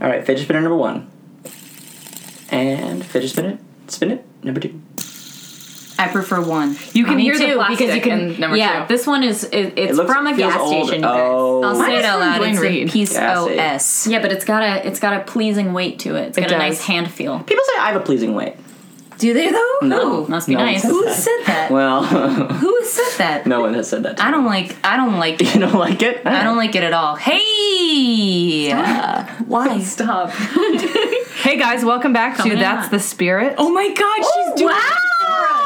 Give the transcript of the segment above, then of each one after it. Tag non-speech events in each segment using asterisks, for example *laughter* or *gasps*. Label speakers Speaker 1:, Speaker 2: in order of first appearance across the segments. Speaker 1: All right, fidget spinner number one. And fidget spinner, spin it, number two.
Speaker 2: I prefer one.
Speaker 3: You can
Speaker 2: Me
Speaker 3: hear the
Speaker 2: too, because you
Speaker 3: plastic
Speaker 2: can.
Speaker 3: in number
Speaker 2: yeah,
Speaker 3: two.
Speaker 2: this one is it, it's
Speaker 1: It looks-
Speaker 2: from a
Speaker 1: feels
Speaker 2: gas
Speaker 1: old.
Speaker 2: station.
Speaker 1: Oh.
Speaker 2: I'll
Speaker 1: Mine
Speaker 2: say
Speaker 3: is
Speaker 2: it out
Speaker 3: from
Speaker 2: loud.
Speaker 3: Dwayne
Speaker 2: It's a
Speaker 3: Reed.
Speaker 2: piece
Speaker 1: Gas
Speaker 2: O
Speaker 1: station.
Speaker 2: S. Yeah, but it's got a it's got a pleasing weight to it. It's got
Speaker 3: It
Speaker 2: a nice
Speaker 3: does.
Speaker 2: hand feel.
Speaker 1: People say I have a pleasing weight.
Speaker 2: Do they though?
Speaker 1: No.
Speaker 2: must be
Speaker 1: No one
Speaker 2: nice.
Speaker 1: says
Speaker 2: Who
Speaker 1: that.
Speaker 2: said that?
Speaker 1: Well, *laughs*
Speaker 2: Who has said that?
Speaker 1: no one has said that. To
Speaker 2: I
Speaker 1: me. *laughs*
Speaker 2: don't like. I don't like.
Speaker 1: You don't like it?
Speaker 2: I don't like it at all. Hey, why? *laughs*
Speaker 3: Stop. hey guys, welcome back
Speaker 2: Coming
Speaker 3: to
Speaker 2: in
Speaker 3: That's
Speaker 2: hot.
Speaker 3: the Spirit. Oh my god, she's
Speaker 2: wow!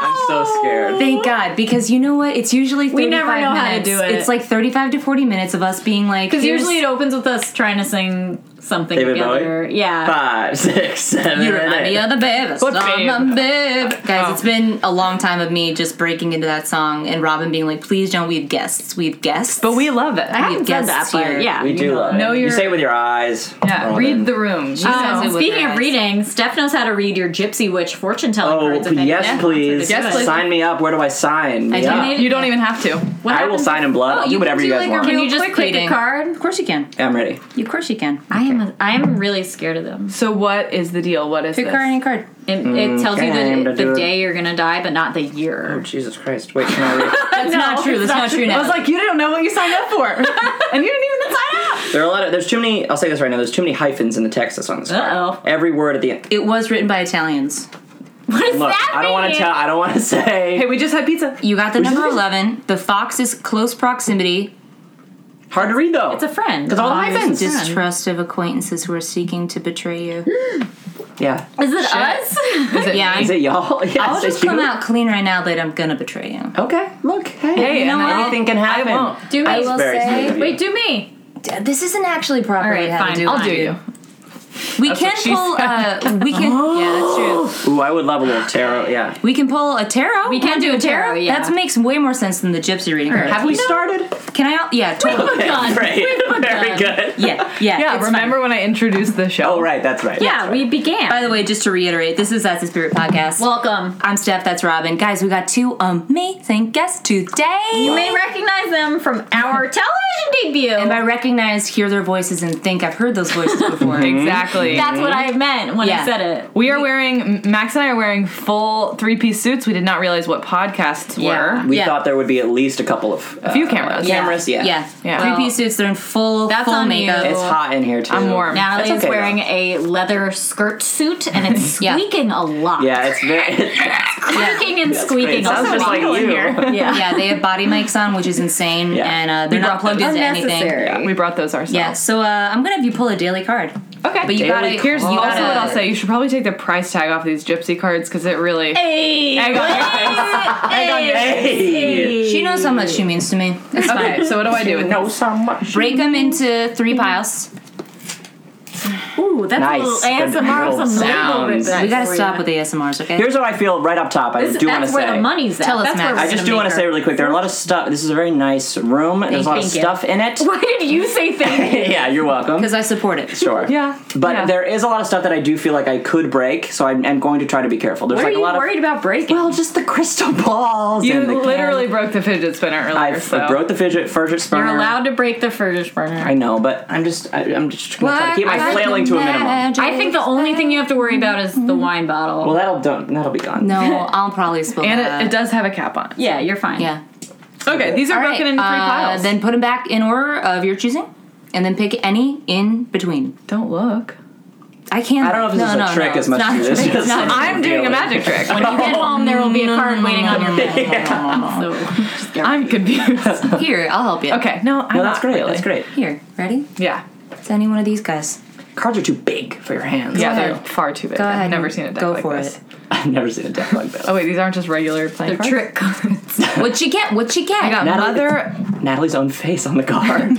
Speaker 1: I'm so scared.
Speaker 2: Thank God, because you know what? It's usually 35
Speaker 3: never know how to
Speaker 2: minutes.
Speaker 3: do it.
Speaker 2: It's like 35 to 40 minutes of us being like,
Speaker 3: Because
Speaker 2: here's-
Speaker 3: usually it opens with us trying to sing something
Speaker 1: David
Speaker 3: together. Yeah.
Speaker 1: Five, six, seven.
Speaker 2: You remind
Speaker 1: eight.
Speaker 2: me of the babe.
Speaker 3: What
Speaker 2: song,
Speaker 3: babe?
Speaker 2: um, babe. Guys,
Speaker 3: Oh.
Speaker 2: it's been a long time of me just breaking into that song and Robin being like, please don't, we have guests. We have guests.
Speaker 3: But we love it. I
Speaker 2: haven't said that, but
Speaker 3: yeah.
Speaker 1: We do love
Speaker 3: Know
Speaker 1: it.
Speaker 3: your-
Speaker 1: You say it with your eyes.
Speaker 3: Yeah,
Speaker 1: Robin.
Speaker 3: read the room.
Speaker 2: says it
Speaker 3: Um,
Speaker 2: with
Speaker 3: speaking
Speaker 2: her
Speaker 3: of
Speaker 2: eyes.
Speaker 3: reading, Steph knows how to read your gypsy witch fortune telling
Speaker 1: Oh,
Speaker 3: cards. if anyone
Speaker 1: yes,
Speaker 3: wants her to
Speaker 1: please.
Speaker 3: do it.
Speaker 1: Yes, please. Sign me up. Where do I sign?
Speaker 2: I
Speaker 1: yeah.
Speaker 2: donate-
Speaker 3: You don't even have to. What
Speaker 1: I will
Speaker 3: happens-
Speaker 1: sign in blood. I'll do whatever you guys want.
Speaker 2: real
Speaker 3: Can you just
Speaker 2: quick
Speaker 3: pick a
Speaker 2: reading.
Speaker 3: card?
Speaker 2: Of course you can.
Speaker 1: Yeah, I'm ready.
Speaker 2: Of course you can.
Speaker 3: I am. A, I am really scared of them.
Speaker 4: So what is the deal? What is
Speaker 2: Pick a
Speaker 4: this?
Speaker 2: card, any card.
Speaker 3: It, it tells you
Speaker 1: Okay, I'm
Speaker 3: the,
Speaker 1: gonna do
Speaker 3: the
Speaker 1: it.
Speaker 3: day you're gonna die, but not the year.
Speaker 1: Jesus Christ. Wait, can I read?
Speaker 2: *laughs* That's not true. That's not true
Speaker 4: I
Speaker 2: now.
Speaker 4: was like, you don't know what you signed up for,
Speaker 2: *laughs*
Speaker 4: and you didn't even sign up.
Speaker 1: There are a lot of. There's too many. I'll say this right now. There's too many hyphens in the text that's on this card.
Speaker 3: Uh-oh.
Speaker 1: Every word at the end.
Speaker 2: it was written by Italians.
Speaker 3: *laughs* What does
Speaker 1: Look,
Speaker 3: that
Speaker 1: I don't want
Speaker 3: mean?
Speaker 1: to tell. I don't want to *laughs* say.
Speaker 4: Hey, we just had pizza.
Speaker 2: You got the
Speaker 1: Which is
Speaker 2: number
Speaker 1: amazing.
Speaker 2: 11. The fox is close proximity.
Speaker 1: Hard to read though.
Speaker 3: It's a friend.
Speaker 1: Because all the
Speaker 2: Always
Speaker 1: hyphens.
Speaker 3: just-
Speaker 2: Distrust of acquaintances who are seeking to betray you.
Speaker 1: yeah.
Speaker 3: Is it us? *laughs*
Speaker 4: Is it
Speaker 2: yeah,
Speaker 4: me?
Speaker 1: Is it y'all? *laughs* Yeah,
Speaker 2: I'll
Speaker 1: is it
Speaker 2: just come
Speaker 1: you?
Speaker 2: out clean right now that I'm gonna betray you.
Speaker 1: Okay. Look. Hey.
Speaker 4: Hey, and
Speaker 2: what?
Speaker 4: I,
Speaker 1: anything can happen.
Speaker 4: I won't.
Speaker 3: do me.
Speaker 2: I will
Speaker 1: very
Speaker 2: say-
Speaker 1: sweet of you.
Speaker 3: Wait, do me.
Speaker 2: D- This isn't actually proper.
Speaker 3: All right,
Speaker 2: how
Speaker 3: fine,
Speaker 2: to do
Speaker 3: I'll
Speaker 2: it.
Speaker 3: do
Speaker 4: you.
Speaker 2: We
Speaker 4: That's
Speaker 2: can
Speaker 4: what she
Speaker 2: pull. Uh,
Speaker 1: *gasps*
Speaker 2: we can. yeah, that's true.
Speaker 1: Ooh, I would love a little tarot. Yeah.
Speaker 2: We can pull a tarot. We
Speaker 3: can do a tarot, yeah.
Speaker 2: that makes way more sense than the gypsy reading card.
Speaker 1: Have we started?
Speaker 2: Can I? al- Yeah,
Speaker 3: Oh *laughs*
Speaker 2: totally.
Speaker 1: Okay,
Speaker 3: done.
Speaker 1: Great. *laughs* Very good.
Speaker 2: yeah, yeah.
Speaker 4: Yeah,
Speaker 2: it's
Speaker 4: remember
Speaker 2: fine.
Speaker 4: when I introduced the show?
Speaker 1: Oh, right. That's right.
Speaker 3: Yeah, we began.
Speaker 2: By the way, just to reiterate, this is That's the Spirit podcast.
Speaker 3: Welcome.
Speaker 2: I'm Steph. That's Robin. Guys, we got two amazing guests today.
Speaker 3: You may recognize them from our television debut.
Speaker 2: and by recognize, hear their voices, and think I've heard those voices before.
Speaker 4: Mhm. Exactly.
Speaker 3: That's what I meant when I
Speaker 2: Yeah.
Speaker 3: said it.
Speaker 4: we are wearing Max and I are wearing full three piece suits. We did not realize what podcasts
Speaker 2: Yeah.
Speaker 4: were.
Speaker 1: We
Speaker 2: Yeah.
Speaker 1: thought there would be at least a couple of uh,
Speaker 4: A few cameras.
Speaker 1: Yeah. cameras,
Speaker 2: Yeah,
Speaker 4: Yeah.
Speaker 2: Three piece suits. They're in full
Speaker 3: That's
Speaker 2: full
Speaker 3: on you.
Speaker 2: makeup.
Speaker 1: It's hot in here too.
Speaker 4: I'm warm.
Speaker 3: Natalie
Speaker 1: That's
Speaker 3: is
Speaker 1: okay,
Speaker 3: wearing
Speaker 1: though.
Speaker 3: a leather skirt suit and it's
Speaker 2: Yeah.
Speaker 3: squeaking a lot.
Speaker 1: Yeah,
Speaker 3: *laughs*
Speaker 1: *laughs* it's very.
Speaker 3: Squeaking and squeaking
Speaker 1: It
Speaker 3: a lot.
Speaker 1: sounds just like
Speaker 4: Wow.
Speaker 1: you.
Speaker 4: Yeah.
Speaker 3: yeah.
Speaker 2: yeah, they have body mics on, which is insane,
Speaker 1: Yeah.
Speaker 2: and uh, they're not plugged into anything.
Speaker 4: We brought those ourselves.
Speaker 2: Yeah, so uh, I'm gonna have you pull a daily card.
Speaker 4: Okay.
Speaker 2: But you
Speaker 1: Daily
Speaker 2: gotta.
Speaker 4: Here's
Speaker 2: you
Speaker 4: also
Speaker 2: gotta,
Speaker 4: what I'll say. You should probably take the price tag off these gypsy cards because it really.
Speaker 3: Hey.
Speaker 4: Hang on,
Speaker 3: Hang on,
Speaker 1: Hey.
Speaker 2: She knows how much she means
Speaker 1: *laughs*
Speaker 2: to me. It's fine.
Speaker 4: Okay. So what do I do with
Speaker 1: know so much.
Speaker 2: Break them into three piles.
Speaker 3: Ooh, that's
Speaker 1: Nice.
Speaker 3: a little
Speaker 1: Good
Speaker 3: ASMR,
Speaker 1: little
Speaker 3: some label with
Speaker 1: sounds.
Speaker 3: that.
Speaker 2: We gotta
Speaker 3: for
Speaker 2: stop
Speaker 3: you.
Speaker 2: with the ASMRs, okay?
Speaker 1: Here's what I feel right up top. I
Speaker 3: This-
Speaker 1: do want to
Speaker 3: That's
Speaker 1: say.
Speaker 3: where the money's at.
Speaker 2: Tell us,
Speaker 3: That's where
Speaker 2: Max.
Speaker 3: we're
Speaker 1: I just do
Speaker 3: gonna
Speaker 1: want to
Speaker 3: make
Speaker 1: say
Speaker 3: her-
Speaker 1: really quick. There are a lot of stuff. This is a very nice room. There's a lot of
Speaker 3: thank you.
Speaker 1: stuff in it.
Speaker 3: *laughs* Why did you say thank you?
Speaker 1: *laughs* yeah, you're welcome.
Speaker 2: Because I support it.
Speaker 1: Sure.
Speaker 4: Yeah,
Speaker 1: But
Speaker 4: yeah.
Speaker 1: there is a lot of stuff that I do feel like I could break, so I'm, I'm going to try to be careful. There's
Speaker 3: What are
Speaker 1: like
Speaker 3: you
Speaker 1: a lot
Speaker 3: worried
Speaker 1: of.
Speaker 3: about breaking?
Speaker 1: Well, just the crystal balls.
Speaker 4: You
Speaker 1: and the
Speaker 4: literally broke the fidget spinner earlier.
Speaker 1: I
Speaker 4: so.
Speaker 1: broke the fidget fidget spinner.
Speaker 3: You're allowed to break the furnish burner.
Speaker 1: I know, but I'm just I, I'm just gonna try to keep my flailing to a minimum.
Speaker 3: I think the only thing you have to worry about is the wine bottle.
Speaker 1: Mm-hmm. Well, that'll don't that'll be gone. *laughs*
Speaker 2: No, I'll probably spill
Speaker 4: And
Speaker 2: that.
Speaker 4: it, it does have a cap on. it.
Speaker 3: yeah, you're fine.
Speaker 2: Yeah.
Speaker 4: Okay, these are
Speaker 2: All
Speaker 4: broken
Speaker 2: right,
Speaker 4: into three
Speaker 2: uh,
Speaker 4: piles.
Speaker 2: Then put them back in order of your choosing, and then pick any in between.
Speaker 4: don't look.
Speaker 2: I can't.
Speaker 1: I don't know if this
Speaker 2: no,
Speaker 1: is a
Speaker 2: no,
Speaker 1: trick
Speaker 2: no,
Speaker 1: as much
Speaker 2: it's not
Speaker 1: as it
Speaker 2: a *laughs*
Speaker 1: is
Speaker 2: trick.
Speaker 1: *laughs* just
Speaker 2: It's not
Speaker 1: like-
Speaker 4: I'm doing a
Speaker 1: Really?
Speaker 4: magic trick. *laughs*
Speaker 3: When you get home, there will be a card waiting
Speaker 1: *laughs*
Speaker 3: on your bed. So
Speaker 4: *laughs* I'm confused.
Speaker 2: Here, I'll help you.
Speaker 4: okay, no, I'm
Speaker 1: No,
Speaker 4: not
Speaker 1: that's great.
Speaker 4: Really.
Speaker 1: That's great.
Speaker 2: Here, ready?
Speaker 4: Yeah,
Speaker 2: It's any one of these guys.
Speaker 1: Cards are too big for your hands.
Speaker 4: yeah,
Speaker 2: ahead.
Speaker 4: they're far too big.
Speaker 2: Go ahead.
Speaker 4: I've never
Speaker 2: and
Speaker 4: seen a deck
Speaker 2: Go
Speaker 4: like
Speaker 2: for
Speaker 4: this.
Speaker 2: it.
Speaker 1: *laughs* I've never seen a deck like that.
Speaker 4: Oh wait, these aren't just regular playing cards.
Speaker 3: trick cards.
Speaker 2: What you get? What you get?
Speaker 4: I got
Speaker 1: Natalie-
Speaker 4: mother.
Speaker 1: Natalie's own face on the card.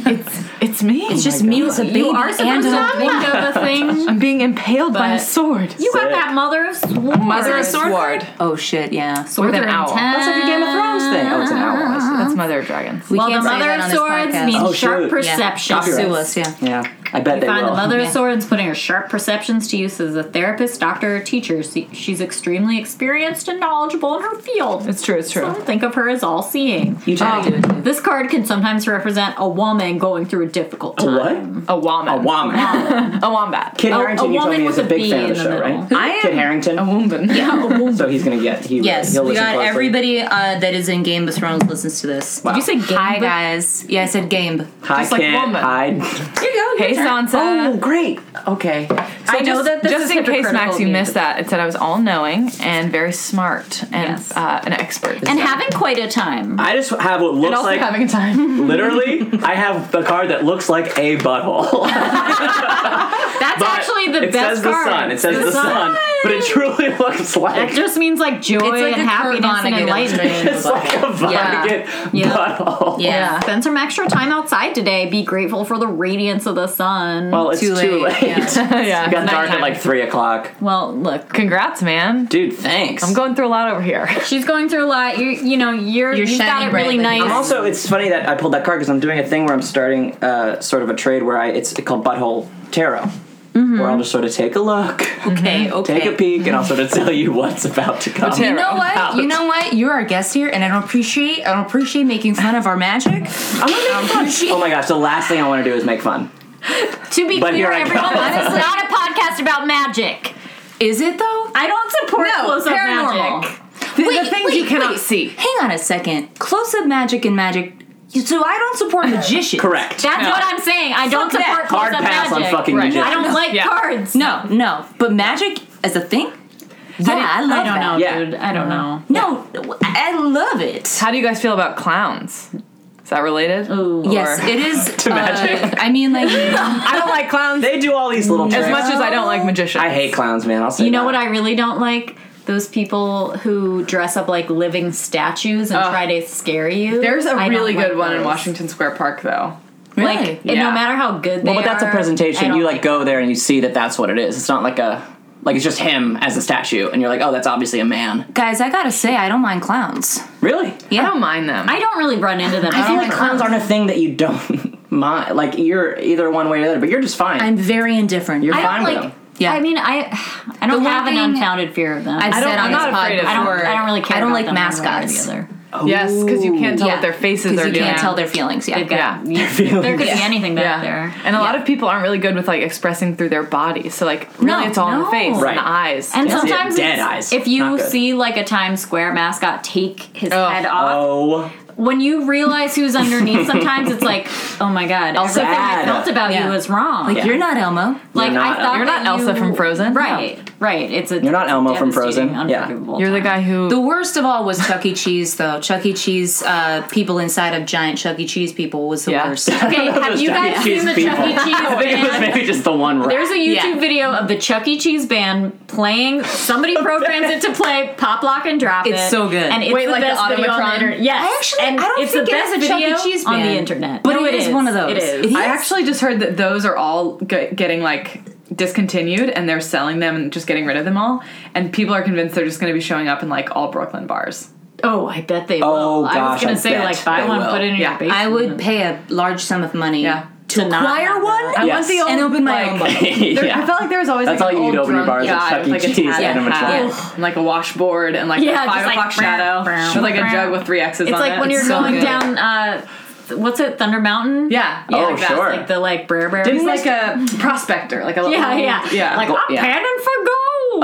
Speaker 4: It's me.
Speaker 2: it's
Speaker 1: oh
Speaker 2: just me as a baby
Speaker 3: You are
Speaker 2: and
Speaker 3: supposed
Speaker 2: a
Speaker 3: to
Speaker 2: baby.
Speaker 3: think of a
Speaker 1: *laughs*
Speaker 3: thing.
Speaker 4: I'm being impaled by a
Speaker 3: But-
Speaker 4: sword.
Speaker 3: You got
Speaker 1: Sick.
Speaker 3: that mother of sword.
Speaker 4: mother of sword.
Speaker 2: Oh shit! Yeah.
Speaker 4: With an owl.
Speaker 1: That's like a Game of Thrones thing. Oh, it's an owl.
Speaker 4: Uh,
Speaker 1: I see.
Speaker 4: That's mother of dragons.
Speaker 2: we
Speaker 3: Well, the
Speaker 2: can't say
Speaker 3: mother
Speaker 2: that
Speaker 3: of
Speaker 2: on this
Speaker 3: swords
Speaker 2: podcast.
Speaker 3: means
Speaker 1: Oh,
Speaker 3: sharp
Speaker 1: shoot.
Speaker 3: perception.
Speaker 1: Copyright.
Speaker 2: sue us. Yeah.
Speaker 1: Yeah. I bet
Speaker 3: You
Speaker 1: they
Speaker 3: find
Speaker 1: will.
Speaker 3: the mother of
Speaker 2: Yeah.
Speaker 3: Soren's putting her sharp perceptions to use as a therapist, doctor, or teacher. Se- She's extremely experienced and knowledgeable in her field.
Speaker 4: It's true, it's true.
Speaker 3: Some think of her as all seeing.
Speaker 1: You try to do it. too.
Speaker 3: This card can sometimes represent a woman going through a difficult
Speaker 1: A
Speaker 3: time.
Speaker 1: what?
Speaker 4: A wombat.
Speaker 1: A wombat.
Speaker 4: A wombat.
Speaker 1: Kid
Speaker 3: Oh. A- a
Speaker 1: Harrington, you told
Speaker 3: woman
Speaker 1: me, is
Speaker 3: with
Speaker 1: a
Speaker 3: a
Speaker 1: big
Speaker 3: bee
Speaker 1: fan
Speaker 3: in
Speaker 1: of the
Speaker 3: the
Speaker 1: show,
Speaker 3: middle.
Speaker 1: right?
Speaker 2: I
Speaker 1: Kid
Speaker 2: am-
Speaker 1: Harrington.
Speaker 4: A wombat. *laughs* Yeah.
Speaker 1: *laughs* So he's gonna get. He,
Speaker 2: Yes,
Speaker 1: he'll
Speaker 2: we
Speaker 1: listen
Speaker 2: got
Speaker 1: closely.
Speaker 2: everybody uh, that is in Game of Thrones listens to this.
Speaker 1: Wow.
Speaker 4: Did you say game?
Speaker 2: Hi guys. Yeah, I said game.
Speaker 1: Hi,
Speaker 4: just like
Speaker 1: Kit.
Speaker 4: woman.
Speaker 1: Hi.
Speaker 2: Here you go.
Speaker 4: Hey, Sansa.
Speaker 1: oh, great. Okay.
Speaker 4: So
Speaker 2: I know
Speaker 4: just,
Speaker 2: that this
Speaker 4: just
Speaker 2: is
Speaker 4: in case
Speaker 2: hypocritical
Speaker 4: Max,
Speaker 2: of
Speaker 4: you
Speaker 2: me,
Speaker 4: missed that. It said I was all-knowing and very smart and
Speaker 3: Yes.
Speaker 4: uh, an expert.
Speaker 3: *laughs* And having quite a time.
Speaker 1: I just have what looks
Speaker 4: also
Speaker 1: like.
Speaker 4: having
Speaker 1: *laughs*
Speaker 4: a time.
Speaker 1: literally, I have the card that looks like a *laughs* butthole.
Speaker 3: That's actually the
Speaker 1: it says
Speaker 3: best card.
Speaker 1: the sun. It says the, sun. but it truly *laughs* looks
Speaker 3: That
Speaker 1: like.
Speaker 3: just means like joy
Speaker 2: It's like
Speaker 3: and
Speaker 2: a Kurt
Speaker 3: happiness and
Speaker 2: Vonnegut
Speaker 3: enlightenment.
Speaker 2: illustration.
Speaker 1: It's like a Vonnegut
Speaker 3: Yeah.
Speaker 1: butthole.
Speaker 2: Yeah.
Speaker 3: Spend some extra time outside today. Be grateful for the radiance of the sun.
Speaker 1: Well, it's too
Speaker 2: Too
Speaker 1: late.
Speaker 2: late,
Speaker 4: *laughs*
Speaker 2: yeah.
Speaker 4: yeah.
Speaker 1: It got dark at
Speaker 4: nighttime.
Speaker 1: like three o'clock.
Speaker 3: Well, look,
Speaker 4: Congrats, man.
Speaker 1: Dude, thanks.
Speaker 4: I'm going through a lot over here.
Speaker 3: she's going through a lot. You you know you're,
Speaker 2: You're
Speaker 3: you've got
Speaker 2: shining
Speaker 3: it really
Speaker 2: brightly.
Speaker 3: nice.
Speaker 1: I'm also. It's funny that I pulled that card because I'm doing a thing where I'm starting uh, sort of a trade where I it's called Butthole Tarot, where I'll just sort of take a look,
Speaker 2: *laughs*
Speaker 1: *laughs*
Speaker 2: *laughs* Okay. Okay.
Speaker 1: take a peek, and I'll sort of tell you what's about to come.
Speaker 2: You know what?
Speaker 1: Out.
Speaker 2: You know what? You're our guest here, and I don't appreciate I don't appreciate making fun of our magic.
Speaker 1: I'm gonna make fun.
Speaker 2: appreciate-
Speaker 1: Oh my gosh! The last thing I want to do is make fun.
Speaker 3: to be
Speaker 1: But here
Speaker 3: clear,
Speaker 1: I go.
Speaker 3: everyone, this is not a podcast about magic.
Speaker 2: *laughs* Is it though?
Speaker 3: I don't support
Speaker 2: No,
Speaker 3: close-up
Speaker 2: paranormal.
Speaker 3: magic.
Speaker 4: The,
Speaker 2: Wait,
Speaker 4: the things
Speaker 2: wait,
Speaker 4: you cannot
Speaker 2: wait.
Speaker 4: see.
Speaker 2: Hang on a second. Close up magic and magic. So I don't support magicians.
Speaker 1: Correct.
Speaker 3: That's what I'm saying. I don't
Speaker 2: Fuck that.
Speaker 3: support
Speaker 1: Hard
Speaker 3: close-up
Speaker 1: pass
Speaker 3: magic.
Speaker 1: on fucking
Speaker 4: Right.
Speaker 1: magician.
Speaker 3: I don't like
Speaker 4: Yeah.
Speaker 3: cards.
Speaker 2: No, no. But magic as a thing. Yeah, I, love
Speaker 3: I don't
Speaker 2: that.
Speaker 3: know,
Speaker 1: Yeah.
Speaker 3: dude. I don't know.
Speaker 2: No, I love it.
Speaker 4: How do you guys feel about clowns? Is that related?
Speaker 3: Ooh.
Speaker 2: Yes, it
Speaker 1: *laughs*
Speaker 2: is. uh,
Speaker 1: To magic.
Speaker 2: I mean, like,
Speaker 4: I don't like clowns
Speaker 1: They do all these little tricks.
Speaker 4: as much as I don't like magicians.
Speaker 1: I hate clowns, man. I'll say.
Speaker 3: You know
Speaker 1: that.
Speaker 3: what I really don't like? Those people who dress up like living statues and
Speaker 4: Ugh.
Speaker 3: try to scare you.
Speaker 4: There's a
Speaker 3: I don't
Speaker 4: really
Speaker 3: like
Speaker 4: good one in
Speaker 3: those.
Speaker 4: Washington Square Park, though.
Speaker 2: really?
Speaker 3: Like, and
Speaker 4: Yeah.
Speaker 3: no matter how good they
Speaker 1: Well, but that's a
Speaker 3: are, I
Speaker 1: presentation.
Speaker 3: don't
Speaker 1: You like go there and you see that that's what it is. It's not like a like it's just him as a statue, and you're like, oh, that's obviously a man.
Speaker 2: guys, I gotta say, I don't mind clowns.
Speaker 1: Really?
Speaker 4: I don't mind them.
Speaker 3: I don't really run into them. I,
Speaker 1: I
Speaker 3: don't
Speaker 1: feel
Speaker 3: like
Speaker 1: like clowns aren't a thing that you don't *laughs* mind. Like you're either one way or the other, but you're just fine.
Speaker 2: I'm very indifferent.
Speaker 1: you're
Speaker 3: I
Speaker 1: fine
Speaker 3: don't
Speaker 1: with
Speaker 3: like.
Speaker 1: them.
Speaker 2: Yeah.
Speaker 3: I mean, I I don't
Speaker 2: The one
Speaker 3: have an
Speaker 2: thing-
Speaker 3: unfounded fear of them.
Speaker 2: I've
Speaker 3: I
Speaker 2: said
Speaker 3: don't.
Speaker 4: I'm
Speaker 2: on
Speaker 4: not
Speaker 2: this pod
Speaker 4: afraid of
Speaker 2: before-
Speaker 3: I don't, I don't really care.
Speaker 2: I don't
Speaker 3: about
Speaker 2: like
Speaker 3: them one way or
Speaker 2: mascots.
Speaker 3: the other.
Speaker 4: yes, because you can't tell what their faces
Speaker 2: because
Speaker 4: are
Speaker 2: you
Speaker 4: doing.
Speaker 2: can't tell their feelings. Yeah,
Speaker 4: Yeah.
Speaker 1: *laughs* Feelings.
Speaker 3: There could be anything
Speaker 4: yeah.
Speaker 3: back there.
Speaker 4: And a lot of people aren't really good with like expressing through their body. So like really
Speaker 3: No,
Speaker 4: it's all in the
Speaker 3: no.
Speaker 4: face
Speaker 1: Right.
Speaker 4: and the eyes.
Speaker 3: And
Speaker 1: Yeah.
Speaker 3: sometimes
Speaker 1: Dead
Speaker 3: it's-
Speaker 1: eyes.
Speaker 3: if you
Speaker 1: Not good.
Speaker 3: see like a Times Square mascot take his
Speaker 4: Ugh.
Speaker 3: head off,
Speaker 1: Oh,
Speaker 3: when you realize who's underneath, sometimes it's like, oh my god, everything
Speaker 1: Sad.
Speaker 3: I felt about
Speaker 2: Yeah.
Speaker 3: you was wrong. Like,
Speaker 2: Like, you're not Elmo.
Speaker 1: You're not-
Speaker 3: I thought
Speaker 4: you're not
Speaker 3: that you-
Speaker 4: Elsa from Frozen.
Speaker 3: right? Right. It's a
Speaker 1: You're not
Speaker 3: it's a
Speaker 1: Elmo from
Speaker 3: devastating,
Speaker 1: Frozen. Yeah.
Speaker 3: unforgivable
Speaker 4: You're the
Speaker 3: time.
Speaker 4: *laughs* guy who
Speaker 2: The worst of all was Chuck E. Cheese, though. Chuck E. Cheese uh, people inside of giant Chuck E. Cheese people was the
Speaker 4: Yeah.
Speaker 2: worst.
Speaker 3: Okay, have
Speaker 1: those
Speaker 3: you
Speaker 1: Chuck E.
Speaker 3: guys
Speaker 1: Cheese
Speaker 3: seen the
Speaker 1: people.
Speaker 3: Chuck E. Cheese
Speaker 1: I think it was
Speaker 3: band?
Speaker 1: maybe just the one. Right.
Speaker 3: There's a YouTube
Speaker 2: Yeah.
Speaker 3: video of the Chuck E. Cheese band playing. Somebody programs it to play "Pop Lock and Drop."
Speaker 2: It's
Speaker 3: It,
Speaker 2: so good.
Speaker 3: And it's
Speaker 4: Wait,
Speaker 3: the
Speaker 4: like the
Speaker 3: best video on the
Speaker 4: automatron?
Speaker 3: internet. Yes,
Speaker 2: I actually-
Speaker 3: and
Speaker 2: I don't
Speaker 3: it's
Speaker 2: think
Speaker 3: the
Speaker 2: it
Speaker 3: best
Speaker 2: has a Chuck E.
Speaker 3: video
Speaker 2: Cheese
Speaker 3: on the
Speaker 2: band.
Speaker 3: internet.
Speaker 2: But
Speaker 3: No,
Speaker 2: it is one of those.
Speaker 3: It is.
Speaker 2: It is.
Speaker 4: I actually just heard that those are all ge- getting like discontinued and they're selling them and just getting rid of them all and people are convinced they're just going to be showing up in like all Brooklyn bars.
Speaker 3: Oh, I bet they will.
Speaker 1: Oh,
Speaker 3: I
Speaker 1: gosh,
Speaker 3: was gonna
Speaker 1: I
Speaker 3: say
Speaker 1: bet
Speaker 3: like buy
Speaker 1: they
Speaker 3: one,
Speaker 1: will.
Speaker 3: put it in
Speaker 4: Yeah.
Speaker 3: your basement.
Speaker 2: I would pay a large sum of money
Speaker 4: Yeah.
Speaker 2: to,
Speaker 3: To not
Speaker 2: acquire
Speaker 3: have
Speaker 2: one.
Speaker 1: I want the Yes.
Speaker 4: old,
Speaker 2: and open my own
Speaker 4: like-
Speaker 2: bar.
Speaker 1: *laughs*
Speaker 4: There-
Speaker 1: yeah.
Speaker 4: I felt like there was always
Speaker 1: That's
Speaker 4: like
Speaker 1: all
Speaker 4: an
Speaker 1: you need
Speaker 4: old
Speaker 1: to open your bars
Speaker 4: drunk
Speaker 1: is
Speaker 4: guy
Speaker 1: Chuck
Speaker 4: with,
Speaker 1: E.
Speaker 4: like a
Speaker 1: Cheese
Speaker 4: tatted
Speaker 2: animatronic.
Speaker 4: hat
Speaker 2: Yeah.
Speaker 4: and like a washboard and like
Speaker 3: Yeah,
Speaker 4: a five
Speaker 3: just, like,
Speaker 4: o'clock shadow
Speaker 3: brown,
Speaker 4: with like a
Speaker 3: brown.
Speaker 4: jug with three X's
Speaker 3: It's
Speaker 4: on
Speaker 3: like
Speaker 4: it.
Speaker 3: when you're
Speaker 4: so
Speaker 3: going
Speaker 4: good.
Speaker 3: down. Uh, th- what's it? Thunder Mountain.
Speaker 4: Yeah.
Speaker 1: Oh,
Speaker 4: like that.
Speaker 1: sure.
Speaker 3: Like the like Brer Bear.
Speaker 4: He's like a uh, prospector, like a little
Speaker 3: yeah, um, yeah,
Speaker 4: yeah.
Speaker 3: Like
Speaker 1: Go-
Speaker 3: I'm
Speaker 1: yeah.
Speaker 3: panning for gold.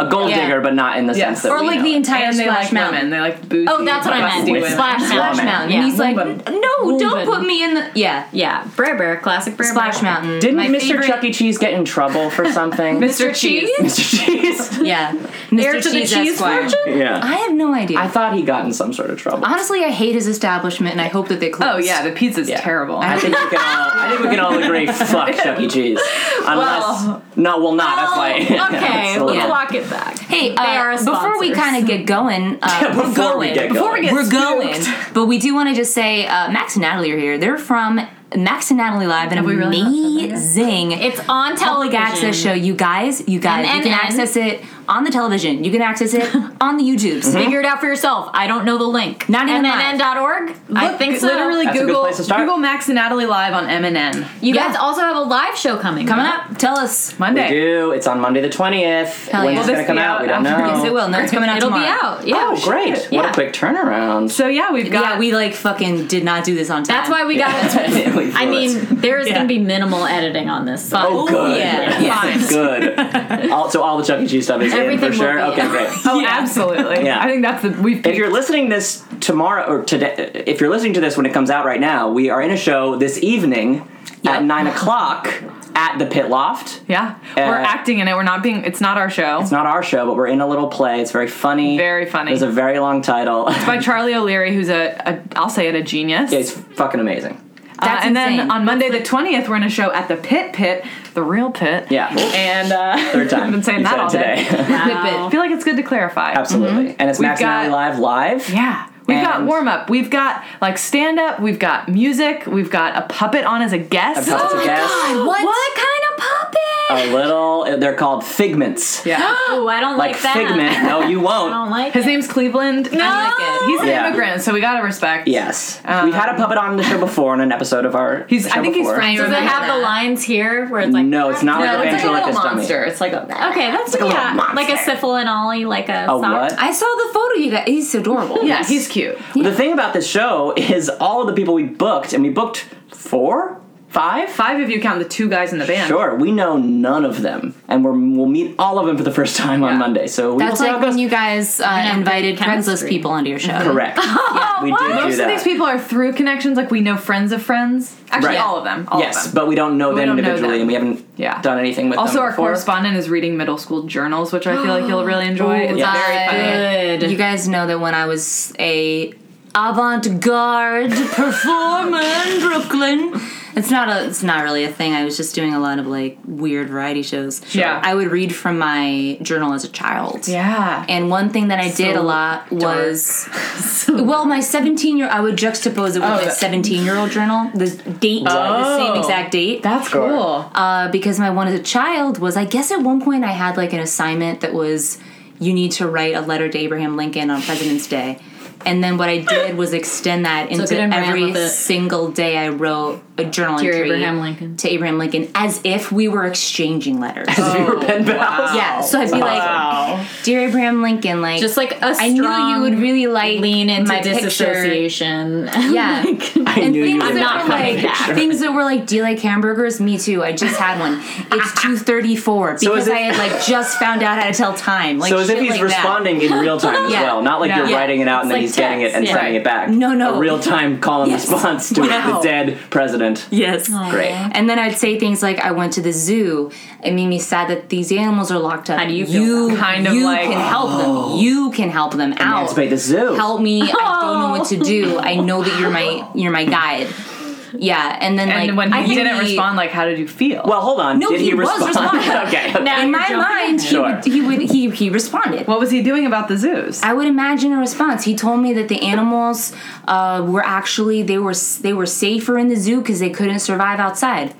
Speaker 1: a gold
Speaker 2: Yeah.
Speaker 1: digger, but not in the sense
Speaker 4: Yes.
Speaker 1: that
Speaker 4: Or,
Speaker 1: we
Speaker 2: like,
Speaker 1: know
Speaker 2: the
Speaker 1: it.
Speaker 2: entire
Speaker 4: and they
Speaker 2: Splash
Speaker 4: like
Speaker 2: Mountain.
Speaker 4: women. They like bougie.
Speaker 3: Oh, that's what I
Speaker 1: Wait,
Speaker 4: busty
Speaker 3: meant.
Speaker 1: Woman.
Speaker 4: women.
Speaker 3: Splash Mountain.
Speaker 2: Splash Mountain.
Speaker 3: Yeah.
Speaker 2: And he's like,
Speaker 4: Woman.
Speaker 2: no,
Speaker 3: Woman.
Speaker 2: don't put me in the. Yeah.
Speaker 3: Yeah, Brer Bear, classic Brer
Speaker 2: Splash
Speaker 3: Bear.
Speaker 2: Mountain.
Speaker 1: Didn't
Speaker 2: My
Speaker 1: Mr.
Speaker 2: favorite-
Speaker 1: Chuck E. Cheese get in trouble for something? *laughs*
Speaker 4: Mr. Cheese.
Speaker 1: Mr. Cheese.
Speaker 2: Yeah. Mr.
Speaker 3: Heir to the
Speaker 2: Cheese
Speaker 3: cheese
Speaker 2: Esquire.
Speaker 3: fortune?
Speaker 1: Yeah.
Speaker 2: I have no idea.
Speaker 1: I thought he got in some sort of trouble.
Speaker 2: Honestly, I hate his establishment, and I hope that they close.
Speaker 4: Oh yeah, the pizza's
Speaker 1: Yeah.
Speaker 4: terrible.
Speaker 1: I think we can all. I think we can all agree. Fuck Chuck E. Cheese. Unless
Speaker 4: Well-
Speaker 1: no, well, not. That's why. *laughs*
Speaker 3: Okay,
Speaker 1: It's a little-
Speaker 3: let's walk it back.
Speaker 2: Hey,
Speaker 3: are
Speaker 2: uh,
Speaker 3: our
Speaker 2: before we
Speaker 3: sponsors.
Speaker 2: kind of get going,
Speaker 1: *laughs*
Speaker 2: uh, we're
Speaker 1: before
Speaker 2: going.
Speaker 1: we get
Speaker 2: before
Speaker 1: going.
Speaker 2: we are going, but we do want to just say uh, Max and Natalie are here. They're from Max and Natalie Live, an
Speaker 4: we really not said that yet?
Speaker 2: amazing
Speaker 3: It's on
Speaker 2: public
Speaker 3: television.
Speaker 2: access show. You guys, you guys, you can
Speaker 3: MNN.
Speaker 2: access it on the television. You can access it on the YouTubes.
Speaker 3: Figure it out for yourself. I don't know the link.
Speaker 2: Oh. Not even live.
Speaker 3: MNN.org? I
Speaker 4: Look,
Speaker 3: think so.
Speaker 4: Literally
Speaker 1: That's a good
Speaker 4: Google
Speaker 1: place to start.
Speaker 4: Google Max and Natalie live on MNN
Speaker 3: You
Speaker 2: Yeah.
Speaker 3: guys also have a live show coming.
Speaker 2: Coming
Speaker 3: huh?
Speaker 2: up, tell us.
Speaker 1: We
Speaker 4: Monday.
Speaker 1: do. It's on Monday the twentieth.
Speaker 2: Hell
Speaker 1: When
Speaker 2: yeah.
Speaker 1: it's
Speaker 2: Will
Speaker 1: gonna
Speaker 4: this
Speaker 1: come
Speaker 4: be
Speaker 1: out, we don't
Speaker 4: out
Speaker 1: know.
Speaker 4: after-
Speaker 2: Yes, it will. No, it's coming out
Speaker 3: It'll
Speaker 2: tomorrow.
Speaker 3: be out. Yeah.
Speaker 1: Oh, great! What a
Speaker 3: Yeah.
Speaker 1: quick turnaround.
Speaker 4: So yeah, we've got
Speaker 2: Yeah, we like fucking did not do this on time.
Speaker 3: That's why we got
Speaker 1: *laughs*
Speaker 3: it.
Speaker 1: We blew
Speaker 3: I
Speaker 1: it.
Speaker 3: mean, there is
Speaker 2: Yeah.
Speaker 3: going to be minimal editing on this. but-
Speaker 1: oh, good.
Speaker 2: yeah. *laughs*
Speaker 1: Yes, *laughs* good. All, so all the Chuck E. Cheese stuff is in
Speaker 3: Everything
Speaker 1: for
Speaker 3: will
Speaker 1: sure.
Speaker 3: be
Speaker 1: okay,
Speaker 3: in.
Speaker 1: great.
Speaker 4: Oh, absolutely.
Speaker 1: *laughs* Yeah.
Speaker 4: I think that's the we've
Speaker 1: If you're listening this tomorrow or today, if you're listening to this when it comes out right now, we are in a show this evening
Speaker 2: Yep.
Speaker 1: at nine o'clock at the Pit Loft.
Speaker 4: Yeah.
Speaker 1: Uh,
Speaker 4: we're acting in it. We're not being it's not our show.
Speaker 1: It's not our show, but we're in a little play. It's very funny.
Speaker 4: Very funny.
Speaker 1: It's a very long title. *laughs*
Speaker 4: by Charlie O'Leary, who's a, a I'll say it, a genius.
Speaker 1: it's fucking amazing.
Speaker 4: Uh,
Speaker 2: That's
Speaker 4: and
Speaker 2: insane.
Speaker 4: then on Monday the twentieth, we're in a show at the Pit Pit, the real Pit.
Speaker 1: Yeah.
Speaker 4: And uh, *laughs*
Speaker 1: Third time.
Speaker 4: I've been saying
Speaker 1: you
Speaker 4: that
Speaker 1: said
Speaker 4: all
Speaker 1: it
Speaker 4: day.
Speaker 1: today.
Speaker 4: I feel like it's good to
Speaker 1: *laughs*
Speaker 4: clarify.
Speaker 1: Absolutely. And it's
Speaker 4: We've
Speaker 1: Max and
Speaker 4: got-
Speaker 1: Ally Live live.
Speaker 4: Yeah. We've got
Speaker 1: And-
Speaker 4: warm up. We've got like stand up. We've got music. We've got a puppet on as a guest.
Speaker 1: A puppet's
Speaker 4: *gasps*
Speaker 1: a guest.
Speaker 2: What?
Speaker 3: kind of puppet?
Speaker 1: A little. They're called figments.
Speaker 4: Yeah.
Speaker 3: Oh, I don't
Speaker 1: Like,
Speaker 3: like, that. Oh
Speaker 1: figment. No, you
Speaker 3: I don't
Speaker 1: won't.
Speaker 3: like
Speaker 4: His
Speaker 3: it.
Speaker 4: name's Cleveland. No.
Speaker 2: I like it.
Speaker 4: He's an
Speaker 1: Yeah.
Speaker 4: immigrant, so we gotta respect.
Speaker 1: Yes. We've had a puppet on the show before on an episode of our.
Speaker 4: He's- I
Speaker 1: show
Speaker 4: think he's
Speaker 1: before.
Speaker 4: French.
Speaker 3: Does it
Speaker 2: remember
Speaker 3: have the
Speaker 2: that.
Speaker 3: lines here where it's like?
Speaker 1: No, it's not like a ventriloquist dummy.
Speaker 4: It's like a
Speaker 3: Okay, that's
Speaker 1: like a little
Speaker 3: yeah, like a
Speaker 1: monster.
Speaker 3: syphilinoly, like a,
Speaker 1: A
Speaker 3: sock-
Speaker 1: what?
Speaker 2: I saw the photo you got. He's adorable.
Speaker 4: yeah. He's cute.
Speaker 1: The thing about this show is all of the people we booked, and we booked four, five.
Speaker 4: Five if you count the two guys in the band.
Speaker 1: Sure, we know none of them, and we're, we'll meet all of them for the first time on
Speaker 4: Yeah.
Speaker 1: Monday. So we
Speaker 2: That's
Speaker 1: will see
Speaker 2: like
Speaker 1: how it goes.
Speaker 2: when you guys uh,
Speaker 3: have
Speaker 2: invited
Speaker 3: great
Speaker 2: Craigslist
Speaker 3: chemistry.
Speaker 2: people onto your show.
Speaker 1: Correct. we did do
Speaker 4: Most
Speaker 1: that.
Speaker 4: of these people are through connections, like we know friends of friends. Actually,
Speaker 1: Right.
Speaker 4: all of them. All
Speaker 1: yes,
Speaker 4: of them.
Speaker 1: but we don't know
Speaker 4: We
Speaker 1: them
Speaker 4: don't know
Speaker 1: individually,
Speaker 4: them.
Speaker 1: and we haven't
Speaker 4: Yeah.
Speaker 1: done anything with
Speaker 4: also,
Speaker 1: them.
Speaker 4: our
Speaker 1: before. *laughs*
Speaker 4: correspondent is reading middle school journals, which I feel like you'll really enjoy. It's
Speaker 1: Yeah.
Speaker 4: very funny.
Speaker 3: Good.
Speaker 2: You guys know that when I was a avant-garde performer in Brooklyn, it's not a it's not really a thing. I was just doing a lot of like weird variety shows.
Speaker 4: Yeah.
Speaker 2: I would read from my journal as a child.
Speaker 4: Yeah.
Speaker 2: And one thing that I did a
Speaker 4: So *laughs*
Speaker 2: lot was well, my 17 year I would juxtapose it with
Speaker 4: Oh,
Speaker 2: my
Speaker 4: that- Oh.
Speaker 2: 17 year old journal, the date, the same exact date.
Speaker 4: That's
Speaker 1: Sure.
Speaker 4: cool.
Speaker 2: uh, because my one as a child was I guess at one point I had like an assignment that was you need to write a letter to Abraham Lincoln on President's Day. And then what I did was extend that into
Speaker 3: it and ran
Speaker 2: every
Speaker 3: with it.
Speaker 2: single day I wrote a journal
Speaker 3: Dear
Speaker 2: entry
Speaker 3: Abraham Lincoln.
Speaker 2: to Abraham Lincoln as if we were exchanging letters.
Speaker 1: If you were pen pals.
Speaker 2: yeah, so I'd be like, "Dear Abraham Lincoln, like,
Speaker 3: Just like a strong
Speaker 2: I knew you would really like
Speaker 3: lean into
Speaker 2: my picture.
Speaker 3: *laughs* disassociation.
Speaker 2: Yeah,
Speaker 1: I knew you
Speaker 2: things
Speaker 1: were
Speaker 2: that
Speaker 3: not
Speaker 2: were like *laughs* things that were like, do you like hamburgers? Me too. I just had one. It's two thirty four because
Speaker 1: is it-
Speaker 2: I had like just found out how to tell time. Like,
Speaker 1: So as if
Speaker 2: shit
Speaker 1: he's
Speaker 2: like that.
Speaker 1: responding in real time as
Speaker 2: Yeah.
Speaker 1: well, not like
Speaker 4: Yeah.
Speaker 1: you're
Speaker 4: Yeah.
Speaker 1: writing it out and
Speaker 3: It's
Speaker 1: then
Speaker 3: like
Speaker 1: he's getting it
Speaker 3: text,
Speaker 1: and
Speaker 3: yeah.
Speaker 1: sending it back.
Speaker 2: No, no.
Speaker 1: A real time call and
Speaker 2: Yes.
Speaker 1: response to
Speaker 2: Wow.
Speaker 1: the dead president.
Speaker 2: Yes.
Speaker 1: Great.
Speaker 2: Oh, And then I'd say things like, "I went to the zoo. It made me sad that these animals are locked up. How
Speaker 3: do you feel
Speaker 2: you
Speaker 4: about it? Kind of
Speaker 2: you
Speaker 4: like,
Speaker 2: can help them. You can help them out.
Speaker 1: Emancipate the zoo.
Speaker 2: Help me. I don't know what to do. I know that you're my you're my guide. Yeah. And then
Speaker 4: And
Speaker 2: like
Speaker 4: when
Speaker 2: I
Speaker 4: he
Speaker 2: think
Speaker 4: didn't respond, like, how did you feel?
Speaker 1: Well, hold on.
Speaker 2: No,
Speaker 1: Did
Speaker 2: he,
Speaker 1: he,
Speaker 2: was
Speaker 1: respond? *laughs*
Speaker 2: responding.
Speaker 1: okay. okay.
Speaker 2: Now, in my
Speaker 3: jumping
Speaker 2: mind, he,
Speaker 1: Sure.
Speaker 2: would, he would he he responded.
Speaker 4: what was he doing about the zoos?
Speaker 2: I would imagine a response. He told me that the animals uh, were actually they were they were safer in the zoo because they couldn't survive outside.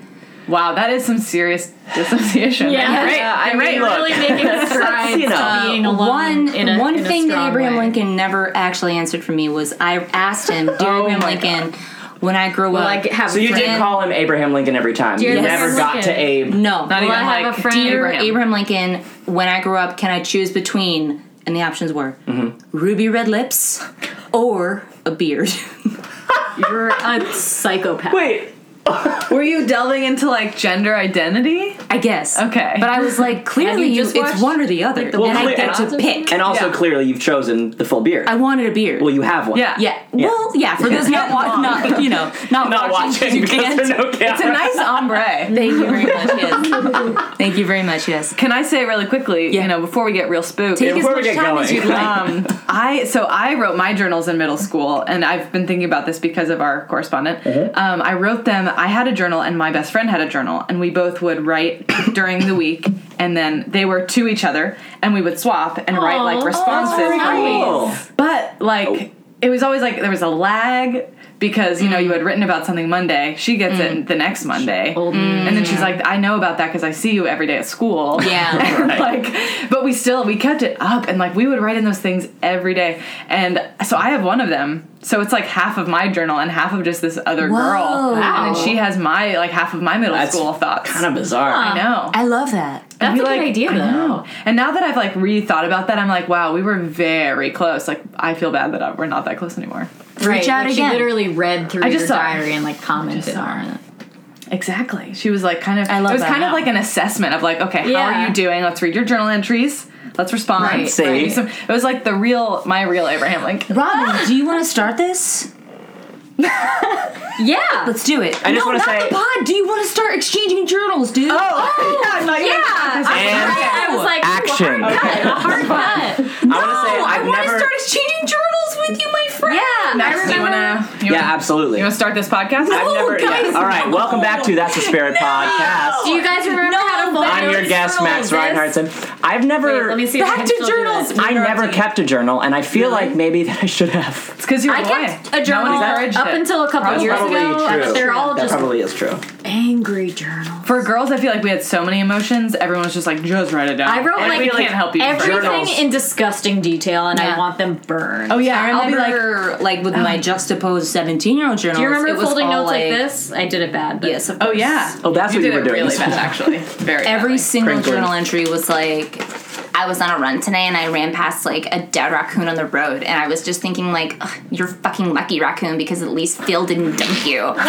Speaker 4: wow, that is some serious *laughs* dissociation.
Speaker 3: Yeah.
Speaker 4: Right. I'm right.
Speaker 3: really making strides
Speaker 1: you know,
Speaker 3: to being
Speaker 2: Uh,
Speaker 3: alone
Speaker 2: one
Speaker 3: in a,
Speaker 2: one
Speaker 3: in a
Speaker 2: thing that
Speaker 3: strong
Speaker 2: Abraham
Speaker 3: way.
Speaker 2: Lincoln never actually answered for me was I
Speaker 3: *laughs*
Speaker 2: asked him, "Dear
Speaker 3: Oh
Speaker 2: Abraham
Speaker 4: my
Speaker 2: Lincoln, when I grow up,
Speaker 3: Like have
Speaker 1: so you did
Speaker 2: Friend.
Speaker 1: call him Abraham Lincoln every time.
Speaker 3: Dear
Speaker 1: you
Speaker 3: Yes.
Speaker 1: never
Speaker 3: Abraham
Speaker 1: got to
Speaker 3: Lincoln.
Speaker 1: Abe.
Speaker 2: no,
Speaker 4: Not
Speaker 3: Well,
Speaker 4: even
Speaker 3: I have
Speaker 4: like
Speaker 3: a friend-
Speaker 2: dear
Speaker 4: Abraham.
Speaker 2: Abraham. Lincoln, when I grow up, can I choose between?" And the options were ruby red lips or a beard. *laughs*
Speaker 3: You're a psychopath.
Speaker 1: Wait.
Speaker 4: Were you delving into like gender identity?
Speaker 2: I guess.
Speaker 4: Okay.
Speaker 2: But I was
Speaker 3: *laughs*
Speaker 2: like, clearly,
Speaker 4: you
Speaker 2: you
Speaker 4: just
Speaker 2: it's
Speaker 4: watched,
Speaker 2: one or the other,
Speaker 4: the
Speaker 2: and I
Speaker 1: Well,
Speaker 2: get to
Speaker 1: clear-
Speaker 2: pick.
Speaker 1: And also,
Speaker 4: Yeah.
Speaker 1: clearly, you've chosen the full beard.
Speaker 2: I wanted a beard.
Speaker 1: well, you have one.
Speaker 4: Yeah.
Speaker 2: Uh, yeah. Well, yeah. For those not, wa- not you know, not,
Speaker 1: Not watching
Speaker 2: you
Speaker 1: because
Speaker 2: can't.
Speaker 1: there are no
Speaker 4: It's a
Speaker 1: cameras.
Speaker 4: nice ombre.
Speaker 2: Thank you very much. Yes. Thank you very much. Yes.
Speaker 4: Can I say really quickly,
Speaker 2: Yeah.
Speaker 4: you know, before we get real spooked,
Speaker 2: Take as
Speaker 1: before we
Speaker 2: much
Speaker 1: get
Speaker 2: time as
Speaker 1: going.
Speaker 2: you'd like.
Speaker 4: um, I so I wrote my journals in middle school, and I've been thinking about this because of our correspondent.
Speaker 2: Mm-hmm.
Speaker 4: Um, I wrote them. I had a journal, and my best friend had a journal, and we both would write during the week, and then they were
Speaker 2: Oh,
Speaker 4: to each other, and we would swap and write like
Speaker 3: Aw,
Speaker 4: responses.
Speaker 1: Cool.
Speaker 4: But like it was always like there was a lag because you know you had written about something Monday. She gets it the next Monday, and then she's like, "I know about that because I see you every day at school."
Speaker 2: Yeah.
Speaker 4: *laughs* And, like, but we still we kept it up, and like we would write in those things every day. And so I have one of them, so it's like half of my journal and half of just this other
Speaker 2: Whoa.
Speaker 4: girl, and
Speaker 3: Wow.
Speaker 4: then she has my like half of my middle
Speaker 1: That's
Speaker 4: school thoughts.
Speaker 1: Kind of bizarre.
Speaker 4: I know.
Speaker 2: I love that.
Speaker 3: That's
Speaker 4: I'd
Speaker 3: a
Speaker 4: be
Speaker 3: good
Speaker 4: like,
Speaker 3: idea,
Speaker 4: I
Speaker 3: though.
Speaker 4: know. And now that I've like rethought about that, I'm like, wow, we were very close. Like, I feel bad that I, we're not that close anymore.
Speaker 3: Right,
Speaker 2: out
Speaker 3: like
Speaker 2: again.
Speaker 3: She literally read through
Speaker 4: I just
Speaker 3: your
Speaker 4: saw it.
Speaker 3: diary and like commented
Speaker 4: saw
Speaker 3: on it.
Speaker 4: Exactly. She was like, kind of.
Speaker 2: I love
Speaker 4: It was
Speaker 2: that
Speaker 4: kind
Speaker 2: now.
Speaker 4: of like an assessment of like, okay, how
Speaker 3: Yeah.
Speaker 4: are you doing? Let's read your journal entries. Let's respond.
Speaker 3: Right,
Speaker 1: See?
Speaker 4: Do some- it was like the real, my real Abraham Lincoln.
Speaker 2: Robin, do you want to start this?
Speaker 3: Yeah.
Speaker 2: Let's do it.
Speaker 1: I just
Speaker 2: no,
Speaker 1: wanna
Speaker 2: not
Speaker 1: say-
Speaker 2: the pod. Do you want to start exchanging journals, dude?
Speaker 4: *laughs* Oh, yeah, I'm not
Speaker 3: yeah.
Speaker 4: gonna-
Speaker 1: And
Speaker 3: I, was right. I was like,
Speaker 1: action.
Speaker 3: Ooh, a hard cut. A hard
Speaker 1: I want
Speaker 3: cut.
Speaker 1: to say I've
Speaker 4: wanna
Speaker 1: never.
Speaker 4: exchanging journals with you, my friend.
Speaker 3: Yeah.
Speaker 4: Next,
Speaker 3: I
Speaker 4: you
Speaker 3: remember.
Speaker 4: wanna, you
Speaker 1: yeah,
Speaker 4: wanna,
Speaker 1: absolutely.
Speaker 4: you wanna start this podcast?
Speaker 3: Oh,
Speaker 1: I've never. yeah.
Speaker 2: guys,
Speaker 1: All right, welcome back to That's a Spirit Podcast.
Speaker 3: do you guys remember how to
Speaker 2: No,
Speaker 3: photo
Speaker 1: I'm your guest,
Speaker 3: scroll
Speaker 1: Max
Speaker 3: this?
Speaker 1: Reinhardtson. I've never.
Speaker 3: Wait, let me see. if I
Speaker 4: Back
Speaker 3: can
Speaker 4: to
Speaker 3: still do
Speaker 4: journals.
Speaker 3: it.
Speaker 1: I never kept a journal, and I feel like maybe *laughs* that I should have.
Speaker 4: It's because you're
Speaker 3: I
Speaker 4: away.
Speaker 3: kept a journal
Speaker 4: no one encouraged
Speaker 3: up
Speaker 4: it.
Speaker 3: until a couple
Speaker 4: That's
Speaker 3: years
Speaker 1: probably
Speaker 3: ago,
Speaker 1: true.
Speaker 3: but they're all
Speaker 1: That
Speaker 3: just
Speaker 1: probably is true.
Speaker 3: angry journals.
Speaker 4: For girls, I feel like we had so many emotions. Everyone was just like, just write it down.
Speaker 3: I wrote
Speaker 4: And
Speaker 3: like,
Speaker 4: we can't help you.
Speaker 3: everything
Speaker 1: Journals.
Speaker 3: in disgusting detail, and I
Speaker 2: Yeah.
Speaker 3: want them burned.
Speaker 4: oh yeah,
Speaker 2: I
Speaker 4: I'll be
Speaker 2: remember,
Speaker 4: like,
Speaker 2: like, Oh. with my juxtaposed seventeen-year-old journals.
Speaker 3: do you remember
Speaker 2: it was
Speaker 3: folding
Speaker 2: all
Speaker 3: notes like,
Speaker 2: like
Speaker 3: this? I did it bad. But
Speaker 2: Yes, of
Speaker 4: oh
Speaker 2: course.
Speaker 4: yeah.
Speaker 1: Oh, that's
Speaker 4: you
Speaker 1: what
Speaker 4: did
Speaker 1: you were
Speaker 4: it
Speaker 1: doing.
Speaker 4: Really bad, actually. *laughs* Very.
Speaker 2: every
Speaker 4: badly.
Speaker 2: single
Speaker 1: Crinkling.
Speaker 2: journal entry was like I was on a run today and I ran past like a dead raccoon on the road and I was just thinking like "Ugh, you're fucking lucky raccoon because at least Phil didn't
Speaker 4: *laughs*
Speaker 2: dump you.
Speaker 3: *laughs*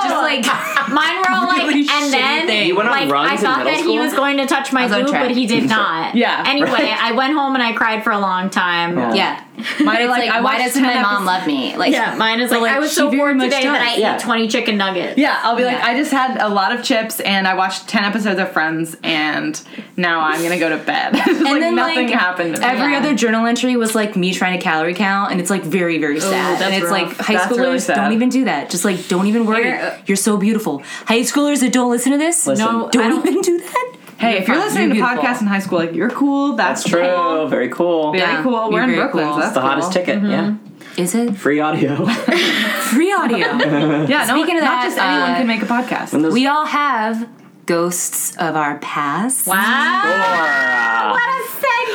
Speaker 3: Wow! Just like mine were *laughs* all like,
Speaker 2: Really shitty
Speaker 3: and then
Speaker 2: thing. You
Speaker 1: went on
Speaker 3: like
Speaker 1: runs
Speaker 3: I
Speaker 1: in
Speaker 3: thought
Speaker 1: middle
Speaker 3: that he
Speaker 1: school?
Speaker 3: was going to touch my
Speaker 2: was on
Speaker 3: boob,
Speaker 2: track.
Speaker 3: but he *laughs* did not.
Speaker 4: Yeah.
Speaker 3: Anyway, I went home and I cried for a long time.
Speaker 1: Oh.
Speaker 2: Yeah.
Speaker 4: Mine are like,
Speaker 2: It's like,
Speaker 4: I
Speaker 2: why
Speaker 4: watched
Speaker 2: doesn't
Speaker 4: 10
Speaker 2: my
Speaker 4: episodes-
Speaker 2: mom love me? Like
Speaker 3: Yeah, mine is
Speaker 2: but,
Speaker 3: like, I was
Speaker 2: she
Speaker 3: so
Speaker 2: very
Speaker 3: bored
Speaker 2: much
Speaker 3: today
Speaker 2: does.
Speaker 3: that I
Speaker 1: Yeah.
Speaker 3: ate 20 chicken nuggets.
Speaker 4: Yeah, I'll be like,
Speaker 2: Yeah.
Speaker 4: I just had a lot of chips and I watched ten episodes of Friends and now I'm gonna go to bed. *laughs* and like
Speaker 2: then,
Speaker 4: nothing
Speaker 2: like,
Speaker 4: happened. To me.
Speaker 2: Every
Speaker 3: Yeah.
Speaker 2: other journal entry was like me trying to calorie count, and it's like very, very sad.
Speaker 3: that's
Speaker 2: and it's
Speaker 3: rough.
Speaker 2: like high
Speaker 4: That's really
Speaker 2: schoolers
Speaker 4: sad.
Speaker 2: don't even do that. Just like don't even worry.
Speaker 3: Here, uh,
Speaker 2: You're so beautiful. High schoolers that don't listen to this,
Speaker 1: Listen.
Speaker 2: no,
Speaker 3: I *laughs*
Speaker 2: don't,
Speaker 3: don't-
Speaker 2: even do that.
Speaker 4: hey, if you're
Speaker 2: fine.
Speaker 4: listening
Speaker 2: You're
Speaker 4: to
Speaker 2: beautiful.
Speaker 4: podcasts in high school, like you're cool. That's,
Speaker 1: That's true.
Speaker 4: cool.
Speaker 1: Very cool.
Speaker 4: Very
Speaker 2: Yeah,
Speaker 4: cool.
Speaker 2: you're
Speaker 4: We're in
Speaker 2: very
Speaker 4: Brooklyn.
Speaker 2: cool.
Speaker 4: So that's
Speaker 2: It's
Speaker 1: The hottest
Speaker 4: cool.
Speaker 1: ticket.
Speaker 3: Mm-hmm.
Speaker 1: Yeah.
Speaker 2: Is it
Speaker 1: Free
Speaker 3: *laughs*
Speaker 1: audio.
Speaker 2: free *laughs* audio?
Speaker 4: Yeah. No,
Speaker 2: Speaking of
Speaker 4: not
Speaker 2: that,
Speaker 4: just anyone
Speaker 2: uh,
Speaker 4: can make a podcast.
Speaker 1: And those
Speaker 2: we all have ghosts of our past.
Speaker 3: Wow.
Speaker 1: are, uh,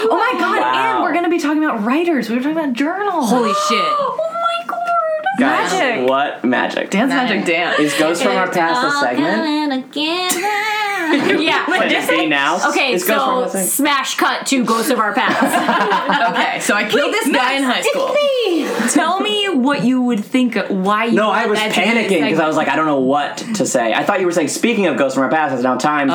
Speaker 4: Oh my god!
Speaker 1: Wow.
Speaker 4: And we're gonna be talking about writers. We were talking about journals.
Speaker 2: Holy
Speaker 3: *gasps*
Speaker 2: shit!
Speaker 4: Oh my god!
Speaker 1: guys,
Speaker 4: Magic.
Speaker 1: What magic?
Speaker 4: Dance magic dance.
Speaker 1: Is Ghost from Our Past a segment?
Speaker 3: *laughs* yeah.
Speaker 1: Can it be now?
Speaker 3: Okay,
Speaker 1: Is Ghost from
Speaker 3: so
Speaker 1: Our Past-
Speaker 3: smash cut to Ghosts of Our *laughs* Past.
Speaker 4: okay, so I killed this guy in high school.
Speaker 2: Tell me what you would think. Of, why you?
Speaker 1: No,
Speaker 2: want
Speaker 1: I was
Speaker 2: that to be a
Speaker 1: panicking because I
Speaker 2: segment.
Speaker 1: was like, I don't know what to say. I thought you were saying, speaking of Ghost from Our Past, it's now time for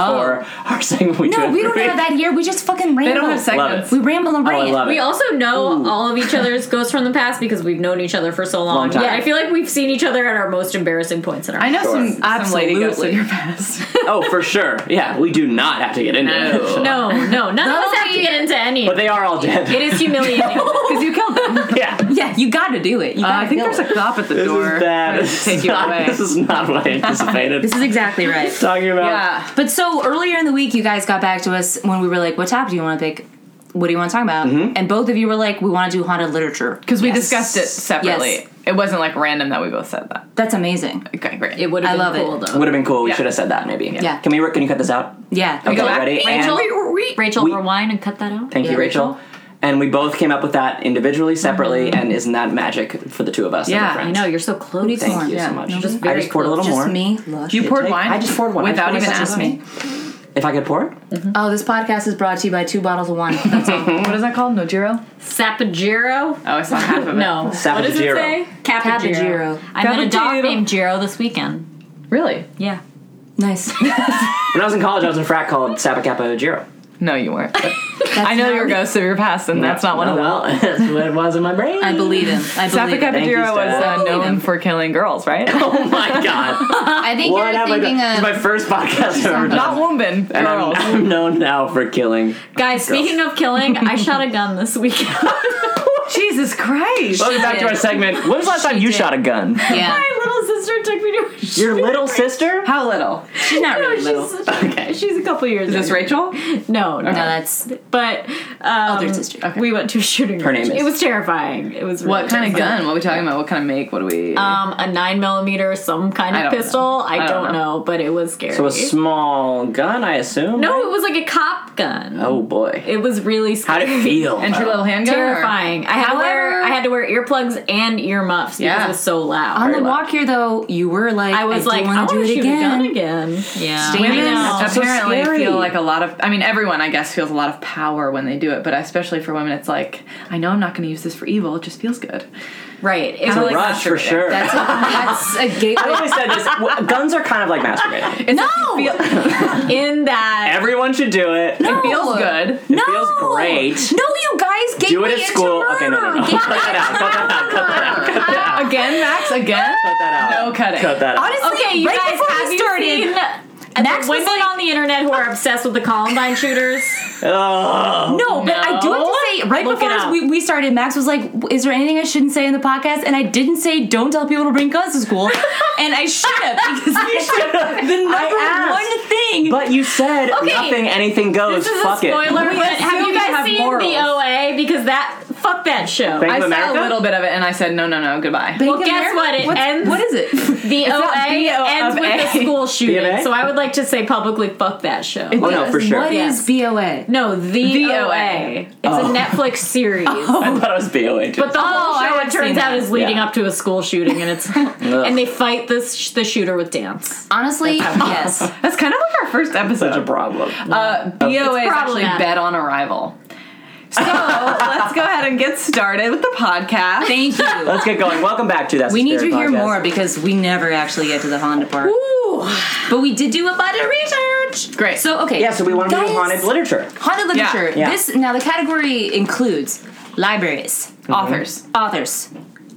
Speaker 1: *laughs* our segment. We do
Speaker 2: No, we don't
Speaker 1: every
Speaker 2: have
Speaker 1: week.
Speaker 2: that here. We just fucking ramble.
Speaker 4: They don't have segments.
Speaker 2: We ramble and
Speaker 1: *laughs* Oh, I
Speaker 2: rant.
Speaker 1: love it.
Speaker 3: We also know all of each other's ghosts from the past because we've known each other for so long.
Speaker 1: Long time.
Speaker 3: Yeah, I feel like we've seen each other at our most embarrassing points in our
Speaker 4: I know
Speaker 1: Sure.
Speaker 4: some, Uh, some lady ghosts in
Speaker 2: Absolutely.
Speaker 4: your past.
Speaker 1: oh, for sure. Yeah, we do not have to get into it.
Speaker 3: No, no, none of us have to get into any.
Speaker 1: But they are all dead.
Speaker 3: it is *laughs* humiliating.
Speaker 4: Because you killed them.
Speaker 1: *laughs* yeah.
Speaker 2: Yeah, you got to do it. You
Speaker 4: Uh, I
Speaker 2: gotta
Speaker 4: think
Speaker 2: kill
Speaker 4: there's
Speaker 1: *laughs*
Speaker 2: it.
Speaker 4: a cop at the
Speaker 1: This
Speaker 4: door.
Speaker 1: is bad.
Speaker 4: trying to
Speaker 1: This
Speaker 4: Take
Speaker 1: is,
Speaker 4: you
Speaker 1: not,
Speaker 4: away.
Speaker 1: this is not what I anticipated.
Speaker 2: This is
Speaker 4: *laughs*
Speaker 2: exactly right.
Speaker 1: talking about.
Speaker 4: yeah.
Speaker 2: But so earlier in the week, you guys got back to us when we were like, "What topic do you want to pick? What do you want to talk about?"
Speaker 1: Mm-hmm.
Speaker 2: And both of you were like, "We want to do haunted literature."
Speaker 4: Because we discussed it separately.
Speaker 2: Yes.
Speaker 4: It wasn't like random that we both said that.
Speaker 2: That's amazing.
Speaker 4: Okay,
Speaker 3: *laughs*
Speaker 4: great.
Speaker 3: it would
Speaker 2: I
Speaker 3: have been
Speaker 2: love it.
Speaker 3: cool though.
Speaker 1: Would have been cool. We
Speaker 4: Yeah.
Speaker 1: should have said that maybe.
Speaker 2: Yeah.
Speaker 1: Can we? Can you cut this out?
Speaker 2: Yeah.
Speaker 1: Okay.
Speaker 4: go back?
Speaker 1: Ready?
Speaker 3: Rachel,
Speaker 1: And-
Speaker 3: Rachel,
Speaker 1: We-
Speaker 3: rewind and cut that out.
Speaker 1: Thank
Speaker 2: Yeah.
Speaker 1: you, Rachel. And we both came up with that individually, separately, and isn't that magic for the two of us? and
Speaker 4: Yeah,
Speaker 1: our friends?
Speaker 3: I know you're so close.
Speaker 2: Who needs
Speaker 1: Thank
Speaker 2: more?
Speaker 1: you
Speaker 4: Yeah.
Speaker 1: so much.
Speaker 4: No,
Speaker 2: just
Speaker 1: I
Speaker 2: very
Speaker 1: just poured a
Speaker 2: close.
Speaker 1: little more.
Speaker 2: Just me. Lush.
Speaker 4: You poured
Speaker 1: Take-
Speaker 4: wine?
Speaker 1: I just poured one. I
Speaker 4: Without
Speaker 1: just
Speaker 4: even
Speaker 1: poured one.
Speaker 4: asking.
Speaker 1: If I could pour it,
Speaker 2: Oh, this podcast is brought to you by two bottles of wine.
Speaker 1: *laughs*
Speaker 2: That's all.
Speaker 4: What is that called? Nojiro?
Speaker 3: Sapajiro?
Speaker 4: Oh, it's not half of it.
Speaker 3: No. What does it
Speaker 1: Sapajiro.
Speaker 3: say?
Speaker 2: Capajero.
Speaker 3: I met a
Speaker 4: Capajero.
Speaker 3: dog named Jiro this weekend.
Speaker 4: Really?
Speaker 3: Yeah.
Speaker 2: Nice. *laughs*
Speaker 1: when I was in college, I was in a frat called Sappa Kappa Jiro.
Speaker 4: No, you weren't. I know your ghosts of your past, and that's not one of them.
Speaker 1: Oh, Well, *laughs* that's what it was in my brain.
Speaker 2: I believe him. I
Speaker 4: Sappa
Speaker 2: believe him.
Speaker 1: Thank you,
Speaker 4: Capodira was
Speaker 1: Steph.
Speaker 4: uh, known for killing girls,
Speaker 1: *laughs*
Speaker 4: right?
Speaker 1: oh
Speaker 2: *laughs*
Speaker 1: my god!
Speaker 2: I think
Speaker 1: what
Speaker 2: you're
Speaker 1: have I
Speaker 2: thinking
Speaker 1: done? It's
Speaker 2: of
Speaker 1: my first podcast I've ever done.
Speaker 4: *laughs* Not woman, Um,
Speaker 1: And I'm,
Speaker 4: *laughs* girls.
Speaker 1: I'm known now for killing.
Speaker 3: Guys, speaking of killing, I shot a gun this weekend.
Speaker 4: Jesus Christ. Oh,
Speaker 1: Welcome back to our segment. When was the last time you shot a gun?
Speaker 2: yeah.
Speaker 3: My little sister took me to.
Speaker 1: *laughs*
Speaker 3: She's
Speaker 1: Your little sister?
Speaker 4: How little?
Speaker 2: *laughs* not really
Speaker 3: *laughs*
Speaker 2: little.
Speaker 3: she's, she's a couple years.
Speaker 4: Is this Rachel?
Speaker 3: No,
Speaker 2: No,
Speaker 3: no.
Speaker 2: that's
Speaker 3: But um,
Speaker 2: third sister.
Speaker 4: Okay.
Speaker 3: we went to a shooting
Speaker 1: Her
Speaker 3: range.
Speaker 1: name is-
Speaker 3: It was terrifying. It was
Speaker 4: What
Speaker 3: really
Speaker 4: kind of
Speaker 3: terrifying.
Speaker 4: gun? What are we talking about? What kind of make? What do we?
Speaker 3: Um, a nine millimeter, some kind of
Speaker 4: I don't know.
Speaker 3: pistol. I, don't, know. but it was scary.
Speaker 1: So a small gun, I assume?
Speaker 3: no, it was like a cop gun.
Speaker 1: Oh boy.
Speaker 3: It was really
Speaker 1: How'd
Speaker 3: scary.
Speaker 1: it feel?
Speaker 4: Entry level handgun. or-
Speaker 3: *laughs* terrifying. I had to wear
Speaker 2: However-
Speaker 3: I had to wear earplugs and earmuffs because
Speaker 4: Yeah.
Speaker 3: it was so loud.
Speaker 2: on the
Speaker 1: well.
Speaker 2: walk here though. You were like,
Speaker 3: I was like, I
Speaker 2: want to do
Speaker 3: want to
Speaker 2: it
Speaker 3: shoot
Speaker 2: again.
Speaker 3: a gun again.
Speaker 2: Yeah,
Speaker 3: Stand-
Speaker 4: Women
Speaker 3: know.
Speaker 1: So
Speaker 4: apparently
Speaker 1: scary.
Speaker 4: feel like a lot of. I mean, everyone I guess feels a lot of power when they do it, but especially for women, it's like I know I'm not going to use this for evil. It just feels good.
Speaker 3: Right. It
Speaker 1: It's
Speaker 3: was
Speaker 1: a
Speaker 3: like,
Speaker 1: rush for
Speaker 4: masturbating.
Speaker 1: sure.
Speaker 2: that's, *laughs* that's
Speaker 1: *laughs*
Speaker 2: a
Speaker 1: I
Speaker 2: gateway.
Speaker 1: always said this. w- Guns are kind of like masturbating.
Speaker 4: It's
Speaker 3: no
Speaker 4: *laughs*
Speaker 3: in that
Speaker 1: Everyone should do it.
Speaker 3: No.
Speaker 4: It feels good.
Speaker 1: It feels great.
Speaker 3: No, you guys
Speaker 1: Do it at school. Okay, no, no, no. Cut *laughs* that out. Cut that out. Cut that out. Cut that out.
Speaker 4: Again, Max. Again.
Speaker 1: Cut that out.
Speaker 4: No cutting.
Speaker 1: Cut that out.
Speaker 3: Honestly, okay, you
Speaker 2: right
Speaker 3: guys
Speaker 2: before we
Speaker 3: have you
Speaker 2: started,
Speaker 3: seen Max women on the internet who are obsessed with the Columbine shooters.
Speaker 1: Ugh.
Speaker 2: *laughs* No, but I do have
Speaker 3: No.
Speaker 2: to say, right
Speaker 3: Look it
Speaker 2: before
Speaker 3: up.
Speaker 2: we, we started, Max was like, Is there anything I shouldn't say in the podcast? And I didn't say, Don't tell people to bring guns to *laughs* school. and I should have, because *laughs* you should have. The number
Speaker 1: asked.
Speaker 2: one thing.
Speaker 1: But you said nothing, anything goes.
Speaker 3: This
Speaker 1: *laughs*
Speaker 3: is
Speaker 1: Fuck
Speaker 3: a
Speaker 1: it.
Speaker 3: spoiler,
Speaker 4: We
Speaker 3: but have
Speaker 4: assume
Speaker 3: you
Speaker 4: you
Speaker 3: guys
Speaker 4: have
Speaker 3: seen
Speaker 4: morals.
Speaker 3: the OA? Because that fuck that show.
Speaker 1: Bank
Speaker 4: I
Speaker 1: of America. Oh,
Speaker 4: saw a little bit of it and I said no, no, no, goodbye.
Speaker 3: well, guess what? It ends.
Speaker 2: What is it? *laughs*
Speaker 3: The
Speaker 4: not
Speaker 3: OA
Speaker 4: B O
Speaker 3: ends
Speaker 4: of
Speaker 3: with
Speaker 4: A.
Speaker 3: the school shooting.
Speaker 1: A?
Speaker 3: So I would like to say publicly, fuck that show.
Speaker 1: Oh no, for sure.
Speaker 2: What
Speaker 3: Yes.
Speaker 2: is BOA?
Speaker 3: No, the,
Speaker 4: The
Speaker 3: OA.
Speaker 4: Oh, OA.
Speaker 3: It's
Speaker 1: Oh.
Speaker 3: a Netflix series.
Speaker 4: *laughs*
Speaker 1: I thought it was BOA.
Speaker 3: But the
Speaker 2: Oh, I
Speaker 3: whole show,
Speaker 2: haven't
Speaker 3: it turns
Speaker 2: seen
Speaker 3: out,
Speaker 2: that.
Speaker 3: is leading
Speaker 1: Yeah.
Speaker 3: up to a school shooting, and *laughs* it's and they fight this sh- the shooter with dance.
Speaker 2: Honestly, yes.
Speaker 4: That's kind of like our first episode.
Speaker 1: Such a problem.
Speaker 4: Uh, BOA is actually
Speaker 3: problematic.
Speaker 4: bed on arrival. So let's go ahead and get started with the podcast.
Speaker 2: Thank you.
Speaker 1: Let's get going. Welcome back to that.
Speaker 2: We need to hear more because we never actually get to the haunted part.
Speaker 3: Ooh,
Speaker 2: But we did do a lot of research.
Speaker 4: Great.
Speaker 2: So okay.
Speaker 1: Yeah, so we want to do
Speaker 2: Guys,
Speaker 1: haunted literature.
Speaker 2: Haunted
Speaker 4: Yeah,
Speaker 2: literature.
Speaker 1: yeah.
Speaker 2: This now the category includes libraries,
Speaker 4: Authors.
Speaker 2: authors,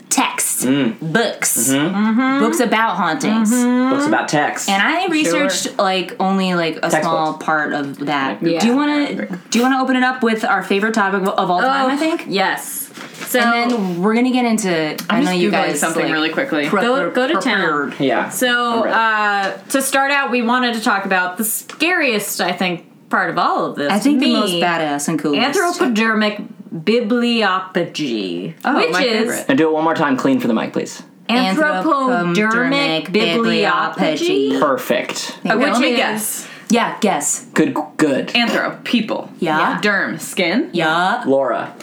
Speaker 2: texts, books, books about hauntings.
Speaker 1: Books about text.
Speaker 2: And I researched like only like a small part of that.
Speaker 3: Yeah.
Speaker 2: Do you want to do you want to open it up with our favorite topic of all time? I think.
Speaker 3: Oh, yes. So
Speaker 2: And then we're gonna get into. i
Speaker 4: I'm
Speaker 2: know
Speaker 4: just
Speaker 2: you
Speaker 4: Googling
Speaker 2: guys
Speaker 4: something
Speaker 2: like,
Speaker 4: really quickly.
Speaker 2: pre-
Speaker 3: Go- go to town.
Speaker 2: prepared.
Speaker 1: yeah.
Speaker 3: So, uh, to start out, we wanted to talk about the scariest, I think, part of all of this.
Speaker 2: I think
Speaker 3: to
Speaker 2: the
Speaker 3: me,
Speaker 2: most badass and coolest.
Speaker 3: anthropodermic bibliopagy,
Speaker 4: Oh,
Speaker 3: which
Speaker 4: my
Speaker 3: is
Speaker 4: favorite.
Speaker 1: and do it one more time, clean for the mic, please.
Speaker 3: anthropodermic bibliopagy,
Speaker 2: bibliopagy.
Speaker 1: Perfect.
Speaker 4: Okay,
Speaker 3: which
Speaker 4: let me
Speaker 3: is-
Speaker 4: guess.
Speaker 2: Yeah. Guess.
Speaker 1: Good. Good.
Speaker 4: Anthro, people.
Speaker 2: Yeah.
Speaker 4: Derm, skin.
Speaker 2: Yeah.
Speaker 1: Laura.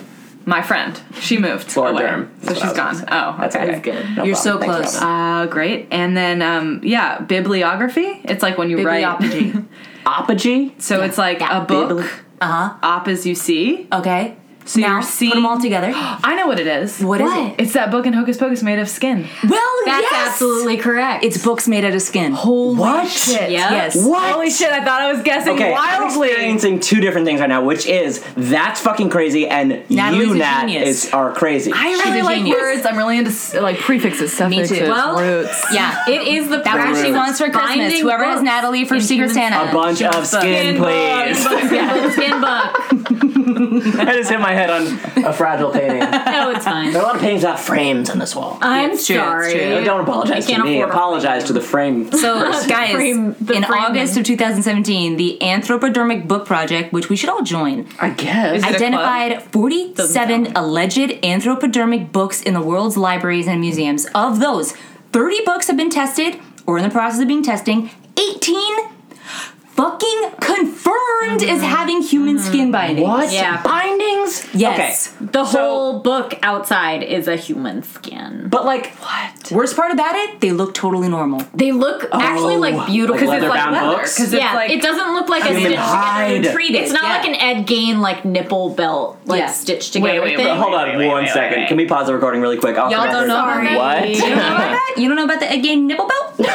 Speaker 4: My friend. She moved.
Speaker 1: Laura
Speaker 4: away.
Speaker 1: Derm.
Speaker 4: So
Speaker 1: That's
Speaker 4: she's
Speaker 1: what I
Speaker 4: gone.
Speaker 1: was
Speaker 4: Oh,
Speaker 1: That's
Speaker 4: okay.
Speaker 1: okay. good.
Speaker 2: You're so close.
Speaker 4: Uh, great. And then, um, yeah, bibliography. It's like when you write.
Speaker 3: *laughs*
Speaker 2: Bibliopagy.
Speaker 1: Apogee.
Speaker 4: So it's like
Speaker 2: Yeah.
Speaker 4: a book.
Speaker 1: Bibli-
Speaker 2: Uh huh.
Speaker 4: Op as you see.
Speaker 2: Okay.
Speaker 4: So
Speaker 2: now
Speaker 4: you're seeing.
Speaker 2: put them all
Speaker 3: *gasps*
Speaker 2: together.
Speaker 4: I know what it is.
Speaker 2: What is it?
Speaker 4: It's that book in Hocus Pocus made of skin. *laughs*
Speaker 2: Well,
Speaker 3: That's
Speaker 2: yes!
Speaker 3: absolutely correct.
Speaker 2: It's books made out of skin.
Speaker 4: Holy
Speaker 1: What?
Speaker 4: shit.
Speaker 3: Yeah.
Speaker 2: yes.
Speaker 1: What?
Speaker 4: Holy shit, I thought I was guessing
Speaker 1: Okay, I'm
Speaker 4: wildly.
Speaker 1: experiencing two different things right now, which is that's fucking crazy, and
Speaker 2: Natalie's
Speaker 1: you,
Speaker 2: a
Speaker 1: Nat,
Speaker 2: genius.
Speaker 1: is are crazy.
Speaker 4: I
Speaker 2: She's
Speaker 4: really
Speaker 2: a
Speaker 4: like
Speaker 2: genius.
Speaker 4: words. I'm really into s- like prefixes, suffixes,
Speaker 2: too. Well-
Speaker 4: roots.
Speaker 2: Yeah.
Speaker 3: It is the
Speaker 2: That's what she
Speaker 1: Roots.
Speaker 2: wants for Christmas.
Speaker 3: Finding
Speaker 2: Whoever has
Speaker 3: books
Speaker 2: Natalie for
Speaker 3: in
Speaker 2: Secret
Speaker 3: human
Speaker 2: Santa.
Speaker 1: a bunch of skin, please.
Speaker 3: Yeah, skin book.
Speaker 1: *laughs* I just hit my head on a fragile painting. there
Speaker 3: No, it's
Speaker 2: *laughs*
Speaker 3: fine.
Speaker 1: are a lot of paintings that have frames on this wall.
Speaker 3: I'm
Speaker 2: it's true, it's
Speaker 3: sorry.
Speaker 2: true.
Speaker 1: Don't apologize
Speaker 3: I
Speaker 1: to
Speaker 3: can't
Speaker 1: me.
Speaker 3: afford a
Speaker 1: Apologize to the frame.
Speaker 2: So, guys,
Speaker 3: frame- *laughs* the
Speaker 2: in
Speaker 3: framing.
Speaker 2: August of 2017, the Anthropodermic Book Project, which we should all join,
Speaker 1: I guess.
Speaker 4: it a
Speaker 2: identified 47 alleged anthropodermic books in the world's libraries and museums. Of those, 30 books have been tested or in the process of being testing, 18 fucking confirmed as having human skin bindings.
Speaker 1: what?
Speaker 3: Yeah.
Speaker 1: Bindings?
Speaker 2: Yes.
Speaker 1: Okay.
Speaker 3: The
Speaker 1: So-
Speaker 3: whole book outside is a human skin.
Speaker 1: But like, what?
Speaker 2: Worst part about it, they look totally normal.
Speaker 3: They look actually
Speaker 1: Oh.
Speaker 3: like beautiful.
Speaker 1: Like leather bound
Speaker 4: leather,
Speaker 1: books?
Speaker 4: 'cause it's
Speaker 3: yeah,
Speaker 4: like-
Speaker 3: it doesn't look like a
Speaker 1: Human
Speaker 3: stitched
Speaker 1: hide.
Speaker 3: together and treated. It's not
Speaker 2: Yeah.
Speaker 3: like an Ed Gain like nipple belt like
Speaker 2: Yeah.
Speaker 3: stitched together
Speaker 4: wait,
Speaker 3: thing.
Speaker 4: wait,
Speaker 1: Hold on
Speaker 4: Wait,
Speaker 1: one second.
Speaker 4: wait, wait, wait, wait, wait.
Speaker 1: Can we pause the recording really quick? Off
Speaker 4: Y'all
Speaker 1: the
Speaker 4: don't know
Speaker 1: record.
Speaker 3: about that?
Speaker 1: What?
Speaker 2: *laughs*
Speaker 3: You don't know
Speaker 2: about that? You don't know about the Ed Gein nipple belt?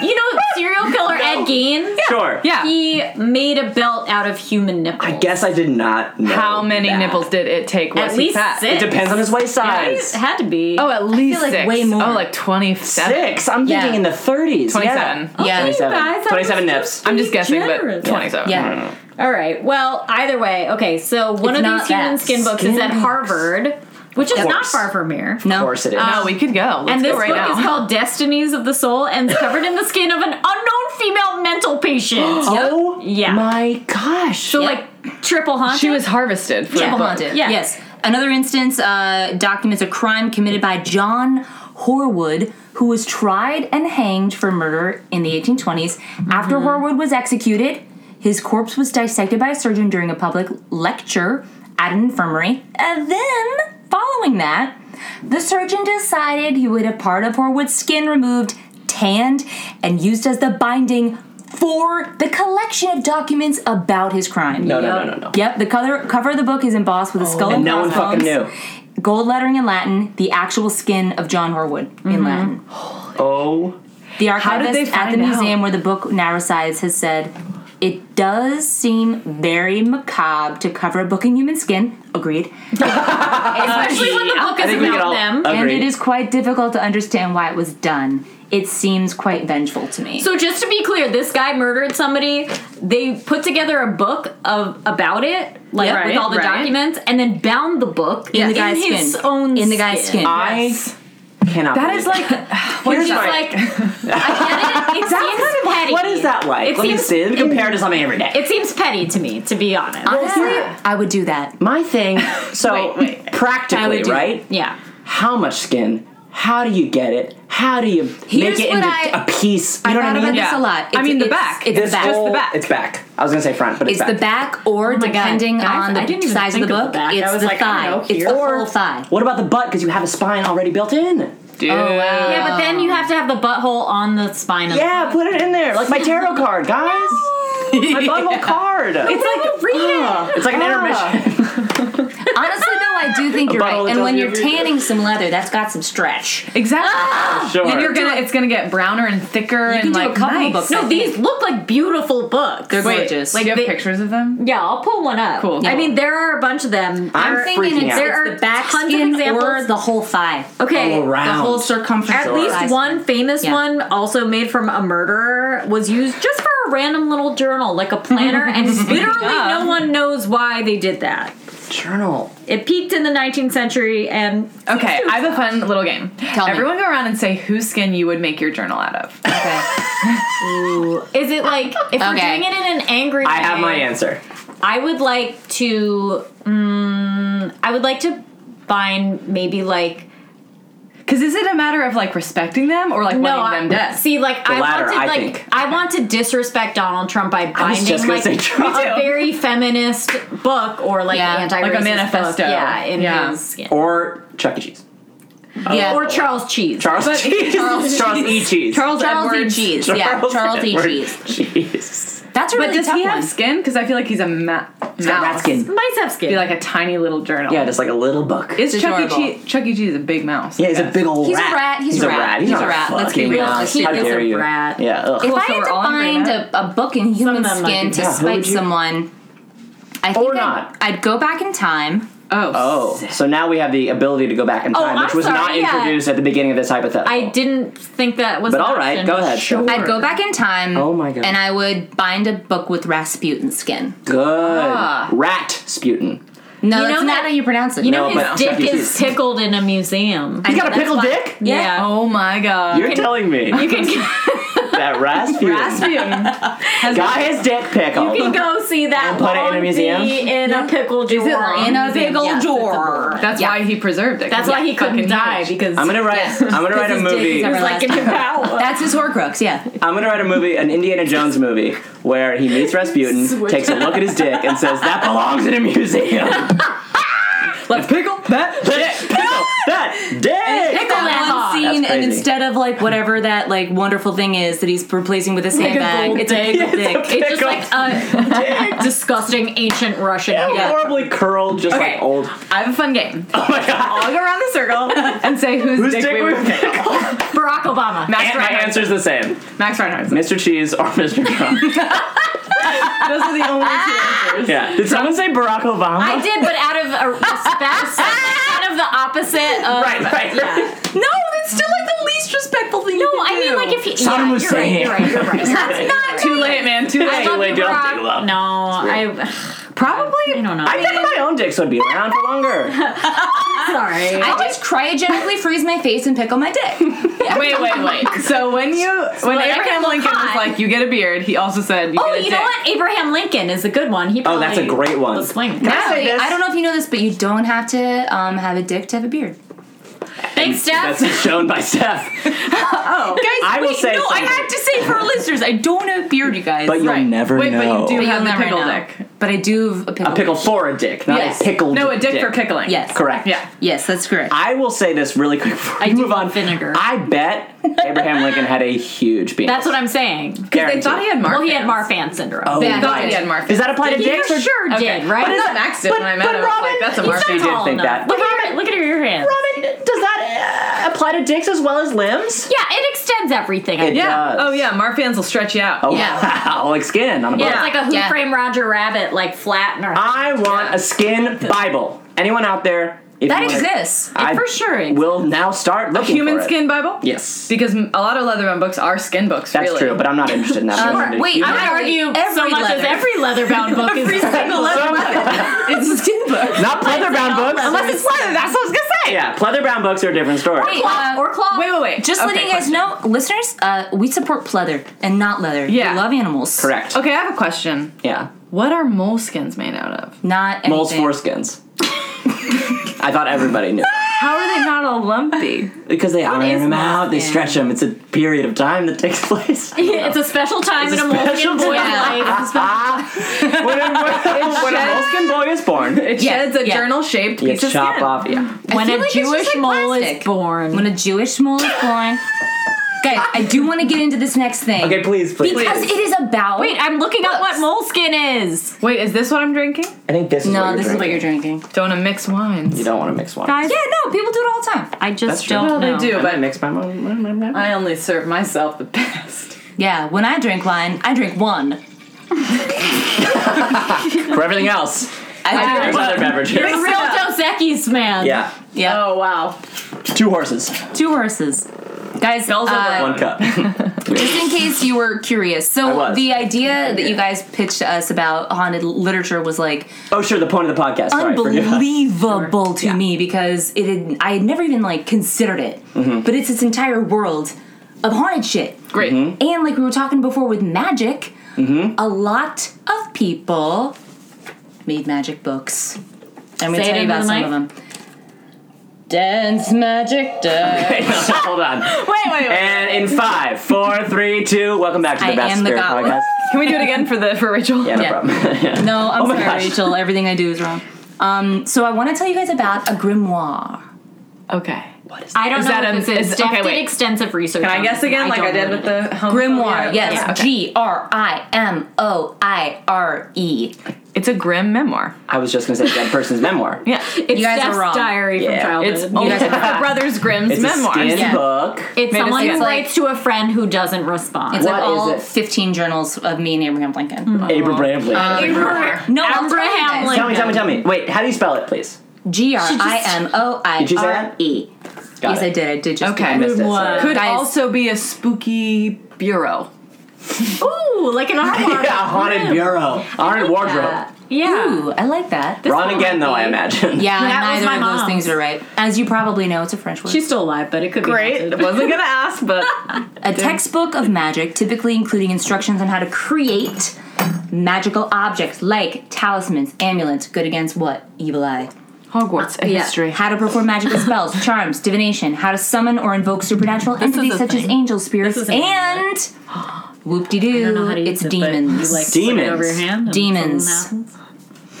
Speaker 3: You know, serial killer Ed Gain.
Speaker 1: Sure.
Speaker 4: Yeah.
Speaker 3: He made a belt out of human nipples.
Speaker 1: I guess I did not know.
Speaker 4: How many
Speaker 1: that.
Speaker 4: nipples did it take? Was
Speaker 3: at
Speaker 4: he
Speaker 3: least
Speaker 4: fat?
Speaker 3: six.
Speaker 1: It depends on his waist size.
Speaker 3: It had to be.
Speaker 4: Oh, at least
Speaker 2: like
Speaker 4: six.
Speaker 2: way more.
Speaker 4: Oh, like twenty-seven.
Speaker 1: Six. I'm thinking
Speaker 2: Yeah.
Speaker 1: in the 30s.
Speaker 4: 27.
Speaker 1: Yeah.
Speaker 2: Yeah.
Speaker 1: 27.
Speaker 3: guys, that was
Speaker 1: 27 nips.
Speaker 4: I'm just guessing,
Speaker 3: Generous.
Speaker 4: but twenty-seven.
Speaker 2: Yeah.
Speaker 3: All right. Well, either way, okay. So one
Speaker 2: It's
Speaker 3: of
Speaker 2: not
Speaker 3: these human
Speaker 2: that.
Speaker 3: skin books
Speaker 1: Skin
Speaker 3: is at
Speaker 1: books.
Speaker 3: Harvard. which is not
Speaker 1: course.
Speaker 3: far from here.
Speaker 1: Of
Speaker 2: No.
Speaker 1: course it is.
Speaker 4: Oh, we could go. Let's
Speaker 3: And this
Speaker 4: go right
Speaker 3: book
Speaker 4: now.
Speaker 3: is called Destinies of the Soul and is covered in the skin of an unknown female mental
Speaker 1: *gasps*
Speaker 3: patient.
Speaker 1: Oh
Speaker 3: Yeah.
Speaker 1: my gosh.
Speaker 3: So like triple haunted.
Speaker 4: she was harvested. For
Speaker 2: Yeah.
Speaker 4: the book.
Speaker 3: Yeah.
Speaker 2: Yes. Another instance uh, documents a crime committed by John Horwood, who was tried and hanged for murder in the 1820s. After Horwood was executed, his corpse was dissected by a surgeon during a public lecture at an infirmary. And then, following that, the surgeon decided he would have part of Horwood's skin removed, tanned, and used as the binding for the collection of documents about his crime.
Speaker 1: No, no, no, no, no.
Speaker 2: Yep, the color, cover of the book is embossed with a skull
Speaker 1: and
Speaker 2: and
Speaker 1: no one fucking
Speaker 2: crossbones,
Speaker 1: knew.
Speaker 2: Gold lettering in Latin, the actual skin of John Horwood
Speaker 1: Mm-hmm.
Speaker 2: in Latin.
Speaker 1: Oh.
Speaker 2: The
Speaker 4: How did they
Speaker 2: archivist at the
Speaker 4: find out?
Speaker 2: museum where the book now resides has said, it does seem very macabre to cover a book in human skin. Agreed.
Speaker 3: Especially when the book is
Speaker 1: think we can all
Speaker 3: about them.
Speaker 2: And
Speaker 1: Agreed.
Speaker 2: it is quite difficult to understand why it was done. It seems quite vengeful to me.
Speaker 3: So just to be clear, this guy murdered somebody. They put together a book of about it, like
Speaker 4: Yeah.
Speaker 3: with all the
Speaker 4: Right, right.
Speaker 3: documents, and then bound the book
Speaker 2: In the guy's
Speaker 3: his
Speaker 2: skin.
Speaker 3: own
Speaker 2: In the guy's skin.
Speaker 1: I cannot.
Speaker 4: That is like
Speaker 1: Here's
Speaker 3: Just
Speaker 1: my-
Speaker 3: like I get it. It seems
Speaker 1: kind of-
Speaker 3: petty.
Speaker 1: What is that like?
Speaker 3: It
Speaker 1: Let
Speaker 3: seems
Speaker 1: me see. Let me compare it to something every day.
Speaker 3: it seems petty to me, to be honest.
Speaker 2: Honestly, I would do that.
Speaker 1: my thing. So
Speaker 3: Wait, wait.
Speaker 2: I
Speaker 1: practically,
Speaker 2: would do-
Speaker 1: right?
Speaker 3: yeah.
Speaker 1: How much skin? How do you get it? How do you
Speaker 2: Here's
Speaker 1: make it
Speaker 2: what
Speaker 1: into
Speaker 2: I-
Speaker 1: a piece? You
Speaker 2: I
Speaker 1: know what
Speaker 2: thought
Speaker 1: I mean?
Speaker 2: about this
Speaker 4: Yeah.
Speaker 2: a lot.
Speaker 4: I mean, the
Speaker 2: it's-
Speaker 4: back.
Speaker 2: It's,
Speaker 1: This
Speaker 2: the back.
Speaker 1: whole-
Speaker 4: the back.
Speaker 1: It's back. I was gonna say front, but it's,
Speaker 2: It's the back,
Speaker 3: Oh
Speaker 2: or
Speaker 3: my God.
Speaker 2: depending
Speaker 3: Guys,
Speaker 2: on the
Speaker 3: I didn't even
Speaker 2: size of the
Speaker 3: think of the
Speaker 2: book,
Speaker 3: back. I
Speaker 2: it's
Speaker 3: was
Speaker 2: the
Speaker 3: like, I
Speaker 2: thigh.
Speaker 3: don't know,
Speaker 2: it's
Speaker 3: here.
Speaker 2: the whole thigh.
Speaker 1: What about the butt? Because you have a spine already built in.
Speaker 4: dude.
Speaker 3: Oh, Yeah, but then you have to have the butthole on the spine of
Speaker 1: Yeah, put it in there, like my tarot card, guys. *laughs* My butthole card. Ah. It's,
Speaker 3: It's like read
Speaker 1: like an intermission.
Speaker 2: Honestly, though, I do think you're
Speaker 1: bottle
Speaker 2: right.
Speaker 1: of
Speaker 2: And when
Speaker 1: Johnny
Speaker 2: you're
Speaker 1: Walker.
Speaker 2: tanning some leather, that's got some stretch.
Speaker 4: Exactly.
Speaker 3: Ah!
Speaker 1: *laughs* Sure.
Speaker 4: Then you're gonna it's gonna get browner and thicker
Speaker 2: You
Speaker 4: and
Speaker 2: can do
Speaker 4: like
Speaker 2: a couple
Speaker 4: nice.
Speaker 2: of books.
Speaker 3: No, these look like beautiful books. They're
Speaker 4: Wait,
Speaker 2: gorgeous.
Speaker 4: Like, do you have
Speaker 3: They-
Speaker 4: pictures of them?
Speaker 3: Yeah, I'll pull one up.
Speaker 4: Cool.
Speaker 3: I mean, there are a bunch of them.
Speaker 1: I'm
Speaker 3: There-
Speaker 1: thinking freaking
Speaker 2: it's,
Speaker 1: out.
Speaker 3: there are
Speaker 2: it's the back
Speaker 3: tons of
Speaker 2: skin or
Speaker 3: examples.
Speaker 2: the whole thigh.
Speaker 3: Okay.
Speaker 1: All around.
Speaker 4: The whole circumference.
Speaker 3: At
Speaker 4: of
Speaker 3: least
Speaker 4: it.
Speaker 2: Size.
Speaker 3: one famous
Speaker 2: Yeah.
Speaker 3: one, also made from a murderer, was used just for a random little journal, like a planner, and
Speaker 4: *laughs*
Speaker 3: literally
Speaker 4: Yeah.
Speaker 3: no one knows why they did that.
Speaker 1: Journal.
Speaker 3: It peaked in the 19th century, and
Speaker 4: *laughs* Okay, I have a fun little game.
Speaker 2: Tell me.
Speaker 4: Everyone go around and say whose skin you would make your journal out of.
Speaker 2: Okay.
Speaker 3: is it like if we're
Speaker 2: Okay.
Speaker 3: doing it in an angry?
Speaker 1: I have
Speaker 3: way,
Speaker 1: my answer.
Speaker 3: I would like to. Mm, I would like to find maybe like
Speaker 4: Because is it a matter of like respecting them or like wanting them
Speaker 3: I,
Speaker 4: dead?
Speaker 3: see, like I
Speaker 1: latter,
Speaker 3: wanted,
Speaker 1: I
Speaker 3: like
Speaker 1: think.
Speaker 3: I want to disrespect Donald Trump by
Speaker 1: was
Speaker 3: binding
Speaker 1: just gonna
Speaker 3: like
Speaker 1: say Trump.
Speaker 4: Me too.
Speaker 3: a very feminist book or like
Speaker 2: Yeah,
Speaker 3: anti
Speaker 4: like a manifesto.
Speaker 3: yeah, in
Speaker 4: Yeah.
Speaker 3: his skin.
Speaker 1: Or Chuck E. Cheese.
Speaker 2: Yeah.
Speaker 3: or Charles Cheese.
Speaker 1: Charles
Speaker 4: But-
Speaker 1: Cheese. *laughs*
Speaker 2: Charles
Speaker 1: Charles E. Cheese.
Speaker 4: Charles,
Speaker 2: Charles E.
Speaker 4: Edwards.
Speaker 2: Cheese. Yeah, Charles E. Cheese.
Speaker 1: Cheese.
Speaker 2: That's a
Speaker 4: But
Speaker 2: really
Speaker 4: does
Speaker 2: tough
Speaker 4: he have
Speaker 2: one.
Speaker 4: skin? Because I feel like he's a ma-
Speaker 1: got
Speaker 4: mouse.
Speaker 1: ratskin.
Speaker 3: Bicep skin.
Speaker 4: Be like a tiny little journal.
Speaker 1: Yeah, just like a little book.
Speaker 4: Is
Speaker 2: It's
Speaker 4: Chuck E.
Speaker 2: adorable.
Speaker 4: Cheese? Chuck E. Cheese is a big mouse.
Speaker 1: yeah, he's a big old
Speaker 2: He's a
Speaker 1: rat.
Speaker 2: rat, he's a rat,
Speaker 1: He's, a rat.
Speaker 2: let's be
Speaker 1: fucking
Speaker 2: real,
Speaker 1: mouse.
Speaker 2: he
Speaker 1: How
Speaker 2: is a
Speaker 1: dare you?
Speaker 3: rat.
Speaker 1: Yeah. ugh.
Speaker 2: If
Speaker 4: Well,
Speaker 2: I
Speaker 4: so
Speaker 2: had
Speaker 4: we're
Speaker 2: to
Speaker 4: all in
Speaker 2: find
Speaker 4: agreement.
Speaker 2: a, a book in human
Speaker 3: them might
Speaker 2: skin
Speaker 3: be-
Speaker 2: to
Speaker 1: Yeah, who
Speaker 2: spite
Speaker 1: would you-
Speaker 2: someone, I think
Speaker 1: Or
Speaker 2: I'd,
Speaker 1: not.
Speaker 2: I'd go back in time.
Speaker 4: Oh.
Speaker 1: Oh, so now we have the ability to go back in time,
Speaker 3: I'm
Speaker 1: which was not
Speaker 3: sorry, yeah.
Speaker 1: introduced at the beginning of this hypothetical.
Speaker 3: I didn't think that was.
Speaker 1: But
Speaker 3: an
Speaker 1: all right,
Speaker 3: option.
Speaker 1: go ahead.
Speaker 3: Sure.
Speaker 1: Steph.
Speaker 2: I'd go back in time.
Speaker 1: Oh my God.
Speaker 2: And I would bind a book with Rasputin skin.
Speaker 1: Good.
Speaker 4: Ah.
Speaker 1: Rat Sputin.
Speaker 3: You
Speaker 2: No, that's
Speaker 3: know
Speaker 2: not
Speaker 3: that-
Speaker 2: how you pronounce it.
Speaker 3: You know
Speaker 1: No, but
Speaker 3: his
Speaker 1: Chuck
Speaker 3: dick
Speaker 1: E.
Speaker 3: is
Speaker 1: Cheese.
Speaker 3: tickled in a museum.
Speaker 1: He's got a
Speaker 2: that's
Speaker 1: pickled
Speaker 2: why-
Speaker 1: dick?
Speaker 3: Yeah.
Speaker 4: Oh my god.
Speaker 1: You're telling me *laughs*
Speaker 3: You can
Speaker 1: that Rasputin
Speaker 4: Rasputin. has-
Speaker 1: got his dick pickled.
Speaker 3: you can go see that.
Speaker 1: And put it in a
Speaker 3: long
Speaker 1: museum?
Speaker 3: bee In a pickle drawer.
Speaker 2: in a big old
Speaker 3: Yes, it's a
Speaker 2: drawer.
Speaker 3: bird.
Speaker 4: That's
Speaker 2: Yeah.
Speaker 4: why he preserved it.
Speaker 3: That's why he couldn't die because
Speaker 1: I'm gonna write.
Speaker 2: Yeah.
Speaker 1: I'm gonna write a
Speaker 2: His dick is
Speaker 1: movie.
Speaker 2: a rat.
Speaker 3: like in your *laughs* power.
Speaker 2: That's his Horcrux, yeah.
Speaker 1: I'm gonna write a movie, an Indiana Jones movie, where he meets Rasputin, takes a look at his dick, and says, "That belongs in a museum."
Speaker 4: Let's pickle
Speaker 1: That
Speaker 4: that.
Speaker 1: dick, pickle that dick.
Speaker 2: Pick that one
Speaker 1: That's
Speaker 2: scene, and
Speaker 1: crazy.
Speaker 2: instead of like whatever that like wonderful thing is that he's replacing with his handbag,
Speaker 3: gold
Speaker 2: it's a big
Speaker 1: It's a
Speaker 2: dick.
Speaker 3: *laughs* It's just like a disgusting ancient Russian.
Speaker 2: Yeah.
Speaker 1: Horribly curled, just
Speaker 4: Okay.
Speaker 1: like old.
Speaker 4: I have a fun game.
Speaker 1: Oh my god.
Speaker 4: I'll go around the circle and say whose
Speaker 1: Whose
Speaker 4: dick,
Speaker 1: dick
Speaker 4: we
Speaker 1: we
Speaker 4: would pick.
Speaker 3: Barack Obama.
Speaker 4: Max
Speaker 1: And my
Speaker 4: Reinhardt.
Speaker 1: answer's the same:
Speaker 4: Max Reinhardt.
Speaker 1: Mr. Cheese or Mr.
Speaker 4: *laughs*
Speaker 1: Trump.
Speaker 4: Those are the only two answers.
Speaker 1: yeah. Did someone say Barack Obama?
Speaker 3: I did, but out of a respect, *laughs* out of the opposite of.
Speaker 1: Right. Right. right.
Speaker 4: No, that's still like the least respectful thing.
Speaker 3: No, Oh, I mean like if he.
Speaker 1: Saddam
Speaker 3: yeah,
Speaker 1: Hussein.
Speaker 3: You're right. You're right. You're right.
Speaker 4: too late, man. Too
Speaker 3: I
Speaker 4: late.
Speaker 3: love
Speaker 1: Too late,
Speaker 3: you,
Speaker 1: don't
Speaker 3: Barack.
Speaker 1: dig love.
Speaker 3: *laughs* No, I.
Speaker 4: Probably.
Speaker 3: I don't know.
Speaker 1: I think my own dicks would be around for
Speaker 4: *laughs*
Speaker 1: longer.
Speaker 3: sorry.
Speaker 2: I just
Speaker 3: *laughs*
Speaker 2: cryogenically freeze my face and pickle my dick.
Speaker 3: wait, wait, wait.
Speaker 4: So when you when
Speaker 3: like, I
Speaker 4: Abraham
Speaker 3: can look
Speaker 4: Lincoln was
Speaker 3: hot.
Speaker 4: like, "You get a beard," he also said, "You
Speaker 3: Oh,
Speaker 4: get a
Speaker 3: you know
Speaker 4: dick."
Speaker 3: what? Abraham Lincoln is a good one. He
Speaker 1: Oh, that's a
Speaker 3: probably
Speaker 1: great one.
Speaker 3: was swinging.
Speaker 1: say
Speaker 2: Actually,
Speaker 1: this?
Speaker 2: I don't know if you know this, but you don't have to um, have a dick to have a beard.
Speaker 3: Thanks, Steph.
Speaker 1: That's shown by
Speaker 4: *laughs*
Speaker 1: Steph.
Speaker 4: Oh,
Speaker 1: I will say
Speaker 3: no, I
Speaker 1: something.
Speaker 3: have to say for our listeners, I don't have beard, you guys.
Speaker 1: But you'll
Speaker 4: right.
Speaker 1: never
Speaker 4: Wait,
Speaker 1: know.
Speaker 4: but you
Speaker 3: But
Speaker 4: do have
Speaker 3: you'll
Speaker 4: the
Speaker 3: never
Speaker 4: pickle
Speaker 3: know.
Speaker 4: dick.
Speaker 2: But I do have a pickle.
Speaker 1: a pickle for a dick, not
Speaker 2: Yes.
Speaker 1: a pickled.
Speaker 4: No, a dick, for pickling.
Speaker 2: Yes.
Speaker 1: Correct.
Speaker 4: Yeah.
Speaker 2: Yes, that's correct.
Speaker 1: I will say this really quick before we
Speaker 3: do
Speaker 1: move on.
Speaker 3: love vinegar.
Speaker 1: I bet Abraham Lincoln had a huge penis.
Speaker 3: that's what I'm saying.
Speaker 1: Because
Speaker 4: They thought he had Marfan.
Speaker 3: Well, he had Marfan syndrome.
Speaker 1: Oh,
Speaker 4: They thought he had Marfan.
Speaker 1: Does that apply to
Speaker 3: He
Speaker 1: dicks?
Speaker 3: for
Speaker 1: or-
Speaker 3: sure
Speaker 4: Okay.
Speaker 3: did, right?
Speaker 4: But not Max did
Speaker 1: but-
Speaker 4: when I met
Speaker 1: but
Speaker 4: him. I was
Speaker 1: Robin-
Speaker 4: like, that's a
Speaker 1: he's
Speaker 4: Marfan.
Speaker 1: not tall. did think that.
Speaker 3: Look at, your, look at your hands.
Speaker 1: Robin, does that uh, apply to dicks as well as limbs?
Speaker 3: Yeah, it extends everything.
Speaker 1: It-
Speaker 4: Yeah.
Speaker 1: Does.
Speaker 4: Oh yeah, Marfans will stretch you out.
Speaker 1: Oh, *laughs*
Speaker 2: Yeah.
Speaker 1: wow, like skin on a
Speaker 3: yeah,
Speaker 1: boat.
Speaker 3: it's like a Who
Speaker 2: Yeah.
Speaker 3: Framed Roger Rabbit, like flat. Or,
Speaker 1: I want a skin Bible. Anyone out there? If
Speaker 2: That
Speaker 1: you wanna-
Speaker 2: exists.
Speaker 1: I
Speaker 3: for sure exists.
Speaker 1: will now start looking
Speaker 4: Human
Speaker 1: for it.
Speaker 4: skin Bible.
Speaker 1: Yes.
Speaker 4: Because m- a lot of Leatherbound books are skin books.
Speaker 1: That's
Speaker 4: really.
Speaker 1: true, but I'm not interested in that. I'm interested in
Speaker 2: wait,
Speaker 1: human-
Speaker 3: I would argue so
Speaker 2: Every
Speaker 3: much as
Speaker 2: leather.
Speaker 3: every *laughs* leather-bound book is every single
Speaker 4: it's a skin book.
Speaker 1: not pleather bound books.
Speaker 3: unless it's leather. That's what I was gonna say.
Speaker 1: yeah, pleather bound books are a different story.
Speaker 2: Wait, uh,
Speaker 3: or cloth. *laughs*
Speaker 4: Wait, wait, wait.
Speaker 2: Just
Speaker 4: Okay,
Speaker 2: letting you guys know, listeners, uh, we support pleather and not leather.
Speaker 4: Yeah.
Speaker 2: We love animals.
Speaker 1: Correct.
Speaker 4: Okay, I have a question.
Speaker 1: Yeah.
Speaker 4: What are moleskins made out of?
Speaker 2: Not anything.
Speaker 1: Moles foreskins. *laughs* I thought everybody knew.
Speaker 4: How are they not all lumpy?
Speaker 1: Because they iron
Speaker 2: is
Speaker 1: them out, they
Speaker 2: moleskin?
Speaker 1: stretch them. It's a period of time that takes *laughs*
Speaker 2: *laughs*
Speaker 1: place.
Speaker 3: It's a special time in a
Speaker 1: special
Speaker 3: Moleskine boy's
Speaker 2: time.
Speaker 3: *laughs* life. It's a special-
Speaker 1: Ah, *laughs* when, a- when a moleskin boy is
Speaker 2: *laughs*
Speaker 1: born,
Speaker 4: *laughs* It
Speaker 2: Yeah,
Speaker 4: sheds a
Speaker 2: yeah.
Speaker 4: journal-shaped
Speaker 1: you
Speaker 4: piece of
Speaker 1: chop
Speaker 4: skin.
Speaker 1: off. Yeah.
Speaker 3: When a
Speaker 2: feel like it's just
Speaker 3: Jewish
Speaker 2: like
Speaker 3: mole
Speaker 2: plastic.
Speaker 3: is born.
Speaker 2: When a Jewish mole is born. Guys, I do want to get into this next thing.
Speaker 1: Okay, please, please.
Speaker 2: Because
Speaker 1: please.
Speaker 2: it is about.
Speaker 3: Wait, I'm looking up what moleskin is.
Speaker 4: Wait, is this what I'm drinking?
Speaker 1: I think this is
Speaker 2: no,
Speaker 1: what
Speaker 2: this
Speaker 1: you're
Speaker 2: is what you're
Speaker 1: drinking.
Speaker 2: drinking.
Speaker 4: Don't wanna mix wines.
Speaker 1: You don't want to mix wine.
Speaker 3: Guys,
Speaker 2: Yeah, no, people do it all the time.
Speaker 3: I
Speaker 1: That's
Speaker 3: just
Speaker 1: true.
Speaker 3: don't
Speaker 1: Well,
Speaker 3: know.
Speaker 4: they do.
Speaker 1: I
Speaker 4: but-
Speaker 1: might mix my
Speaker 2: Uh,
Speaker 1: mom.
Speaker 4: I only serve myself the best.
Speaker 2: Yeah, when I drink wine, I drink one.
Speaker 1: For everything else,
Speaker 2: I
Speaker 1: there's
Speaker 2: drink
Speaker 1: other beverages.
Speaker 3: Real Dos Equis man.
Speaker 1: Yeah,
Speaker 2: yeah,
Speaker 4: Oh wow.
Speaker 1: two horses,
Speaker 2: two horses. Guys,
Speaker 4: Bells over
Speaker 2: uh,
Speaker 1: one
Speaker 2: *laughs*
Speaker 1: cup.
Speaker 2: just in case you were curious.
Speaker 1: I
Speaker 2: So
Speaker 1: was.
Speaker 2: the idea that you guys pitched to us about haunted literature was like
Speaker 1: Oh, sure. The point of the podcast. Sorry, forgive us.
Speaker 2: unbelievable to me because it had, I had never even like considered it.
Speaker 1: Mm-hmm.
Speaker 2: But it's this entire world of haunted
Speaker 4: *laughs*
Speaker 2: shit.
Speaker 4: Great.
Speaker 1: Mm-hmm.
Speaker 2: And like we were talking before with magic, a lot of people made magic books. I'm gonna
Speaker 3: Say it
Speaker 2: tell you
Speaker 3: into
Speaker 2: about
Speaker 3: the
Speaker 2: some
Speaker 3: mic.
Speaker 2: of them. Dance magic
Speaker 3: *laughs*
Speaker 2: dance.
Speaker 1: *laughs* Hey, no, hold on.
Speaker 4: Wait, wait, wait.
Speaker 1: And in five, four, three, two. Welcome back to *laughs* the
Speaker 2: I
Speaker 1: Best
Speaker 2: am the
Speaker 1: Spirit
Speaker 2: goblin. *laughs*
Speaker 1: Podcast.
Speaker 4: Can we do it again for the for Rachel?
Speaker 1: Yeah, no
Speaker 2: Yeah.
Speaker 1: problem. *laughs*
Speaker 2: No, I'm
Speaker 1: Oh my
Speaker 2: sorry,
Speaker 1: gosh.
Speaker 2: Rachel. Everything I do is wrong. Um, so I want to tell you guys about a grimoire.
Speaker 4: Okay. What is
Speaker 3: I don't
Speaker 4: Is
Speaker 3: know
Speaker 4: that
Speaker 3: what
Speaker 4: an-
Speaker 3: this is.
Speaker 4: is-
Speaker 3: Steph
Speaker 4: okay,
Speaker 3: did
Speaker 4: wait.
Speaker 3: extensive research.
Speaker 4: Can I
Speaker 3: on
Speaker 4: guess
Speaker 3: this, and
Speaker 4: again like I
Speaker 3: don't
Speaker 4: did
Speaker 3: know
Speaker 4: with
Speaker 3: what it
Speaker 4: the home
Speaker 2: Grimoire, yes.
Speaker 4: Yeah, okay.
Speaker 2: G R I M O I R E.
Speaker 4: It's a grim memoir.
Speaker 1: I was just gonna say dead person's memoir.
Speaker 4: Yeah.
Speaker 3: It's
Speaker 2: You guys are
Speaker 3: Steph's
Speaker 2: wrong.
Speaker 3: diary
Speaker 1: Yeah,
Speaker 3: from childhood. Oh.
Speaker 4: It's only
Speaker 2: guys
Speaker 4: the Brothers Grimm's
Speaker 1: It's
Speaker 4: memoirs.
Speaker 1: a skin
Speaker 2: Yeah.
Speaker 1: book.
Speaker 3: It's
Speaker 4: Made us
Speaker 3: someone
Speaker 4: do
Speaker 3: who
Speaker 4: it.
Speaker 3: writes to a friend who doesn't respond.
Speaker 2: It's like
Speaker 1: What is
Speaker 2: all
Speaker 1: it? Hmm.
Speaker 2: 15 journals of me and Abraham Lincoln.
Speaker 1: Abraham Lincoln.
Speaker 2: Uh, No, I'll tell you
Speaker 3: Abraham
Speaker 2: guys.
Speaker 3: Lincoln.
Speaker 1: tell me, tell me, tell me. Wait, how do you spell it, please?
Speaker 2: G R I M O I
Speaker 1: you say
Speaker 2: R
Speaker 1: that?
Speaker 2: E.
Speaker 1: Got
Speaker 2: Yes,
Speaker 1: it.
Speaker 2: I did. I did just.
Speaker 4: Okay.
Speaker 2: do that.
Speaker 1: missed it, sorry.
Speaker 4: Could
Speaker 2: Guys.
Speaker 4: also be a spooky bureau.
Speaker 3: Ooh, like an
Speaker 1: *laughs* *laughs*
Speaker 3: armoire.
Speaker 1: Yeah, haunted bureau, haunted wardrobe.
Speaker 3: Yeah.
Speaker 2: Ooh, I like that.
Speaker 1: Wrong again, though. I imagine.
Speaker 2: yeah,
Speaker 3: That was
Speaker 2: neither
Speaker 3: my
Speaker 2: of those
Speaker 3: mom's.
Speaker 2: things are right. As you probably know, it's a French word.
Speaker 3: She's still alive, but it could be
Speaker 4: Great.
Speaker 3: haunted.
Speaker 4: Wasn't gonna ask, *laughs* but
Speaker 2: A textbook of magic, typically including instructions on how to create magical objects like talismans, amulets, good against what? Evil eye.
Speaker 4: Hogwarts a
Speaker 3: Yeah.
Speaker 4: history.
Speaker 2: How to perform
Speaker 3: *laughs*
Speaker 2: magical spells, charms, divination, how to summon or invoke supernatural entities
Speaker 3: a
Speaker 2: such as
Speaker 3: thing.
Speaker 2: angels, spirits,
Speaker 3: is an *gasps*
Speaker 2: and whoop de
Speaker 3: I don't know how
Speaker 2: doo,
Speaker 3: to use
Speaker 2: it's
Speaker 3: it, but
Speaker 2: demons.
Speaker 3: You, like,
Speaker 1: Demons.
Speaker 3: put it over your hand and
Speaker 2: Demons.
Speaker 3: something happens.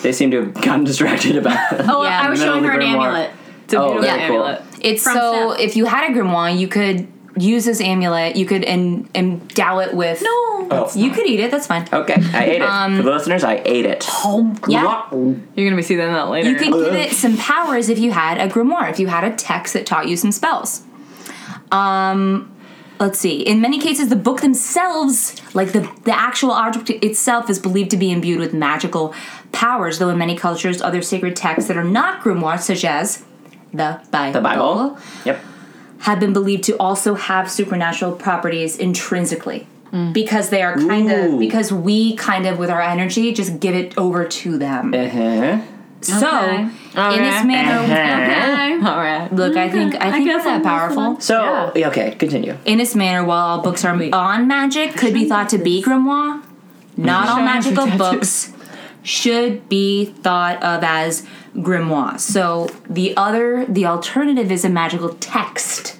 Speaker 1: They seem to have gotten *laughs* distracted about.
Speaker 3: Oh,
Speaker 2: Yeah.
Speaker 3: I was
Speaker 1: Middle of
Speaker 3: showing
Speaker 1: the
Speaker 3: her an
Speaker 1: grimoire.
Speaker 3: amulet.
Speaker 4: It's a
Speaker 1: Oh,
Speaker 4: beautiful
Speaker 1: very cool.
Speaker 4: amulet.
Speaker 2: It's
Speaker 3: From
Speaker 2: so
Speaker 3: Seth.
Speaker 2: if you had a grimoire, you could use this amulet, you could en- endow it with
Speaker 3: No.
Speaker 1: Oh.
Speaker 2: You could eat it, that's fine.
Speaker 1: Okay, I ate it. For the listeners, I ate it.
Speaker 2: Yeah.
Speaker 4: You're gonna be seeing that later.
Speaker 2: You could give
Speaker 1: Uh.
Speaker 2: it some powers if you had a grimoire, if you had a text that taught you some spells. Um, let's see. In many cases, the book themselves, like the, the actual object itself, is believed to be imbued with magical powers, though in many cultures, other sacred texts that are not grimoires, such as the Bible,
Speaker 1: The Bible. Yep.
Speaker 2: have been believed to also have supernatural properties intrinsically. because they are kind
Speaker 1: Ooh.
Speaker 2: of because we kind of with our energy just give it over to them.
Speaker 1: Uh-huh.
Speaker 2: So
Speaker 3: Okay.
Speaker 2: in this
Speaker 3: Okay.
Speaker 2: manner,
Speaker 3: Okay.
Speaker 2: all right. Look, I think I think
Speaker 3: Mm-hmm. guess
Speaker 2: that's that
Speaker 3: I'm
Speaker 2: powerful.
Speaker 1: So okay, continue.
Speaker 2: In this manner, while all books are on magic, could be thought to be grimoire, not all
Speaker 4: Showing us your
Speaker 2: magical
Speaker 4: tattoos.
Speaker 2: books should be thought of as grimoire. So the other, the alternative is a magical text.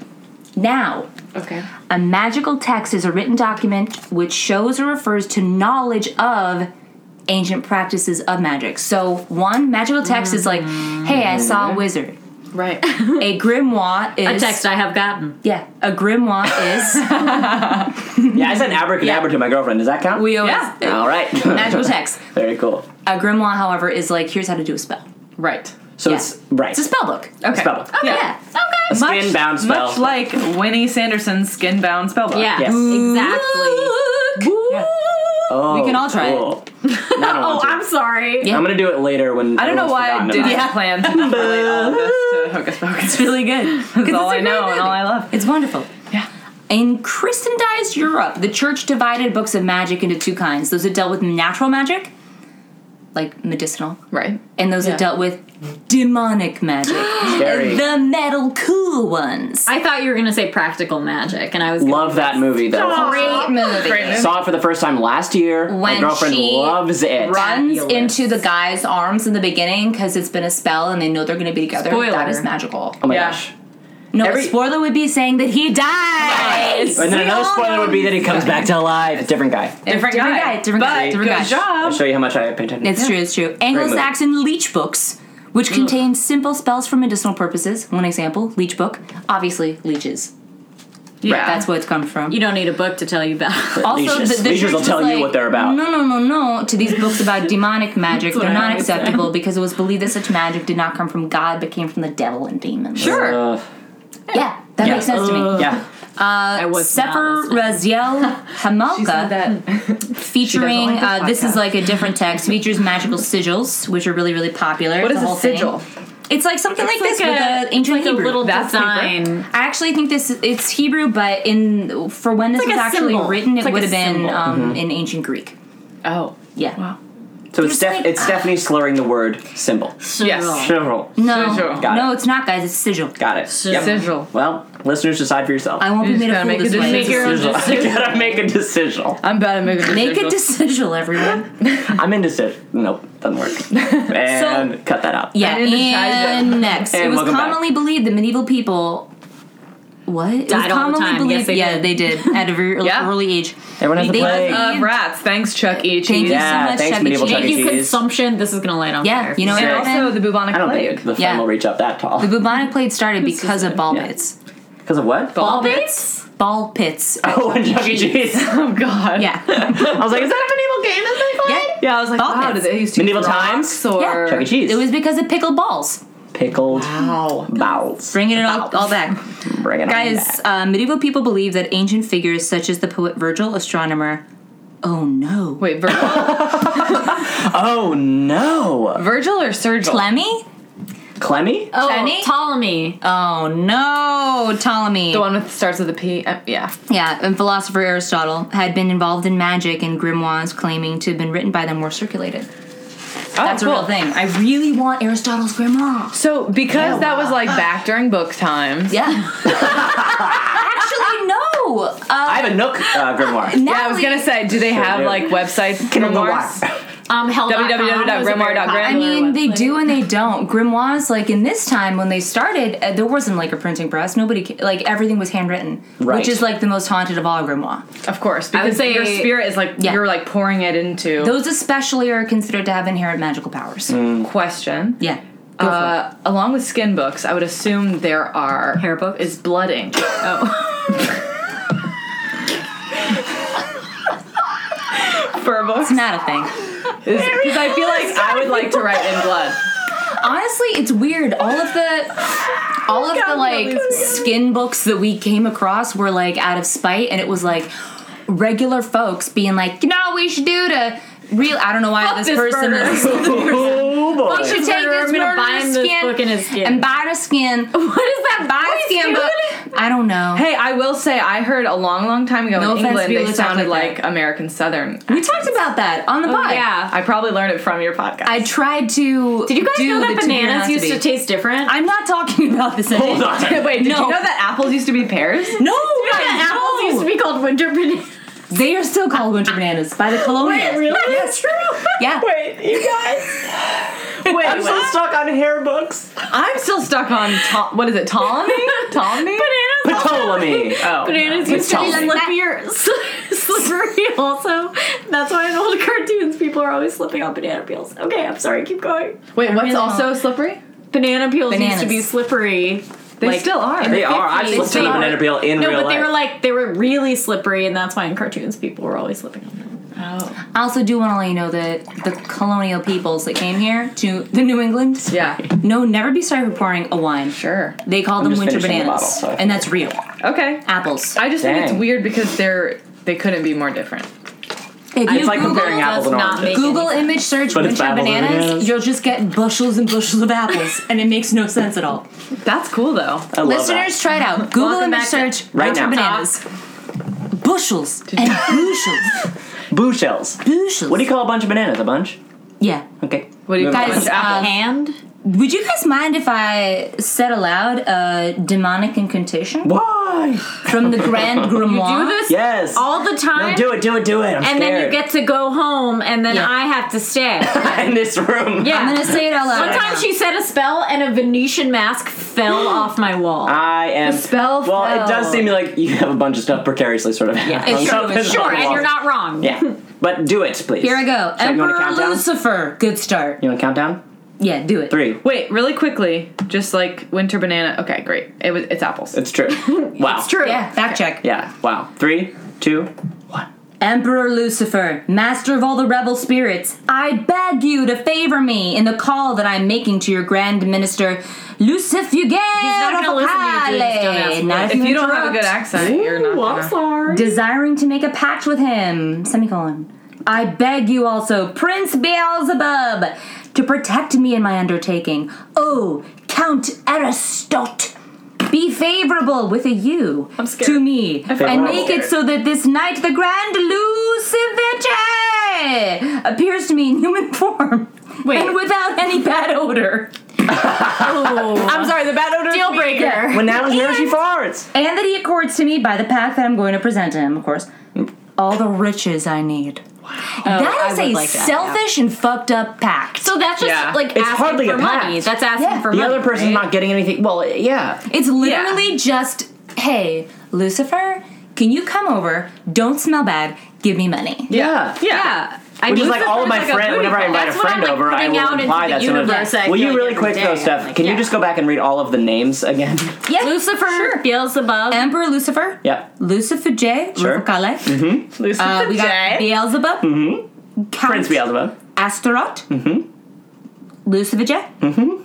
Speaker 2: Now,
Speaker 4: Okay.
Speaker 2: a magical text is a written document which shows or refers to knowledge of ancient practices of magic. So one magical text is like, "Hey, I
Speaker 3: Mm.
Speaker 2: saw a wizard."
Speaker 4: Right.
Speaker 2: A grimoire is
Speaker 3: A text I have gotten.
Speaker 2: Yeah, a grimoire is.
Speaker 4: *laughs*
Speaker 1: Yeah, I said abracadabra to my girlfriend. Does that count?
Speaker 2: We always
Speaker 4: Yeah.
Speaker 1: All right. *laughs*
Speaker 2: magical text.
Speaker 1: Very cool.
Speaker 2: A grimoire, however, is like here's how to do a spell.
Speaker 4: Right.
Speaker 1: So
Speaker 2: Yeah.
Speaker 1: it's right.
Speaker 2: It's a spell book.
Speaker 4: Okay.
Speaker 1: Spell.
Speaker 2: Yeah.
Speaker 1: A
Speaker 2: Okay.
Speaker 1: skin bound spell.
Speaker 4: Much like Winnie Sanderson's skin bound spellbook.
Speaker 3: Yeah. Mm.
Speaker 1: Yes.
Speaker 3: Exactly.
Speaker 2: Yeah.
Speaker 1: oh,
Speaker 2: we can all try it.
Speaker 1: cool. it.
Speaker 2: *laughs*
Speaker 1: No, I don't
Speaker 3: Oh,
Speaker 1: want to.
Speaker 3: I'm sorry.
Speaker 2: Yeah.
Speaker 1: I'm gonna do it later when
Speaker 4: I don't know why I didn't
Speaker 1: Yeah.
Speaker 4: plan to
Speaker 1: *laughs*
Speaker 4: relate all of this to Hocus Pocus.
Speaker 2: *laughs* It's really good.
Speaker 4: *laughs*
Speaker 2: That's
Speaker 4: It's all I know and all I love.
Speaker 2: It's wonderful.
Speaker 4: Yeah.
Speaker 2: In Christianized Europe, the church divided books of magic into two kinds: those that dealt with natural magic, like medicinal,
Speaker 4: Right.
Speaker 2: and those
Speaker 4: Yeah.
Speaker 2: that dealt with demonic magic,
Speaker 4: *gasps*
Speaker 1: Scary.
Speaker 2: the metal cool ones.
Speaker 3: I thought you were gonna say practical magic, and I was
Speaker 1: Love that movie though.
Speaker 3: Great movie.
Speaker 4: Great movie.
Speaker 1: Saw it for the first time last year. my
Speaker 2: When
Speaker 1: girlfriend
Speaker 2: she
Speaker 1: loves it.
Speaker 2: runs
Speaker 3: Fabulous.
Speaker 2: into the guy's arms in the beginning because it's been a spell and they know they're going to be together.
Speaker 3: Spoiler.
Speaker 2: That is magical.
Speaker 1: Oh my
Speaker 4: Yeah.
Speaker 1: gosh.
Speaker 2: No,
Speaker 1: Every-
Speaker 2: spoiler would be saying that he dies.
Speaker 1: And then another spoiler would be that he comes back
Speaker 2: *laughs*
Speaker 1: to life. Different guy.
Speaker 2: Different guy, different
Speaker 4: but
Speaker 2: guy, different
Speaker 4: good
Speaker 2: guy.
Speaker 1: I'll
Speaker 4: job.
Speaker 1: show you how much I pay attention.
Speaker 2: It's true, it's true. Anglo-Saxon leech books, which contain simple spells for medicinal purposes. One example, leech book. Obviously, leeches.
Speaker 4: Yeah.
Speaker 2: That's where it's come from.
Speaker 3: You don't need a book to tell you about.
Speaker 2: also,
Speaker 1: Leeches.
Speaker 2: the, the
Speaker 1: Leeches
Speaker 2: church
Speaker 1: will
Speaker 2: was
Speaker 1: tell you
Speaker 2: like,
Speaker 1: what they're about.
Speaker 2: No, no, no, no. To these books about demonic magic,
Speaker 3: what
Speaker 2: they're
Speaker 3: I
Speaker 2: not
Speaker 3: always say.
Speaker 2: acceptable because it was believed that such magic did not come from God but came from the devil and demons.
Speaker 4: Sure.
Speaker 1: Uh,
Speaker 2: Yeah, that makes sense to me.
Speaker 1: yeah.
Speaker 3: *laughs* I was not
Speaker 2: Sefer
Speaker 3: listening. *laughs*
Speaker 2: Raziel Hamalka, featuring
Speaker 4: She doesn't like
Speaker 2: uh,
Speaker 4: this
Speaker 2: this is
Speaker 4: podcast.
Speaker 2: like a different text. Features magical sigils, which are really really popular.
Speaker 4: What
Speaker 2: It's
Speaker 4: is
Speaker 2: the
Speaker 4: a
Speaker 2: whole thing.
Speaker 4: sigil?
Speaker 2: It's like something like,
Speaker 3: like
Speaker 2: this with
Speaker 3: a-
Speaker 2: the ancient
Speaker 3: like a
Speaker 2: Hebrew.
Speaker 3: little
Speaker 4: That's
Speaker 3: design.
Speaker 2: I actually think this it's Hebrew, but in for when this
Speaker 3: like
Speaker 2: was
Speaker 3: a
Speaker 2: actually
Speaker 3: symbol.
Speaker 2: written,
Speaker 3: It's
Speaker 2: it
Speaker 3: like
Speaker 2: would
Speaker 3: a
Speaker 2: have been
Speaker 3: symbol.
Speaker 2: um, in ancient Greek.
Speaker 4: Oh.
Speaker 2: Yeah.
Speaker 4: Wow.
Speaker 1: So it's,
Speaker 2: There's
Speaker 1: Steph-
Speaker 2: like- ah.
Speaker 1: it's Stephanie slurring the word symbol.
Speaker 4: Yes.
Speaker 1: Several.
Speaker 2: No,
Speaker 4: Sigil.
Speaker 1: Got
Speaker 2: no,
Speaker 1: it.
Speaker 2: it's not, guys. It's sigil.
Speaker 1: Got it. Yep.
Speaker 4: Sigil.
Speaker 1: Well, listeners, decide for yourself.
Speaker 2: I won't
Speaker 4: You
Speaker 2: be
Speaker 4: just
Speaker 2: made a
Speaker 4: gotta
Speaker 2: fool
Speaker 4: make a
Speaker 2: this way.
Speaker 4: decision.
Speaker 3: Make your own
Speaker 1: Decision. *laughs*
Speaker 3: decision.
Speaker 1: I gotta make a decision.
Speaker 4: I'm bad at making
Speaker 2: Make a
Speaker 4: decisions.
Speaker 2: decision,
Speaker 4: *laughs*
Speaker 2: everyone.
Speaker 1: I'm indecision. Nope, doesn't
Speaker 2: *laughs*
Speaker 1: work. And cut that out.
Speaker 2: Yeah,
Speaker 4: I didn't decide
Speaker 2: and next.
Speaker 1: And
Speaker 2: it was
Speaker 1: welcome back.
Speaker 2: commonly believed the medieval people. What? It was
Speaker 3: Died all the
Speaker 2: commonly
Speaker 3: time. Yes,
Speaker 2: believed.
Speaker 3: they
Speaker 2: yeah,
Speaker 3: did.
Speaker 2: they did at a very
Speaker 4: *laughs*
Speaker 2: early,
Speaker 4: Yeah.
Speaker 2: early age.
Speaker 1: Everyone has the
Speaker 2: they,
Speaker 1: plague.
Speaker 4: of
Speaker 2: believed-
Speaker 4: Uh, rats. Thanks, Chuck E.
Speaker 2: Thank
Speaker 4: Cheese.
Speaker 2: you
Speaker 1: Yeah,
Speaker 2: so much,
Speaker 1: thank
Speaker 2: Chuck E.
Speaker 1: medieval
Speaker 2: Cheese.
Speaker 1: Chuck E.
Speaker 3: Thank you
Speaker 1: Cheese.
Speaker 3: consumption. This is gonna light on
Speaker 2: Yeah,
Speaker 3: fire.
Speaker 2: you know what
Speaker 4: And
Speaker 2: happened?
Speaker 4: also the bubonic
Speaker 1: I don't
Speaker 4: plague.
Speaker 1: think the
Speaker 2: Yeah.
Speaker 1: phone will reach up that tall.
Speaker 2: The bubonic plague started because of ball
Speaker 1: yeah.
Speaker 2: pits.
Speaker 1: Because of what?
Speaker 2: Ball pits? Ball pits.
Speaker 1: *laughs* Oh, and Chuck E. Cheese.
Speaker 4: *laughs* Oh God. *laughs*
Speaker 2: Yeah.
Speaker 1: I was like, is that a medieval game that they play?
Speaker 2: yeah.
Speaker 4: Yeah, I was like,
Speaker 2: Ball
Speaker 4: wow,
Speaker 2: pits.
Speaker 4: did they used to
Speaker 1: Medieval
Speaker 4: use rocks
Speaker 1: times?
Speaker 4: or
Speaker 2: Yeah.
Speaker 1: Chuck E. Cheese.
Speaker 2: It was because of pickled balls.
Speaker 1: pickled
Speaker 4: Wow.
Speaker 1: bowels.
Speaker 2: Bringing it all, all back.
Speaker 1: Bring it on
Speaker 2: Guys,
Speaker 1: back.
Speaker 2: uh, medieval people believed that ancient figures such as the poet Virgil, astronomer. Oh no.
Speaker 4: Wait,
Speaker 2: *laughs*
Speaker 4: Virgil,
Speaker 1: Oh no,
Speaker 4: Virgil or Sergil?
Speaker 2: Ptolemy?
Speaker 1: Clemmy.
Speaker 3: Oh,
Speaker 2: Jenny?
Speaker 3: Ptolemy.
Speaker 2: Oh no, Ptolemy.
Speaker 4: the one with starts with a P. Uh, yeah.
Speaker 2: Yeah, and philosopher Aristotle had been involved in magic and grimoires claiming to have been written by them were circulated.
Speaker 4: Oh,
Speaker 2: That's a real thing. I really want Aristotle's grimoire.
Speaker 4: So because that was like
Speaker 2: *laughs*
Speaker 4: back during book times.
Speaker 2: Yeah. *laughs* Actually, no. Uh,
Speaker 1: I have a Nook uh,
Speaker 2: *laughs*
Speaker 1: grimoire.
Speaker 4: Yeah, I was gonna say, do they have
Speaker 1: do.
Speaker 4: like websites?
Speaker 1: Kindle
Speaker 4: grimoires?
Speaker 1: grimoire.
Speaker 3: Um, hell.
Speaker 4: www.grimoire.com.
Speaker 2: I mean, they do and they don't. Grimoires, like in this time when they started, uh, there wasn't like a printing press. Nobody, ca- like everything was handwritten,
Speaker 1: Right.
Speaker 2: which is like the most haunted of all grimoire.
Speaker 4: Of course, because
Speaker 3: say-
Speaker 4: your spirit is like
Speaker 2: Yeah.
Speaker 4: you're like pouring it into
Speaker 2: Those especially are considered to have inherent magical powers.
Speaker 4: question.
Speaker 2: Yeah. Go for it.
Speaker 4: Uh, along with skin books, I would assume there are
Speaker 3: Hair books?
Speaker 4: is blood
Speaker 2: *laughs*
Speaker 4: ink. Oh. Fur books.
Speaker 2: It's not a thing.
Speaker 4: Because I feel like I would like to write in blood.
Speaker 2: Honestly, it's weird. All of the all of the like skin books that we came across were like out of spite and it was like regular folks being like, you know what we should do to real I don't know why this,
Speaker 3: *laughs*
Speaker 4: this
Speaker 2: person
Speaker 4: burger."
Speaker 2: is
Speaker 1: Oh boy.
Speaker 2: We should
Speaker 3: Murderer,
Speaker 2: take this
Speaker 3: I'm gonna
Speaker 2: murderer's
Speaker 3: bind this
Speaker 2: skin
Speaker 3: book in his skin.
Speaker 2: and bind his
Speaker 3: *laughs*
Speaker 2: skin. What is that bind skin book? I don't know.
Speaker 4: Hey, I will say I heard a long, long time ago
Speaker 2: No
Speaker 4: in
Speaker 2: offense,
Speaker 4: England
Speaker 2: people
Speaker 4: they
Speaker 2: who sound
Speaker 4: sounded
Speaker 2: like
Speaker 4: like,
Speaker 2: that.
Speaker 4: American Southern.
Speaker 2: we talked about that
Speaker 4: Oh,
Speaker 2: on the pod.
Speaker 3: Oh, yeah.
Speaker 4: I probably learned it from your podcast.
Speaker 2: I tried to.
Speaker 3: Did you guys
Speaker 2: do
Speaker 3: know
Speaker 2: the
Speaker 3: that
Speaker 2: two
Speaker 3: bananas used to
Speaker 2: curiosity.
Speaker 3: taste *laughs* different?
Speaker 2: I'm not talking about this.
Speaker 3: *laughs*
Speaker 2: Hold
Speaker 1: on.
Speaker 4: Wait, did
Speaker 2: no.
Speaker 4: you know that apples used to be pears?
Speaker 2: No,
Speaker 3: Yeah, apples used to be called winter bananas.
Speaker 2: They are still
Speaker 1: *laughs*
Speaker 2: called winter bananas by the colonials.
Speaker 3: That's true.
Speaker 2: Yeah.
Speaker 1: Wait, you guys.
Speaker 4: Wait,
Speaker 1: I'm so stuck on hair
Speaker 2: *laughs*
Speaker 1: books.
Speaker 4: I'm still stuck on to- what is it, *laughs* Ptolemy? Ptolemy?
Speaker 3: Bananas.
Speaker 1: Ptolemy.
Speaker 4: Oh,
Speaker 3: Bananas used to be
Speaker 1: Ptolemy.
Speaker 3: slippier, *laughs* slippery. Also, that's why in old *laughs* cartoons people are always slipping on banana peels. Okay, I'm sorry. Keep going.
Speaker 4: Wait, what's
Speaker 2: really
Speaker 4: also slippery?
Speaker 3: Banana peels used
Speaker 2: Bananas.
Speaker 3: to be slippery.
Speaker 4: They
Speaker 3: Like,
Speaker 4: still are.
Speaker 1: They are. I
Speaker 3: 50s,
Speaker 1: slipped on
Speaker 3: they
Speaker 1: a
Speaker 3: were-
Speaker 1: banana peel in
Speaker 3: no,
Speaker 1: real
Speaker 3: but
Speaker 1: life.
Speaker 3: they were like they were really slippery, and that's why in cartoons people were always slipping on them.
Speaker 2: I also do want to let you know that the colonial peoples that came here to the New England,
Speaker 4: *laughs* yeah.
Speaker 2: no, never be sorry for pouring a wine.
Speaker 4: Sure.
Speaker 2: They call them
Speaker 1: just
Speaker 2: winter
Speaker 1: finishing the
Speaker 2: bananas,
Speaker 1: bottle, so I
Speaker 2: and that's real.
Speaker 4: Okay.
Speaker 2: Apples.
Speaker 4: I just think
Speaker 1: Dang.
Speaker 4: it's weird because they're they couldn't be more different.
Speaker 2: If you
Speaker 1: It's like
Speaker 2: Google,
Speaker 1: comparing apples
Speaker 3: does
Speaker 1: and
Speaker 3: not
Speaker 1: oranges.
Speaker 3: make
Speaker 2: Google image search
Speaker 1: But it's
Speaker 2: winter
Speaker 1: apples and
Speaker 2: bananas,
Speaker 1: bananas.
Speaker 2: you'll just get bushels and bushels of apples, and it makes no sense at all.
Speaker 4: That's cool though.
Speaker 1: I love
Speaker 2: Listeners, try it out. Google
Speaker 3: Welcome
Speaker 2: image
Speaker 3: back
Speaker 2: search
Speaker 1: Right
Speaker 2: winter
Speaker 1: now.
Speaker 2: bananas. Bushels and bushels,
Speaker 1: that. Boo shells.
Speaker 2: bushels.
Speaker 1: What do you call a bunch of bananas? A bunch?
Speaker 2: Yeah.
Speaker 1: Okay.
Speaker 4: What do you
Speaker 1: Moving
Speaker 4: guys- um,
Speaker 1: on.
Speaker 4: It's
Speaker 3: um,
Speaker 4: apple.
Speaker 3: and
Speaker 2: Would you guys mind if I said aloud a demonic incantation
Speaker 1: Why?
Speaker 2: from the Grand Grimoire?
Speaker 3: do this
Speaker 1: Yes.
Speaker 3: all the time.
Speaker 1: No, do it, do it, do it. I'm
Speaker 3: and
Speaker 1: scared.
Speaker 3: then
Speaker 1: *laughs*
Speaker 3: you get to go home, and then
Speaker 2: Yeah.
Speaker 3: I have to stay.
Speaker 1: in this room.
Speaker 3: Yeah.
Speaker 2: I'm gonna say it out loud.
Speaker 3: One
Speaker 2: right
Speaker 3: time
Speaker 2: now.
Speaker 3: she said a spell, and a Venetian mask
Speaker 1: *gasps*
Speaker 3: fell off my wall.
Speaker 1: I am.
Speaker 4: spell
Speaker 1: Well, it does
Speaker 4: fell.
Speaker 1: seem like you have a bunch of stuff precariously sort of. Yeah,
Speaker 2: it's true, it's
Speaker 3: sure, and you're not wrong.
Speaker 1: Yeah, but do it, please.
Speaker 2: Here I go.
Speaker 1: Should I go on a
Speaker 2: Emperor
Speaker 1: countdown?
Speaker 2: Lucifer. Good start.
Speaker 1: You want to count down?
Speaker 2: Yeah, do it.
Speaker 1: Three.
Speaker 4: Wait, really quickly, just like winter banana. Okay, great. It was it's apples.
Speaker 1: It's true. Wow.
Speaker 3: *laughs* It's true.
Speaker 2: Yeah, fact check.
Speaker 1: Yeah. Wow. Three, two, one.
Speaker 2: Emperor Lucifer, master of all the rebel spirits, I beg you to favor me in the call that I'm making to your grand minister, Lucifer He's
Speaker 3: not gonna listen to you, dude. Don't ask him.
Speaker 4: if you don't have a good accent, you're not.
Speaker 3: Well,
Speaker 4: gonna-
Speaker 3: I'm sorry.
Speaker 2: desiring to make a pact with him. Semicolon. I beg you also, Prince Beelzebub, to protect me in my undertaking. Oh, Count Aristot, be favorable with a you
Speaker 4: scared.
Speaker 2: to me, and
Speaker 1: Favorable.
Speaker 2: make it so that this night the Grand Lucivice appears to me in human form.
Speaker 3: Wait.
Speaker 2: And without any bad odor.
Speaker 4: I'm sorry, the bad odor.
Speaker 3: Deal breaker.
Speaker 1: When Natalie here, she farts.
Speaker 2: And that he accords to me by the pact that I'm going to present to him, of course. All the riches I need. that
Speaker 3: I
Speaker 2: is
Speaker 3: would
Speaker 2: a
Speaker 3: like that,
Speaker 2: selfish and fucked up pact.
Speaker 3: *laughs* So that's just
Speaker 4: Yeah.
Speaker 3: like
Speaker 1: It's
Speaker 3: asking
Speaker 1: hardly
Speaker 3: for
Speaker 1: a
Speaker 3: money.
Speaker 1: pact.
Speaker 3: That's asking
Speaker 2: Yeah.
Speaker 3: for
Speaker 1: The
Speaker 3: money.
Speaker 1: other person's not getting anything. Well, yeah.
Speaker 2: it's literally just, hey, Lucifer, can you come over? Don't smell bad. Give me money.
Speaker 1: Yeah.
Speaker 3: Yeah. I
Speaker 1: Which
Speaker 3: mean,
Speaker 1: is like all of my
Speaker 3: Lucifer's like a
Speaker 1: friends.
Speaker 3: booty
Speaker 1: Whenever I
Speaker 3: call.
Speaker 1: invite a
Speaker 3: That's what
Speaker 1: friend
Speaker 3: I'm, like,
Speaker 1: over, I
Speaker 3: putting
Speaker 1: will
Speaker 3: out into
Speaker 1: imply
Speaker 3: the
Speaker 1: that. someone-
Speaker 3: universe, I
Speaker 1: Will
Speaker 3: feel
Speaker 1: you
Speaker 3: like
Speaker 1: really
Speaker 3: every
Speaker 1: quick
Speaker 3: day.
Speaker 1: though,
Speaker 3: I'm
Speaker 1: Steph?
Speaker 3: like,
Speaker 1: can
Speaker 3: yeah.
Speaker 1: you just go back and read all of the names again? *laughs*
Speaker 2: Yeah.
Speaker 3: Lucifer Beelzebub.
Speaker 2: Lucifer.
Speaker 1: yep.
Speaker 2: Lucifer J.
Speaker 1: Sure. Mm-hmm.
Speaker 2: Rufacale.
Speaker 4: Lucifer
Speaker 2: Uh, we got Beelzebub. Count
Speaker 1: Prince Beelzebub. Mm-hmm.
Speaker 2: Astaroth. Lucifer J. Mm-hmm.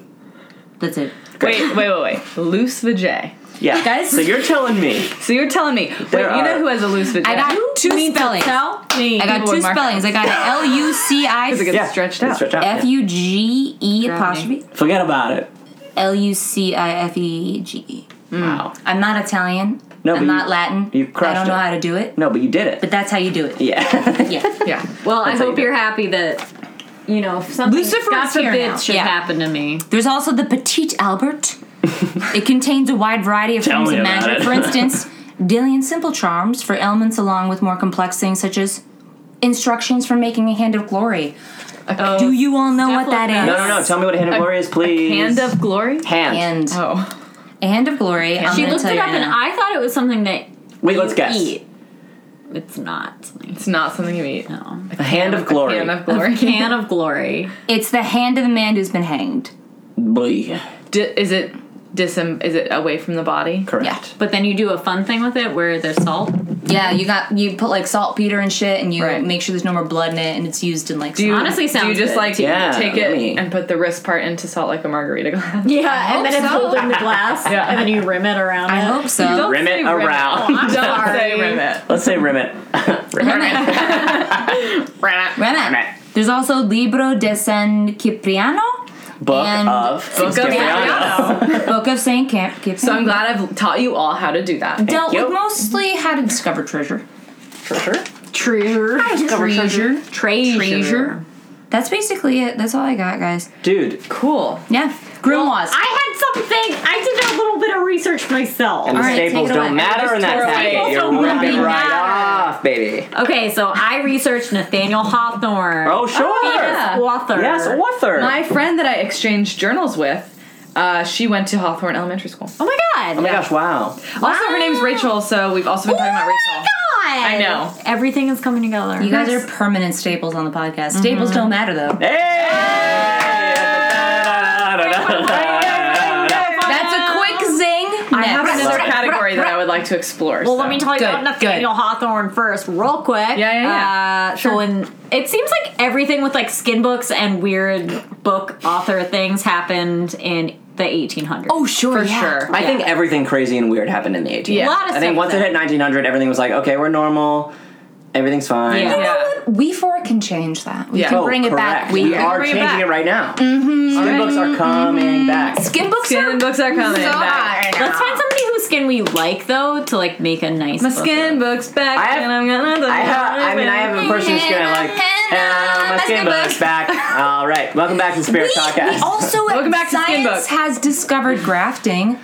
Speaker 2: That's it.
Speaker 4: Wait, wait, wait, wait. Loose vajay.
Speaker 1: Yeah.
Speaker 2: Guys-
Speaker 1: So you're telling me
Speaker 4: So you're telling me, wait,
Speaker 1: There
Speaker 4: you
Speaker 1: are-
Speaker 4: know who has a loose vajay?
Speaker 2: I got two spellings.
Speaker 3: Tell me.
Speaker 2: I got
Speaker 4: People
Speaker 2: two
Speaker 4: would mark
Speaker 2: spellings. I got an L U C
Speaker 4: Because it gets
Speaker 2: I
Speaker 1: yeah,
Speaker 4: stretched
Speaker 1: it's
Speaker 4: out.
Speaker 1: Stretched out.
Speaker 2: F
Speaker 1: yeah.
Speaker 2: U G E apostrophe
Speaker 1: Forget about it.
Speaker 2: L U C I F E G E.
Speaker 1: Wow.
Speaker 2: I'm not Italian.
Speaker 1: No,
Speaker 2: I'm
Speaker 1: but you-
Speaker 2: not Latin.
Speaker 1: you
Speaker 2: I
Speaker 1: crushed
Speaker 2: don't know
Speaker 1: it.
Speaker 2: how to do it,
Speaker 1: No, but you did it.
Speaker 2: but that's how you do
Speaker 1: *laughs*
Speaker 2: it.
Speaker 1: Yeah.
Speaker 2: Yeah.
Speaker 4: Yeah.
Speaker 3: Well,
Speaker 1: how
Speaker 3: I
Speaker 1: you
Speaker 3: hope
Speaker 1: do it.
Speaker 3: you're happy that you know if something
Speaker 2: Lucifer
Speaker 3: God
Speaker 2: is here
Speaker 3: forbid
Speaker 2: now.
Speaker 3: should
Speaker 2: Yeah.
Speaker 3: happen to me.
Speaker 2: There's also the Petit
Speaker 1: *laughs*
Speaker 2: Albert. it contains a wide variety of forms
Speaker 1: me
Speaker 2: of
Speaker 1: about
Speaker 2: magic.
Speaker 1: *laughs* it.
Speaker 2: For instance, dealing in simple charms for ailments, along with more complex things such as instructions for making a hand of glory.
Speaker 4: Oh,
Speaker 2: do you all know
Speaker 3: Stuff
Speaker 2: what
Speaker 3: like
Speaker 2: that is?
Speaker 1: No,
Speaker 3: that.
Speaker 1: no, no. Tell me what a hand of glory is, please.
Speaker 4: Hand of glory.
Speaker 1: hand.
Speaker 2: And
Speaker 4: Oh.
Speaker 2: a hand of glory. I'm
Speaker 3: She
Speaker 2: gonna
Speaker 3: looked
Speaker 2: tell
Speaker 3: it
Speaker 2: you
Speaker 3: up, and
Speaker 2: now.
Speaker 3: I thought it was something that
Speaker 1: Wait,
Speaker 3: you
Speaker 1: let's guess.
Speaker 3: eat. It's not something.
Speaker 4: It's not something you eat.
Speaker 3: No.
Speaker 1: A hand of glory.
Speaker 4: Hand of glory. *laughs*
Speaker 3: Can of glory.
Speaker 2: It's the hand of a man who's been hanged.
Speaker 1: Blee.
Speaker 4: Di- is it disem? Is it away from the body?
Speaker 1: Correct.
Speaker 2: Yeah.
Speaker 3: But then you do a fun thing with it where there's salt.
Speaker 2: Yeah, you got you put like saltpeter and shit, and you
Speaker 4: Right.
Speaker 2: make sure there's no more blood in it, and it's used in like.
Speaker 4: Do you,
Speaker 3: Honestly
Speaker 4: do you
Speaker 3: sounds
Speaker 4: just
Speaker 3: good.
Speaker 4: like
Speaker 1: Yeah,
Speaker 4: take it
Speaker 1: let me-
Speaker 4: and put the wrist part into salt like a margarita glass?
Speaker 3: Yeah, and then it's
Speaker 2: so.
Speaker 3: holding the *laughs* glass,
Speaker 4: Yeah.
Speaker 3: and then you rim it around.
Speaker 2: I
Speaker 3: it. Oh,
Speaker 2: hope so.
Speaker 1: Rim it
Speaker 4: Say rim it.
Speaker 1: around.
Speaker 3: I'm
Speaker 4: *laughs* Don't
Speaker 3: sorry.
Speaker 4: say rim it.
Speaker 1: *laughs* Let's say rim it. *laughs* rim it.
Speaker 2: Remember.
Speaker 1: Rim it.
Speaker 2: There's also Libro de San Cipriano,
Speaker 1: Book
Speaker 2: And-
Speaker 1: of Gifreano.
Speaker 2: Book of Saint Camp Gibson.
Speaker 4: So I'm glad I've taught you all how to do that.
Speaker 2: dealt
Speaker 1: you.
Speaker 2: with mostly how to discover treasure.
Speaker 1: Treasure.
Speaker 2: Treasure. Treasure.
Speaker 3: Treasure.
Speaker 2: Treasure. That's basically it. That's all I got, guys.
Speaker 1: Dude,
Speaker 4: Cool.
Speaker 2: Yeah. Grimoires.
Speaker 3: I had something. I did a little bit of research myself.
Speaker 1: and the
Speaker 2: All right, take
Speaker 1: staples
Speaker 2: it
Speaker 1: don't
Speaker 2: away.
Speaker 1: matter in that
Speaker 4: Staples
Speaker 1: packet.
Speaker 4: don't
Speaker 1: You're ripping
Speaker 2: really
Speaker 1: right
Speaker 2: matter.
Speaker 1: off, baby.
Speaker 3: Okay, so I researched Nathaniel Hawthorne.
Speaker 1: Oh, sure.
Speaker 4: yeah.
Speaker 3: Author.
Speaker 1: Yes, author.
Speaker 4: My friend that I exchanged journals with, uh, she went to Hawthorne Elementary School.
Speaker 3: Oh my god.
Speaker 1: oh my gosh, wow.
Speaker 4: Also, her name's Rachel, so we've also been talking about Rachel. I know.
Speaker 3: Oh Everything is coming together.
Speaker 1: *laughs*
Speaker 3: *laughs*
Speaker 2: you guys are permanent staples on the podcast. Staples don't matter though. *laughs*
Speaker 1: Hey!
Speaker 2: That's a quick zing.
Speaker 4: I have another category that I would like to explore.
Speaker 3: Well,
Speaker 4: so.
Speaker 3: let me tell you
Speaker 2: Good,
Speaker 3: about Nathaniel Hawthorne first, real quick.
Speaker 4: Yeah, yeah,
Speaker 3: Uh, So when it seems like everything with like skin books and weird book author things happened in the 1800s.
Speaker 2: Oh sure,
Speaker 4: for
Speaker 2: yeah.
Speaker 4: sure.
Speaker 1: I think everything crazy and weird happened in the 1800s.
Speaker 4: Yeah.
Speaker 3: a lot of
Speaker 1: I think
Speaker 3: stuff
Speaker 1: once it
Speaker 3: there.
Speaker 1: hit 1900, everything was like, okay, we're normal. Everything's fine.
Speaker 3: Yeah.
Speaker 2: You know what? We four can change that. We
Speaker 4: Yeah.
Speaker 2: can
Speaker 1: Oh,
Speaker 2: bring it back.
Speaker 1: correct. We,
Speaker 2: can
Speaker 1: are
Speaker 2: bring it
Speaker 1: changing
Speaker 2: back.
Speaker 1: it, right now. Mm-hmm. Skin books are coming back.
Speaker 2: Skin books
Speaker 4: Skin
Speaker 2: are
Speaker 4: books are coming
Speaker 2: so
Speaker 4: back.
Speaker 2: hot.
Speaker 3: Let's find somebody whose skin we like though to like make a nice.
Speaker 4: My
Speaker 3: book.
Speaker 4: skin books back,
Speaker 1: I have-
Speaker 4: and I'm gonna.
Speaker 1: I have. I mean, I have a person's skin I like.
Speaker 2: Henna,
Speaker 1: Uh, my skin
Speaker 2: mascara.
Speaker 1: book's back. All right, welcome back to Spirit
Speaker 2: *laughs* We, we
Speaker 1: Podcast.
Speaker 2: also
Speaker 4: Welcome back to Skin
Speaker 2: science
Speaker 4: Book.
Speaker 2: has discovered grafting,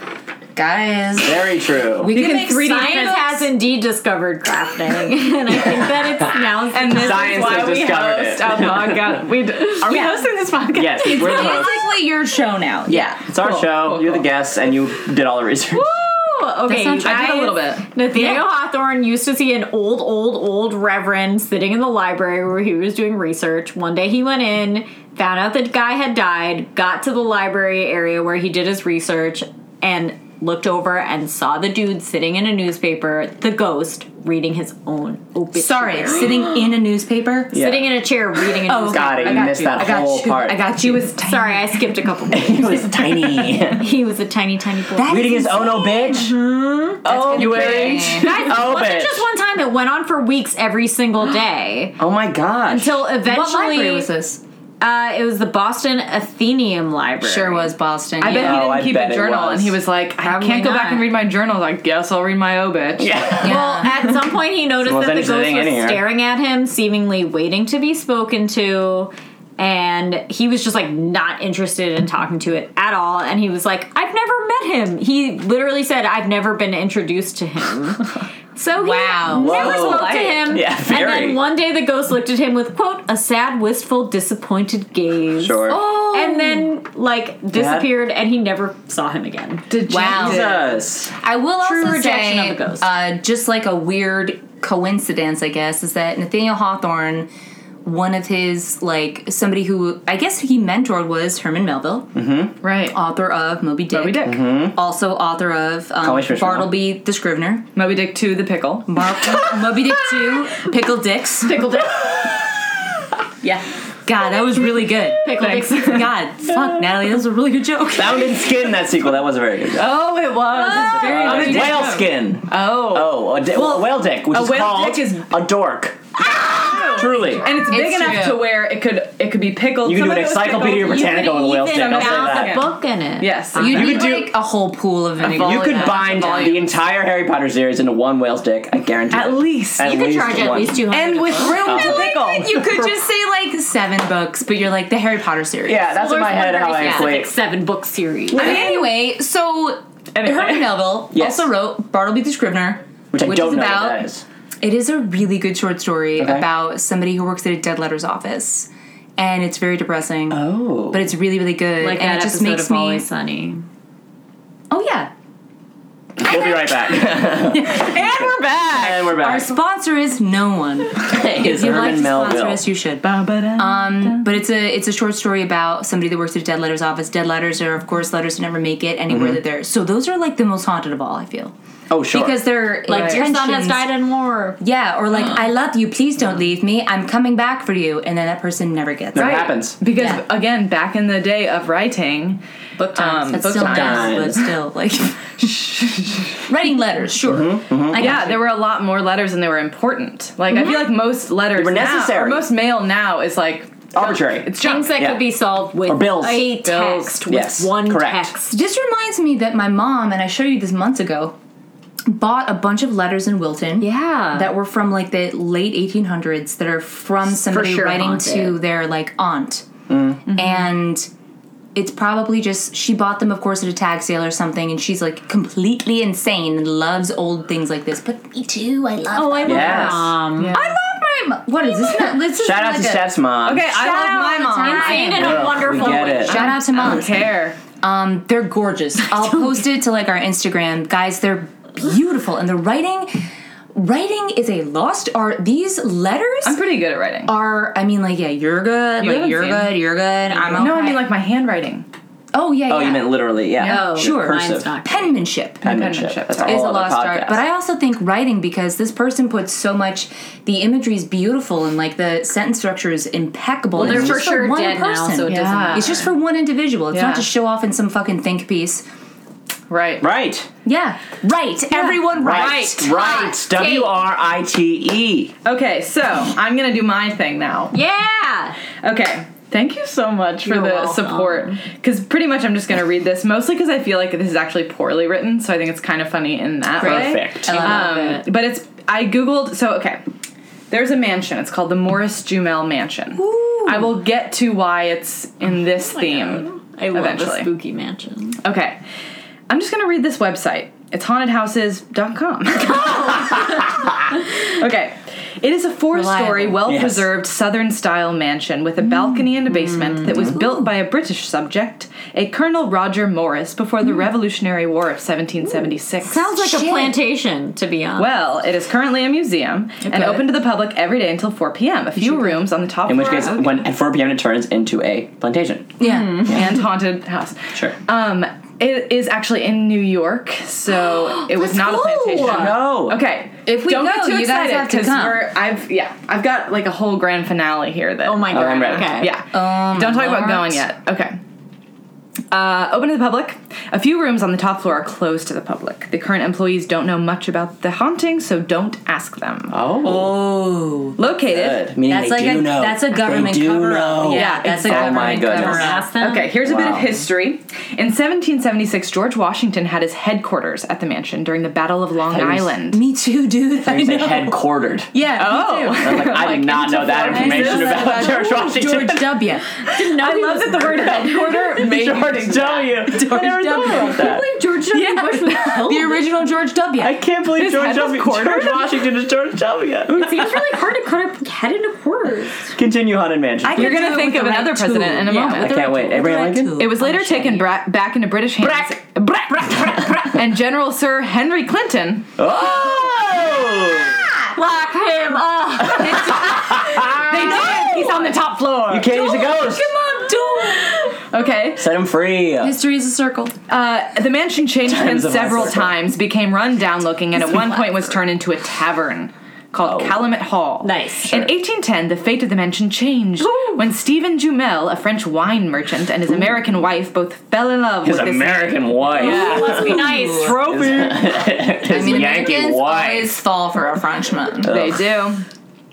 Speaker 2: guys.
Speaker 1: Very true.
Speaker 2: We
Speaker 4: You
Speaker 2: can,
Speaker 4: can
Speaker 2: make
Speaker 4: 3D
Speaker 2: science
Speaker 3: Science
Speaker 2: books.
Speaker 3: has indeed discovered crafting, *laughs* and I think that it's
Speaker 4: *laughs*
Speaker 3: now.
Speaker 4: And this
Speaker 1: Science
Speaker 4: is why
Speaker 1: has
Speaker 4: we
Speaker 1: discovered *laughs*
Speaker 4: host
Speaker 1: it.
Speaker 4: our podcast. We d- are we
Speaker 2: Yeah.
Speaker 4: hosting this podcast?
Speaker 1: yes, we're the hosts.
Speaker 2: basically your show now.
Speaker 4: Yeah.
Speaker 1: It's our
Speaker 4: Cool,
Speaker 1: show.
Speaker 4: cool,
Speaker 1: You're the
Speaker 4: cool.
Speaker 1: guest, and you did all the research.
Speaker 3: Ooh, okay,
Speaker 4: That sounds-
Speaker 3: you
Speaker 4: I did a
Speaker 3: guys,
Speaker 4: little bit.
Speaker 3: Nathaniel
Speaker 2: Yeah.
Speaker 3: Hawthorne used to see an old, old, old reverend sitting in the library where he was doing research. One day he went in, found out the guy had died, got to the library area where he did his research, and looked over and saw the dude sitting in a newspaper, the ghost, reading his own obituary.
Speaker 2: Sorry, sitting in a newspaper. Oh,
Speaker 1: Yeah.
Speaker 3: Sitting in a chair reading *laughs* a newspaper.
Speaker 1: Got it.
Speaker 2: I
Speaker 1: You
Speaker 2: got
Speaker 1: missed
Speaker 2: you.
Speaker 1: that
Speaker 2: I got
Speaker 1: whole
Speaker 2: you.
Speaker 1: part.
Speaker 2: I got you. It's
Speaker 3: Sorry, I skipped a couple.
Speaker 1: *laughs* It was tiny.
Speaker 3: *laughs* he was a tiny, tiny boy.
Speaker 2: That
Speaker 1: Reading
Speaker 2: is
Speaker 1: his own old bitch.
Speaker 3: Mm-hmm.
Speaker 1: Oh,
Speaker 2: gonna be
Speaker 1: bitch.
Speaker 3: Guys, it
Speaker 1: Oh,
Speaker 3: wasn't
Speaker 1: bitch.
Speaker 3: just one time. It went on for weeks every single day.
Speaker 1: Oh my gosh.
Speaker 3: Until eventually,
Speaker 2: What library was this?
Speaker 3: Uh, it was the Boston Athenaeum Library.
Speaker 2: Sure was Boston.
Speaker 4: I bet
Speaker 1: Oh, I
Speaker 4: he didn't keep
Speaker 1: bet it
Speaker 4: a journal,
Speaker 1: was.
Speaker 4: and he was like, I
Speaker 2: Probably
Speaker 4: can't go back
Speaker 2: not.
Speaker 4: and read my journal. I guess I'll read my O
Speaker 1: *laughs*
Speaker 4: bitch.
Speaker 1: yeah.
Speaker 3: *laughs*
Speaker 2: Yeah.
Speaker 3: Well, at some point
Speaker 2: *laughs*
Speaker 3: he noticed
Speaker 1: Most
Speaker 3: that the ghost
Speaker 1: interesting thing in
Speaker 3: was
Speaker 1: here.
Speaker 3: staring at him, seemingly waiting to be spoken to, and he was just like not interested in talking to it at all. And he was like, "I've never met him." He literally said, "I've never been introduced to
Speaker 2: *laughs*
Speaker 3: him." So he
Speaker 2: Wow.
Speaker 3: never
Speaker 1: Whoa.
Speaker 3: spoke to him.
Speaker 1: Yeah, very.
Speaker 3: And then one day the ghost looked at him with quote a sad, wistful, disappointed gaze.
Speaker 1: Sure.
Speaker 2: oh,
Speaker 3: And then like disappeared, and he never saw him again.
Speaker 4: Dejected.
Speaker 2: Wow.
Speaker 1: Jesus.
Speaker 2: I will
Speaker 3: True
Speaker 2: also
Speaker 3: rejection
Speaker 2: say,
Speaker 3: of the ghost.
Speaker 2: Uh, just like a weird coincidence, I guess, is that Nathaniel Hawthorne, one of his like somebody who I guess he mentored was Herman Melville,
Speaker 4: Right.
Speaker 2: author of Moby Dick,
Speaker 4: Moby Dick.
Speaker 1: Mm-hmm.
Speaker 2: also author of um,
Speaker 1: me Shishma.
Speaker 2: Bartleby the Scrivener,
Speaker 4: Moby Dick to the pickle.
Speaker 2: Bar- Moby Dick Two, Pickle Dicks.
Speaker 4: Pickle *laughs* Dick.
Speaker 2: Yeah, God, that was really good.
Speaker 3: Pickle
Speaker 4: Thanks.
Speaker 3: Dixie.
Speaker 2: God, fuck, Natalie, that was a really good joke.
Speaker 1: That one didn't skin that sequel. That was a very good joke.
Speaker 4: Oh, it was. It's very
Speaker 1: Uh,
Speaker 4: good.
Speaker 1: whale skin.
Speaker 3: Uh,
Speaker 4: Oh.
Speaker 1: Oh, a, di- a whale dick, which
Speaker 4: a
Speaker 1: is
Speaker 4: whale
Speaker 1: called
Speaker 4: dick is-
Speaker 1: a dork.
Speaker 3: Ah!
Speaker 1: Truly.
Speaker 4: And it's, big
Speaker 2: It's
Speaker 4: enough
Speaker 2: true.
Speaker 4: to where it could it could be pickled.
Speaker 1: you can
Speaker 4: Some
Speaker 1: do an
Speaker 4: of it was
Speaker 1: Encyclopedia
Speaker 4: pickled.
Speaker 1: Britannica with a whale
Speaker 3: Even
Speaker 1: dick. I'll say
Speaker 3: found
Speaker 1: that.
Speaker 3: a book in it. Uh-huh.
Speaker 4: Yes.
Speaker 2: You
Speaker 1: You
Speaker 2: need
Speaker 1: could do-
Speaker 2: like a whole pool of vinegar.
Speaker 1: You could bind the entire Harry Potter series into one whale's dick. I guarantee.
Speaker 4: at
Speaker 1: it.
Speaker 4: least.
Speaker 1: At
Speaker 3: You could charge at
Speaker 1: one.
Speaker 3: least two hundred.
Speaker 4: and with room to pickle.
Speaker 2: You could just say like seven books, but you're like the Harry Potter series.
Speaker 1: Yeah, that's in my head how I
Speaker 3: specific
Speaker 1: equate.
Speaker 3: seven book series.
Speaker 2: But anyway, so
Speaker 4: Anyway.
Speaker 2: Herman Melville
Speaker 1: *laughs* Yes.
Speaker 2: also wrote Bartleby the Scrivener,
Speaker 1: Which I
Speaker 2: is
Speaker 1: don't know
Speaker 2: about.
Speaker 1: what that is.
Speaker 2: It is a really good short story
Speaker 1: Okay.
Speaker 2: about somebody who works at a dead letters office, and it's very depressing.
Speaker 1: Oh.
Speaker 2: But it's really, really good,
Speaker 3: like
Speaker 2: and
Speaker 3: that
Speaker 2: it just
Speaker 3: episode
Speaker 2: makes
Speaker 3: of
Speaker 2: me.
Speaker 3: Always Sunny.
Speaker 2: Oh yeah,
Speaker 1: we'll be right *laughs* back.
Speaker 4: And we're back.
Speaker 1: and we're
Speaker 2: our
Speaker 1: back.
Speaker 2: sponsor is no
Speaker 1: *laughs*
Speaker 2: one.
Speaker 1: Is
Speaker 2: if you'd
Speaker 1: Herman
Speaker 2: like to sponsor
Speaker 1: Melville.
Speaker 2: us, you should.
Speaker 3: Uh,
Speaker 4: Um,
Speaker 2: Um, but it's a it's a short story about somebody that works at a dead letters office. Dead letters are, of course, letters that never make it anywhere that they're. So those are like the most haunted of all. I feel
Speaker 1: Oh sure.
Speaker 2: because they're
Speaker 3: Like your son has
Speaker 2: intentions-
Speaker 3: died in war.
Speaker 2: Yeah,
Speaker 3: *gasps*
Speaker 2: or like I love you. Please don't leave me. I'm coming back for you. And then that person never gets it.
Speaker 1: Never happens.
Speaker 4: because
Speaker 2: Yeah.
Speaker 4: again, back in the day of writing,
Speaker 2: Book
Speaker 4: times.
Speaker 2: That's
Speaker 4: Book
Speaker 2: still
Speaker 4: times.
Speaker 2: nice, but still
Speaker 3: *laughs*
Speaker 2: like *laughs* writing letters. Sure. I
Speaker 4: yeah,
Speaker 2: got
Speaker 4: there were a lot more letters and they were important. Like I feel like most letters
Speaker 1: were
Speaker 4: now- or
Speaker 1: necessary.
Speaker 4: most mail now is like
Speaker 1: arbitrary.
Speaker 4: It's junk.
Speaker 3: Things that
Speaker 1: Yeah.
Speaker 3: could be solved with
Speaker 1: Or bills.
Speaker 3: a text,
Speaker 4: Bills.
Speaker 3: with
Speaker 1: Yes,
Speaker 3: one
Speaker 1: correct.
Speaker 3: text.
Speaker 2: This reminds me that my mom, and I showed you this months ago, bought a bunch of letters in Wilton.
Speaker 3: Yeah.
Speaker 2: That were from like the late 1800s that are from somebody
Speaker 3: sure
Speaker 2: writing to
Speaker 3: haunted.
Speaker 2: their like aunt. And it's probably just she bought them, of course, at a tag sale or something, and she's like completely insane and loves old things like this. But me too, I love.
Speaker 3: Oh, I love
Speaker 1: Yes.
Speaker 3: mom.
Speaker 2: I love my. Mo- what is this? Not, this is
Speaker 1: Shout out
Speaker 2: like
Speaker 1: to
Speaker 2: a-
Speaker 1: Steph's mom.
Speaker 4: Okay, I
Speaker 2: Shout
Speaker 4: love
Speaker 2: out
Speaker 4: my
Speaker 2: all the
Speaker 4: mom.
Speaker 2: time.
Speaker 3: Insane in a
Speaker 1: Ugh,
Speaker 3: wonderful
Speaker 1: we get
Speaker 3: way.
Speaker 1: it.
Speaker 2: Shout out to
Speaker 4: I
Speaker 2: mom.
Speaker 4: don't care.
Speaker 2: Um, they're gorgeous. *laughs* I'll post it to like our Instagram, guys. They're beautiful, and the writing, writing is a lost art. These letters
Speaker 4: I'm pretty good at writing.
Speaker 2: are, I mean, like yeah, you're good,
Speaker 4: You
Speaker 2: like
Speaker 4: haven't
Speaker 2: you're
Speaker 4: seen.
Speaker 2: good, you're good. I'm okay.
Speaker 4: No, I mean like my handwriting.
Speaker 2: oh yeah, yeah.
Speaker 1: Oh, you meant literally, yeah.
Speaker 3: Oh,
Speaker 2: Sure.
Speaker 1: Cursive.
Speaker 3: mine's not.
Speaker 2: penmanship.
Speaker 1: Penmanship. That's a
Speaker 2: is
Speaker 1: whole
Speaker 2: a
Speaker 1: other
Speaker 2: lost art,
Speaker 1: podcast.
Speaker 2: but I also think writing because this person puts so much. The imagery is beautiful, and like the sentence structure is impeccable.
Speaker 3: Well,
Speaker 2: and
Speaker 3: they're
Speaker 2: it's
Speaker 3: for
Speaker 2: just
Speaker 3: sure
Speaker 2: one
Speaker 3: dead
Speaker 2: person.
Speaker 3: now, so it doesn't
Speaker 4: Yeah.
Speaker 3: matter.
Speaker 2: it's just for one individual. It's
Speaker 4: Yeah.
Speaker 2: not to show off in some fucking think piece.
Speaker 4: Right.
Speaker 1: Right.
Speaker 2: Yeah, right. Everyone, right.
Speaker 1: Right. Right. W R I T E.
Speaker 4: Okay, so I'm gonna do my thing now.
Speaker 3: yeah.
Speaker 4: Okay. Thank you so much for
Speaker 3: You're
Speaker 4: the
Speaker 3: welcome.
Speaker 4: support. Because pretty much I'm just going to read this, mostly because I feel like this is actually poorly written, so I think it's kind of funny in that way.
Speaker 1: Perfect.
Speaker 3: love
Speaker 4: Um, but it's, I Googled, so okay. There's a mansion. It's called the Morris Jumel Mansion. I will get to why it's in
Speaker 3: Oh
Speaker 4: this
Speaker 1: um,
Speaker 4: theme.
Speaker 3: I love
Speaker 4: Eventually.
Speaker 3: a spooky mansion.
Speaker 4: Okay. I'm just going to read this website. It's hauntedhouses.com.
Speaker 3: Oh.
Speaker 4: *laughs* okay. It is a four story,
Speaker 2: Reliable.
Speaker 4: well preserved southern style mansion with a balcony and a basement that
Speaker 3: Mm.
Speaker 4: was built by a British subject, a Colonel Roger Morris, before the Revolutionary War of 1776.
Speaker 3: Mm. Sounds like
Speaker 2: Shit.
Speaker 3: a plantation, to be honest.
Speaker 4: well, it is currently a museum and open to the public every day until 4 p.m. A few rooms on the top
Speaker 1: In which
Speaker 4: floor
Speaker 1: case, when at 4 p.m. it turns into a plantation.
Speaker 2: Yeah.
Speaker 4: and haunted house.
Speaker 1: Sure.
Speaker 2: Uh,
Speaker 4: Um, it is actually in New York,
Speaker 2: *gasps*
Speaker 4: so it was not
Speaker 2: Let's go.
Speaker 4: a plantation.
Speaker 1: No.
Speaker 4: Okay.
Speaker 2: If we
Speaker 4: don't
Speaker 2: go,
Speaker 4: get too
Speaker 2: you guys
Speaker 4: excited
Speaker 2: have to
Speaker 4: 'cause
Speaker 2: come.
Speaker 4: we're I've yeah I've got like a whole grand finale here that
Speaker 3: oh my
Speaker 1: Oh,
Speaker 3: god.
Speaker 1: I'm ready.
Speaker 3: okay.
Speaker 4: yeah
Speaker 2: Oh, my
Speaker 4: don't talk about
Speaker 2: lord.
Speaker 4: going yet okay. Uh, open to the public. A few rooms on the top floor are closed to the public. The current employees don't know much about the haunting, so don't ask them.
Speaker 1: Oh.
Speaker 2: Oh,
Speaker 4: Located
Speaker 1: Good. Meaning
Speaker 2: that's
Speaker 1: they
Speaker 2: like
Speaker 1: do
Speaker 2: a
Speaker 1: know.
Speaker 2: that's a
Speaker 1: They
Speaker 2: government
Speaker 1: do
Speaker 2: cover up.
Speaker 1: know.
Speaker 2: Yeah, that's a
Speaker 1: Oh
Speaker 2: government
Speaker 1: my
Speaker 2: cover
Speaker 1: goodness.
Speaker 2: up.
Speaker 3: Ask them.
Speaker 4: Okay, here's a bit of
Speaker 1: Wow.
Speaker 4: history. In 1776, George Washington had his headquarters at the mansion during the Battle of Long
Speaker 1: thought he was-
Speaker 4: Island.
Speaker 2: Me too, dude. *laughs* I
Speaker 1: You say
Speaker 2: know.
Speaker 1: headquartered.
Speaker 2: Yeah.
Speaker 4: Oh.
Speaker 2: Me
Speaker 1: I was like, I did not know that information about *laughs* George
Speaker 2: too.
Speaker 1: Washington.
Speaker 2: George W.
Speaker 4: I love that the
Speaker 2: *laughs*
Speaker 4: word headquarter made you
Speaker 1: George
Speaker 4: think
Speaker 1: W. I never thought about that.
Speaker 3: George W. Bush was killed.
Speaker 2: The original George W.
Speaker 1: I can't believe
Speaker 4: His
Speaker 1: George
Speaker 4: head was
Speaker 1: W.
Speaker 4: quartered?
Speaker 1: George Washington is George W.
Speaker 3: It seems really hard to cut a head into quarters.
Speaker 1: Continue haunted mansion.
Speaker 2: I
Speaker 1: please.
Speaker 4: You're gonna
Speaker 2: Do it
Speaker 4: think
Speaker 2: with
Speaker 4: of
Speaker 2: the right
Speaker 4: another president
Speaker 2: tool.
Speaker 4: in a
Speaker 2: Yeah,
Speaker 4: moment.
Speaker 2: with
Speaker 1: I can't wait. Abraham Lincoln?
Speaker 4: It was later
Speaker 2: I'll show
Speaker 4: taken
Speaker 2: you.
Speaker 4: bra- back into British hands.
Speaker 1: Brack.
Speaker 4: Brack, brack, brack, brack. *laughs* and General Sir Henry Clinton Ah!
Speaker 1: Oh!
Speaker 3: Lock him up.
Speaker 4: They did it! He's on the top floor.
Speaker 1: You can't use a ghost.
Speaker 4: Okay.
Speaker 1: Set him free.
Speaker 2: History is a circle.
Speaker 4: Uh, the mansion changed hands
Speaker 1: Times of
Speaker 4: several
Speaker 1: Oxford.
Speaker 4: times, became run down looking, and at one point was turned into a tavern called
Speaker 1: Oh.
Speaker 4: Calumet Hall.
Speaker 3: Nice.
Speaker 4: In 1810, the fate of the mansion changed when Stephen Jumel, a French wine merchant, and his American wife both fell in love
Speaker 1: His
Speaker 4: with this Uh,
Speaker 1: American wife. *laughs*
Speaker 3: It must be nice.
Speaker 4: trophy.
Speaker 1: His
Speaker 2: I mean,
Speaker 1: Yankee
Speaker 2: Americans
Speaker 1: wife.
Speaker 2: always fall for a Frenchman.
Speaker 4: They do.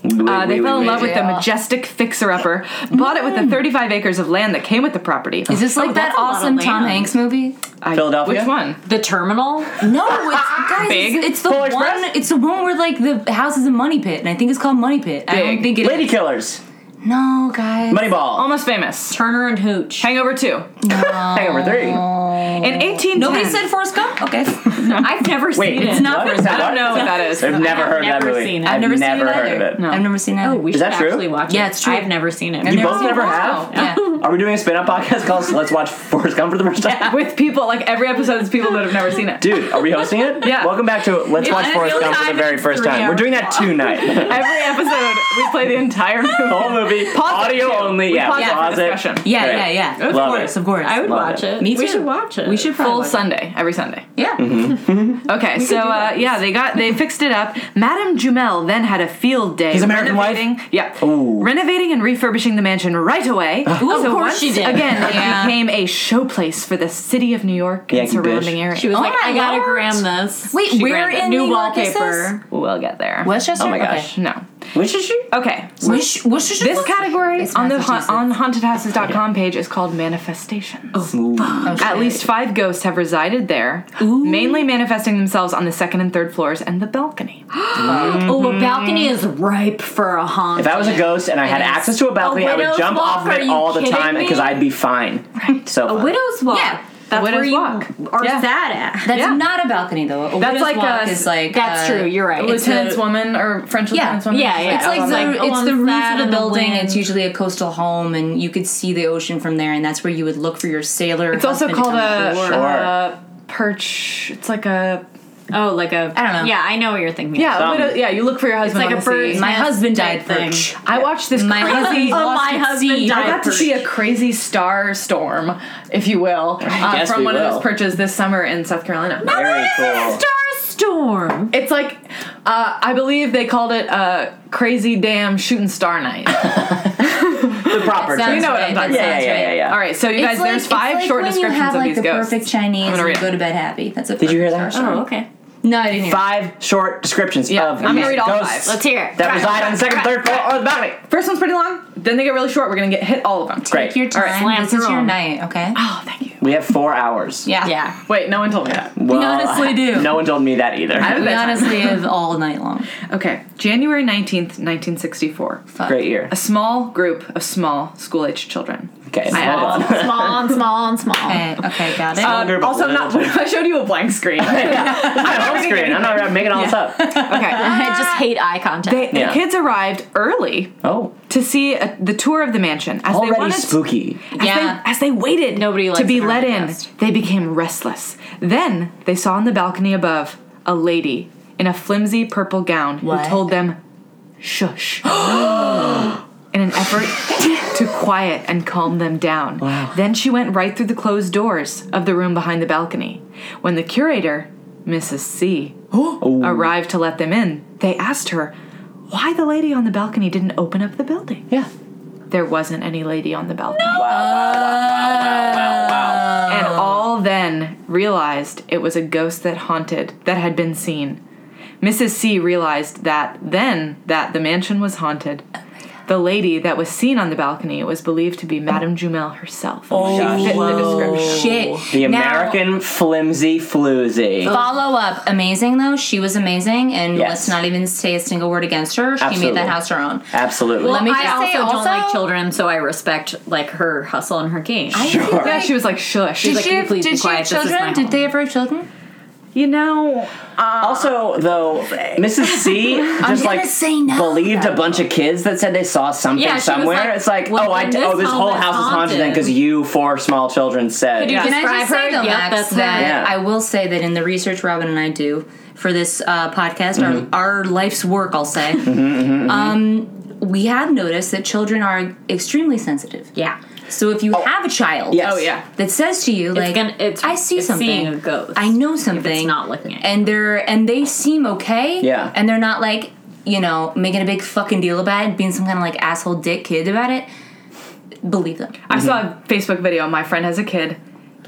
Speaker 4: Uh, they fell in love with the majestic fixer-upper, bought it with
Speaker 1: Mm.
Speaker 4: the 35 acres of land that came with the property.
Speaker 2: Is this like that
Speaker 3: that's a lot of
Speaker 2: awesome Tom
Speaker 3: land.
Speaker 2: Hanks movie?
Speaker 4: I-
Speaker 1: Philadelphia?
Speaker 4: Which one?
Speaker 3: The terminal.
Speaker 2: No, it's guys,
Speaker 4: Big?
Speaker 2: it's, it's the
Speaker 1: Full
Speaker 2: one.
Speaker 1: Express?
Speaker 2: It's the one where like the house is a money pit, and I think it's called Money Pit. I
Speaker 4: Big.
Speaker 2: don't think it's
Speaker 1: Lady killers.
Speaker 2: No, guys.
Speaker 1: Moneyball.
Speaker 4: Almost famous.
Speaker 3: Turner and Hooch.
Speaker 4: Hangover 2.
Speaker 1: Hangover three.
Speaker 4: In
Speaker 1: Oh.
Speaker 4: 1810.
Speaker 2: Nobody said Forrest Gump.
Speaker 1: *laughs*
Speaker 2: Okay,
Speaker 3: I've never
Speaker 1: Wait,
Speaker 3: seen it.
Speaker 1: it's not
Speaker 4: I
Speaker 1: Forrest Gump.
Speaker 4: don't know what that is.
Speaker 1: I've never heard that
Speaker 3: never
Speaker 1: movie.
Speaker 3: seen it.
Speaker 1: I've,
Speaker 3: I've
Speaker 1: never,
Speaker 2: never seen it
Speaker 1: heard
Speaker 2: either.
Speaker 1: of it.
Speaker 4: No.
Speaker 2: I've never seen that.
Speaker 3: Oh, we
Speaker 1: Is
Speaker 3: should
Speaker 1: that true?
Speaker 3: actually watch it.
Speaker 2: Yeah, it's true.
Speaker 3: I've never seen it.
Speaker 1: You
Speaker 2: never
Speaker 1: both
Speaker 2: seen
Speaker 1: never
Speaker 2: it.
Speaker 1: have?
Speaker 2: Yeah.
Speaker 1: Are we doing a spin-off podcast called Let's Watch Forrest Gump for the first time?
Speaker 4: *laughs* With people, like every episode is people that have never seen it.
Speaker 1: Dude, are we hosting it?
Speaker 4: *laughs* Yeah.
Speaker 1: Welcome back to Let's Watch
Speaker 4: I
Speaker 1: Forrest
Speaker 4: feel
Speaker 1: Gump
Speaker 4: like
Speaker 1: for the very first
Speaker 3: three
Speaker 1: time. We're doing that tonight.
Speaker 4: Every episode, we play the entire movie.
Speaker 1: Whole movie,
Speaker 4: Pause it,
Speaker 1: audio
Speaker 4: too.
Speaker 1: only.
Speaker 4: We
Speaker 1: yeah,
Speaker 4: pause it for
Speaker 1: pause it.
Speaker 4: discussion.
Speaker 2: Yeah,
Speaker 1: Great.
Speaker 2: yeah, yeah. Of
Speaker 1: Love
Speaker 2: course,
Speaker 1: it.
Speaker 2: of course.
Speaker 3: I would
Speaker 1: Love
Speaker 3: watch
Speaker 1: it.
Speaker 3: it.
Speaker 2: Me
Speaker 3: We
Speaker 2: too.
Speaker 3: should watch it.
Speaker 2: We should
Speaker 4: Full
Speaker 2: probably watch it.
Speaker 4: Sunday, every Sunday.
Speaker 2: Yeah.
Speaker 1: Mm-hmm.
Speaker 4: Okay, so uh, yeah, they got they fixed it up. Madame Jumel then had a field day.
Speaker 1: His American wife?
Speaker 4: renovating- Yeah.
Speaker 1: Ooh.
Speaker 4: Renovating and refurbishing the mansion right away.
Speaker 2: of
Speaker 4: so
Speaker 2: course
Speaker 4: once
Speaker 2: she did.
Speaker 4: Again, it
Speaker 2: Yeah.
Speaker 4: became a showplace for the city of New York and
Speaker 1: Yankee
Speaker 4: surrounding
Speaker 1: Dish.
Speaker 4: area.
Speaker 3: She was
Speaker 2: Oh
Speaker 3: like,
Speaker 2: my
Speaker 3: I gotta
Speaker 2: lord.
Speaker 3: gram this.
Speaker 2: Wait,
Speaker 4: She
Speaker 2: where
Speaker 4: grabbed it.
Speaker 2: in
Speaker 3: New
Speaker 2: New York is this?
Speaker 3: wallpaper.
Speaker 4: we'll get there.
Speaker 2: Westchester.
Speaker 1: Oh my gosh.
Speaker 2: Okay.
Speaker 4: No.
Speaker 1: Which is she?
Speaker 4: Okay.
Speaker 2: Wish, wish, wish,
Speaker 4: This category on the ha-
Speaker 2: Massachusetts.
Speaker 4: on hauntedhouses.com page is called manifestations. At least five ghosts have resided there, mainly manifesting themselves on the second and third floors and the balcony.
Speaker 3: Oh, a balcony is ripe for a haunt.
Speaker 1: If I was a ghost and I had access to a balcony, I would
Speaker 3: widow's
Speaker 1: jump
Speaker 3: walk?
Speaker 1: off of
Speaker 3: Are
Speaker 1: it
Speaker 3: you
Speaker 1: all the
Speaker 3: kidding
Speaker 1: time because
Speaker 3: me?
Speaker 1: I'd be fine. Right. So
Speaker 3: a
Speaker 1: fine.
Speaker 3: widow's walk.
Speaker 2: Yeah,
Speaker 3: That's
Speaker 4: widow's
Speaker 3: where you
Speaker 4: walk.
Speaker 3: are
Speaker 4: Yeah.
Speaker 3: sat at.
Speaker 2: That's
Speaker 4: Yeah.
Speaker 2: not a balcony though. A
Speaker 4: That's
Speaker 2: widow's
Speaker 4: like
Speaker 2: walk
Speaker 4: a-
Speaker 2: is like
Speaker 3: That's
Speaker 2: uh,
Speaker 3: true. You're right.
Speaker 2: it's
Speaker 4: lieutenant's
Speaker 2: a-
Speaker 4: woman or French
Speaker 2: Yeah.
Speaker 4: lieutenant's woman.
Speaker 3: Yeah, yeah.
Speaker 2: It's like
Speaker 3: Oh,
Speaker 2: the
Speaker 3: like,
Speaker 2: it's
Speaker 3: on
Speaker 2: the
Speaker 3: the
Speaker 2: roof
Speaker 3: side
Speaker 2: of
Speaker 3: of
Speaker 2: the
Speaker 3: the
Speaker 2: building.
Speaker 3: wind.
Speaker 2: It's usually a coastal home, and you could see the ocean from there, and that's where you would look for your sailor.
Speaker 4: It's also called a
Speaker 1: Sure.
Speaker 4: uh, perch. It's like a
Speaker 3: oh, like a.
Speaker 2: I don't know.
Speaker 3: Yeah, I know what you're thinking.
Speaker 4: yeah,
Speaker 1: Some-
Speaker 4: a widow, yeah. You look for your husband.
Speaker 3: like
Speaker 4: on
Speaker 3: a
Speaker 4: the sea.
Speaker 3: bird's
Speaker 2: My
Speaker 3: nest
Speaker 2: husband
Speaker 3: type
Speaker 2: died for
Speaker 3: thing.
Speaker 2: it.
Speaker 4: I watched this.
Speaker 2: My
Speaker 4: crazy,
Speaker 2: husband
Speaker 3: Oh,
Speaker 2: lost
Speaker 3: my
Speaker 2: at
Speaker 3: husband
Speaker 2: sea.
Speaker 3: died.
Speaker 4: I got to
Speaker 3: perch.
Speaker 4: see a crazy star storm, if you will, uh,
Speaker 1: guess
Speaker 4: from
Speaker 1: we
Speaker 4: one of
Speaker 1: will.
Speaker 4: those perches this summer in South Carolina.
Speaker 1: Very cool.
Speaker 3: Star storm.
Speaker 4: It's like uh, I believe they called it uh, crazy damn shooting star night.
Speaker 1: The proper
Speaker 2: Sounds
Speaker 1: term.
Speaker 4: know what
Speaker 2: right,
Speaker 1: yeah,
Speaker 4: I'm talking about.
Speaker 2: that
Speaker 1: yeah,
Speaker 2: sounds
Speaker 1: yeah, yeah,
Speaker 2: right.
Speaker 1: yeah.
Speaker 4: All right, so you guys,
Speaker 2: It's like-
Speaker 4: there's
Speaker 2: it's
Speaker 4: five
Speaker 2: like
Speaker 4: short
Speaker 2: when
Speaker 4: descriptions
Speaker 2: you have,
Speaker 4: of
Speaker 2: like,
Speaker 4: these
Speaker 2: the
Speaker 4: ghosts.
Speaker 2: perfect Chinese
Speaker 4: I'm gonna
Speaker 2: and
Speaker 4: read
Speaker 2: you go
Speaker 4: it.
Speaker 2: to bed happy. That's a
Speaker 1: Did you hear that?
Speaker 2: perfect star
Speaker 3: Oh,
Speaker 2: story.
Speaker 3: okay.
Speaker 2: No, I didn't hear. that.
Speaker 1: Five short descriptions
Speaker 4: Yeah,
Speaker 1: of
Speaker 4: I'm gonna
Speaker 1: these
Speaker 4: read all five.
Speaker 1: ghosts
Speaker 3: Let's hear it.
Speaker 1: that
Speaker 3: Right,
Speaker 1: reside on
Speaker 3: right,
Speaker 1: the second,
Speaker 3: right,
Speaker 1: third floor or the balcony.
Speaker 4: First one's pretty long. Then they get really short. We're gonna get hit all of them.
Speaker 1: Great.
Speaker 2: Take your time.
Speaker 3: slam
Speaker 2: this is
Speaker 3: through
Speaker 2: your
Speaker 3: 'em.
Speaker 4: *laughs*
Speaker 2: night, okay?
Speaker 4: Oh, thank you.
Speaker 1: We have four hours. *laughs*
Speaker 2: Yeah.
Speaker 3: Yeah.
Speaker 4: Wait, no one told me that.
Speaker 1: Well,
Speaker 2: honestly do.
Speaker 1: No one told me that either.
Speaker 4: I
Speaker 2: We
Speaker 4: Bedtime.
Speaker 2: honestly have all night long.
Speaker 4: Okay, January nineteenth, nineteen sixty-four.
Speaker 1: Great year.
Speaker 4: A small group of small school-aged children.
Speaker 1: Okay.
Speaker 4: I added
Speaker 1: small.
Speaker 3: small
Speaker 4: one.
Speaker 3: and small and *laughs* small.
Speaker 2: Okay, okay, got it.
Speaker 1: Um, Group of
Speaker 4: Also,
Speaker 1: little
Speaker 4: not. What if *laughs* I showed you a blank
Speaker 2: *laughs*
Speaker 4: screen?
Speaker 1: *laughs* I'm on screen. I'm not making all this up.
Speaker 4: okay.
Speaker 3: I just hate eye contact.
Speaker 4: They,
Speaker 1: Yeah.
Speaker 4: The kids arrived early
Speaker 1: Oh,
Speaker 4: to see a, the tour of the mansion. As they
Speaker 1: already
Speaker 4: wanted to-
Speaker 1: spooky.
Speaker 4: As,
Speaker 2: Yeah.
Speaker 4: they, as they waited
Speaker 3: Nobody likes
Speaker 4: to be
Speaker 3: an
Speaker 4: let
Speaker 3: early
Speaker 4: in,
Speaker 3: guest.
Speaker 4: they became restless. Then they saw on the balcony above a lady in a flimsy purple gown
Speaker 2: What?
Speaker 4: who told them, shush. *gasps* In an effort to quiet and calm them down. Then she went right through the closed doors of the room behind the balcony. When the curator, Mrs. C, arrived to let them in, they asked her why the lady on the balcony didn't open up the building
Speaker 1: Yeah.
Speaker 4: there wasn't any lady on the balcony.
Speaker 1: Wow, wow.
Speaker 4: And all then realized it was a ghost that haunted, that had been seen. Mrs. C realized that then that the mansion was haunted. The lady that was seen on the balcony was believed to be Madame Jumel herself. Oh, she fit the description.
Speaker 2: Shit.
Speaker 1: The
Speaker 2: Now-
Speaker 1: American flimsy
Speaker 3: Oh.
Speaker 1: floozy.
Speaker 2: Follow up, amazing though. She was amazing, and
Speaker 1: Yes.
Speaker 2: let's not even say a single word against her. She made
Speaker 1: Absolutely.
Speaker 2: that house her own.
Speaker 1: Absolutely.
Speaker 2: Let me just
Speaker 3: I also
Speaker 2: say
Speaker 3: don't
Speaker 2: also-
Speaker 3: like children, so I respect like her hustle and her
Speaker 1: *laughs*
Speaker 3: game.
Speaker 1: sure.
Speaker 4: *laughs* Yeah, she was like, shush.
Speaker 2: Did
Speaker 3: like,
Speaker 2: she have,
Speaker 3: "Please be
Speaker 2: did she
Speaker 3: quiet,
Speaker 2: have
Speaker 3: this is my
Speaker 2: children? Did
Speaker 3: home."
Speaker 2: they ever have children?
Speaker 4: you know,
Speaker 1: Also, though, Mrs. C just
Speaker 2: gonna
Speaker 1: like
Speaker 2: say no,
Speaker 1: believed a bunch of kids that said they saw something
Speaker 3: Yeah, she was
Speaker 1: somewhere.
Speaker 3: like,
Speaker 1: it's like,
Speaker 3: well,
Speaker 1: oh, I,
Speaker 3: then
Speaker 1: d-
Speaker 3: this
Speaker 1: oh, this
Speaker 3: home
Speaker 1: whole
Speaker 3: is
Speaker 1: house is haunted
Speaker 3: haunted.
Speaker 1: then because you four small children said.
Speaker 3: you-
Speaker 1: Yeah.
Speaker 2: Can I just
Speaker 3: Describe
Speaker 2: say
Speaker 3: her?
Speaker 2: though,
Speaker 3: Yep,
Speaker 2: Max,
Speaker 3: that's
Speaker 2: that
Speaker 1: her.
Speaker 2: I will say that in the research Robin and I do for this uh, podcast,
Speaker 3: Mm-hmm.
Speaker 2: our, our life's work, I'll say, Um, we have noticed that children are extremely sensitive.
Speaker 3: yeah.
Speaker 2: So if you have a child,
Speaker 1: Yes.
Speaker 4: oh yeah.
Speaker 2: that says to you like
Speaker 3: gonna- it's-
Speaker 2: I see
Speaker 3: it's
Speaker 2: something,
Speaker 3: seeing a ghost
Speaker 2: I know something,
Speaker 3: not looking at you.
Speaker 2: and they're and they seem okay,
Speaker 1: Yeah.
Speaker 2: and they're not like you know making a big fucking deal about it, being some kind of like asshole dick kid about it. Believe them.
Speaker 4: I saw a Facebook video. My friend has a kid.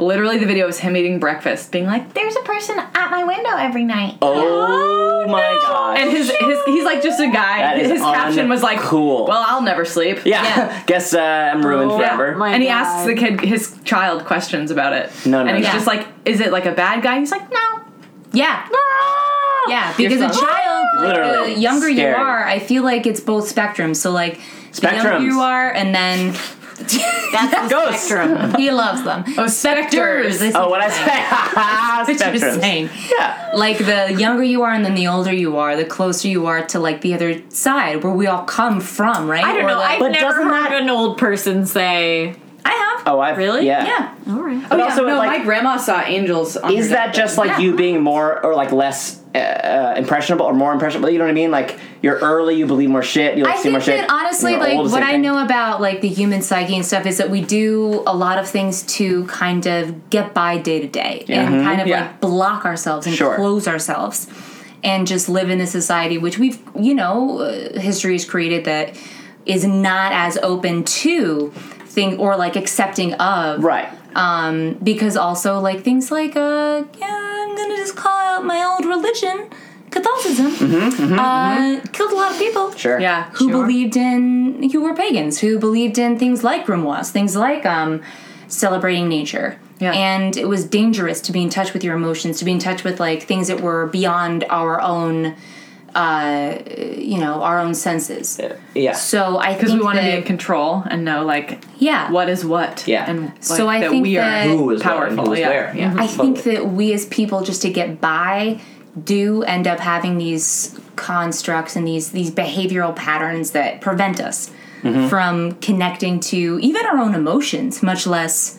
Speaker 4: Literally, the video was him eating breakfast, being like,
Speaker 5: There's a person at my window every night.
Speaker 1: Oh my gosh.
Speaker 4: And his, his he's like just a guy.
Speaker 1: That is
Speaker 4: his caption was like,
Speaker 1: uncool.
Speaker 4: Well, I'll never sleep.
Speaker 1: yeah. *laughs* Guess uh, I'm ruined
Speaker 3: Oh,
Speaker 1: forever.
Speaker 3: my-
Speaker 4: and he
Speaker 3: God.
Speaker 4: asks the kid, his child, questions about it.
Speaker 1: No, no,
Speaker 4: And he's
Speaker 1: no.
Speaker 4: just like, "Is it like a bad guy?" He's like, "No."
Speaker 2: *gasps* Yeah,
Speaker 5: Ah!
Speaker 2: yeah. Because a
Speaker 1: You're so-
Speaker 2: child, like,
Speaker 1: Literally
Speaker 2: the younger
Speaker 1: scary.
Speaker 2: you are, I feel like it's both spectrums. So like the younger
Speaker 1: Spectrums.
Speaker 2: you are, and
Speaker 1: *laughs*
Speaker 2: then *laughs* that's
Speaker 1: Ghosts.
Speaker 3: Spectrum.
Speaker 2: he loves them.
Speaker 4: *laughs* Oh, specters.
Speaker 2: That's
Speaker 1: Oh, what *laughs* I
Speaker 2: saying.
Speaker 1: say?
Speaker 2: That's what you're
Speaker 1: Spectrums.
Speaker 2: saying.
Speaker 1: Yeah.
Speaker 2: like the younger you are and then the older you are, the closer you are to like the other side where we all come from, right?
Speaker 3: I don't
Speaker 2: Or,
Speaker 3: know.
Speaker 2: Like,
Speaker 3: I've
Speaker 1: But
Speaker 3: never
Speaker 1: doesn't
Speaker 3: heard
Speaker 1: that-
Speaker 3: an old person say.
Speaker 2: I have.
Speaker 1: Oh, I
Speaker 3: Really? Oh,
Speaker 1: Yeah.
Speaker 2: yeah.
Speaker 3: All right.
Speaker 1: But also,
Speaker 4: no,
Speaker 1: like,
Speaker 4: my grandma saw angels. On
Speaker 1: is
Speaker 4: her
Speaker 1: that
Speaker 4: deathbed.
Speaker 1: just like you being more or like less uh, uh, impressionable or more impressionable? You know what I mean? Like you're early, you believe more shit, you like,
Speaker 2: I
Speaker 1: see more
Speaker 2: think
Speaker 1: shit.
Speaker 2: that honestly,
Speaker 1: You're
Speaker 2: like
Speaker 1: old,
Speaker 2: what
Speaker 1: same
Speaker 2: I
Speaker 1: thing.
Speaker 2: know about like the human psyche and stuff is that we do a lot of things to kind of get by day to day and kind of
Speaker 1: Yeah.
Speaker 2: like block ourselves and
Speaker 1: Sure.
Speaker 2: close ourselves and just live in a society which we've you know uh, history has created that is not as open to thing or like accepting of
Speaker 1: Right.
Speaker 2: um, because also like things like uh, yeah, I'm gonna just call out my old religion Catholicism uh, killed a lot of people.
Speaker 1: Sure.
Speaker 4: Yeah.
Speaker 2: who
Speaker 4: sure.
Speaker 2: believed in who were pagans, who believed in things like grimoires, things like um, celebrating nature.
Speaker 4: Yeah.
Speaker 2: And it was dangerous to be in touch with your emotions, to be in touch with like things that were beyond our own, uh, you know, our own senses.
Speaker 1: Yeah.
Speaker 2: So I
Speaker 4: Because
Speaker 2: think
Speaker 4: we want to be
Speaker 2: that-
Speaker 4: in control and know like
Speaker 2: yeah.
Speaker 4: what is what.
Speaker 1: Yeah.
Speaker 4: And like,
Speaker 2: So I
Speaker 4: that
Speaker 2: think
Speaker 4: we are
Speaker 2: that-
Speaker 1: who is powerful?
Speaker 4: powerful.
Speaker 1: Who is
Speaker 4: yeah.
Speaker 1: where?
Speaker 4: yeah.
Speaker 2: I think that we as people, just to get by, do end up having these constructs and these these behavioral patterns that prevent us
Speaker 1: Mm-hmm.
Speaker 2: from connecting to even our own emotions, much less,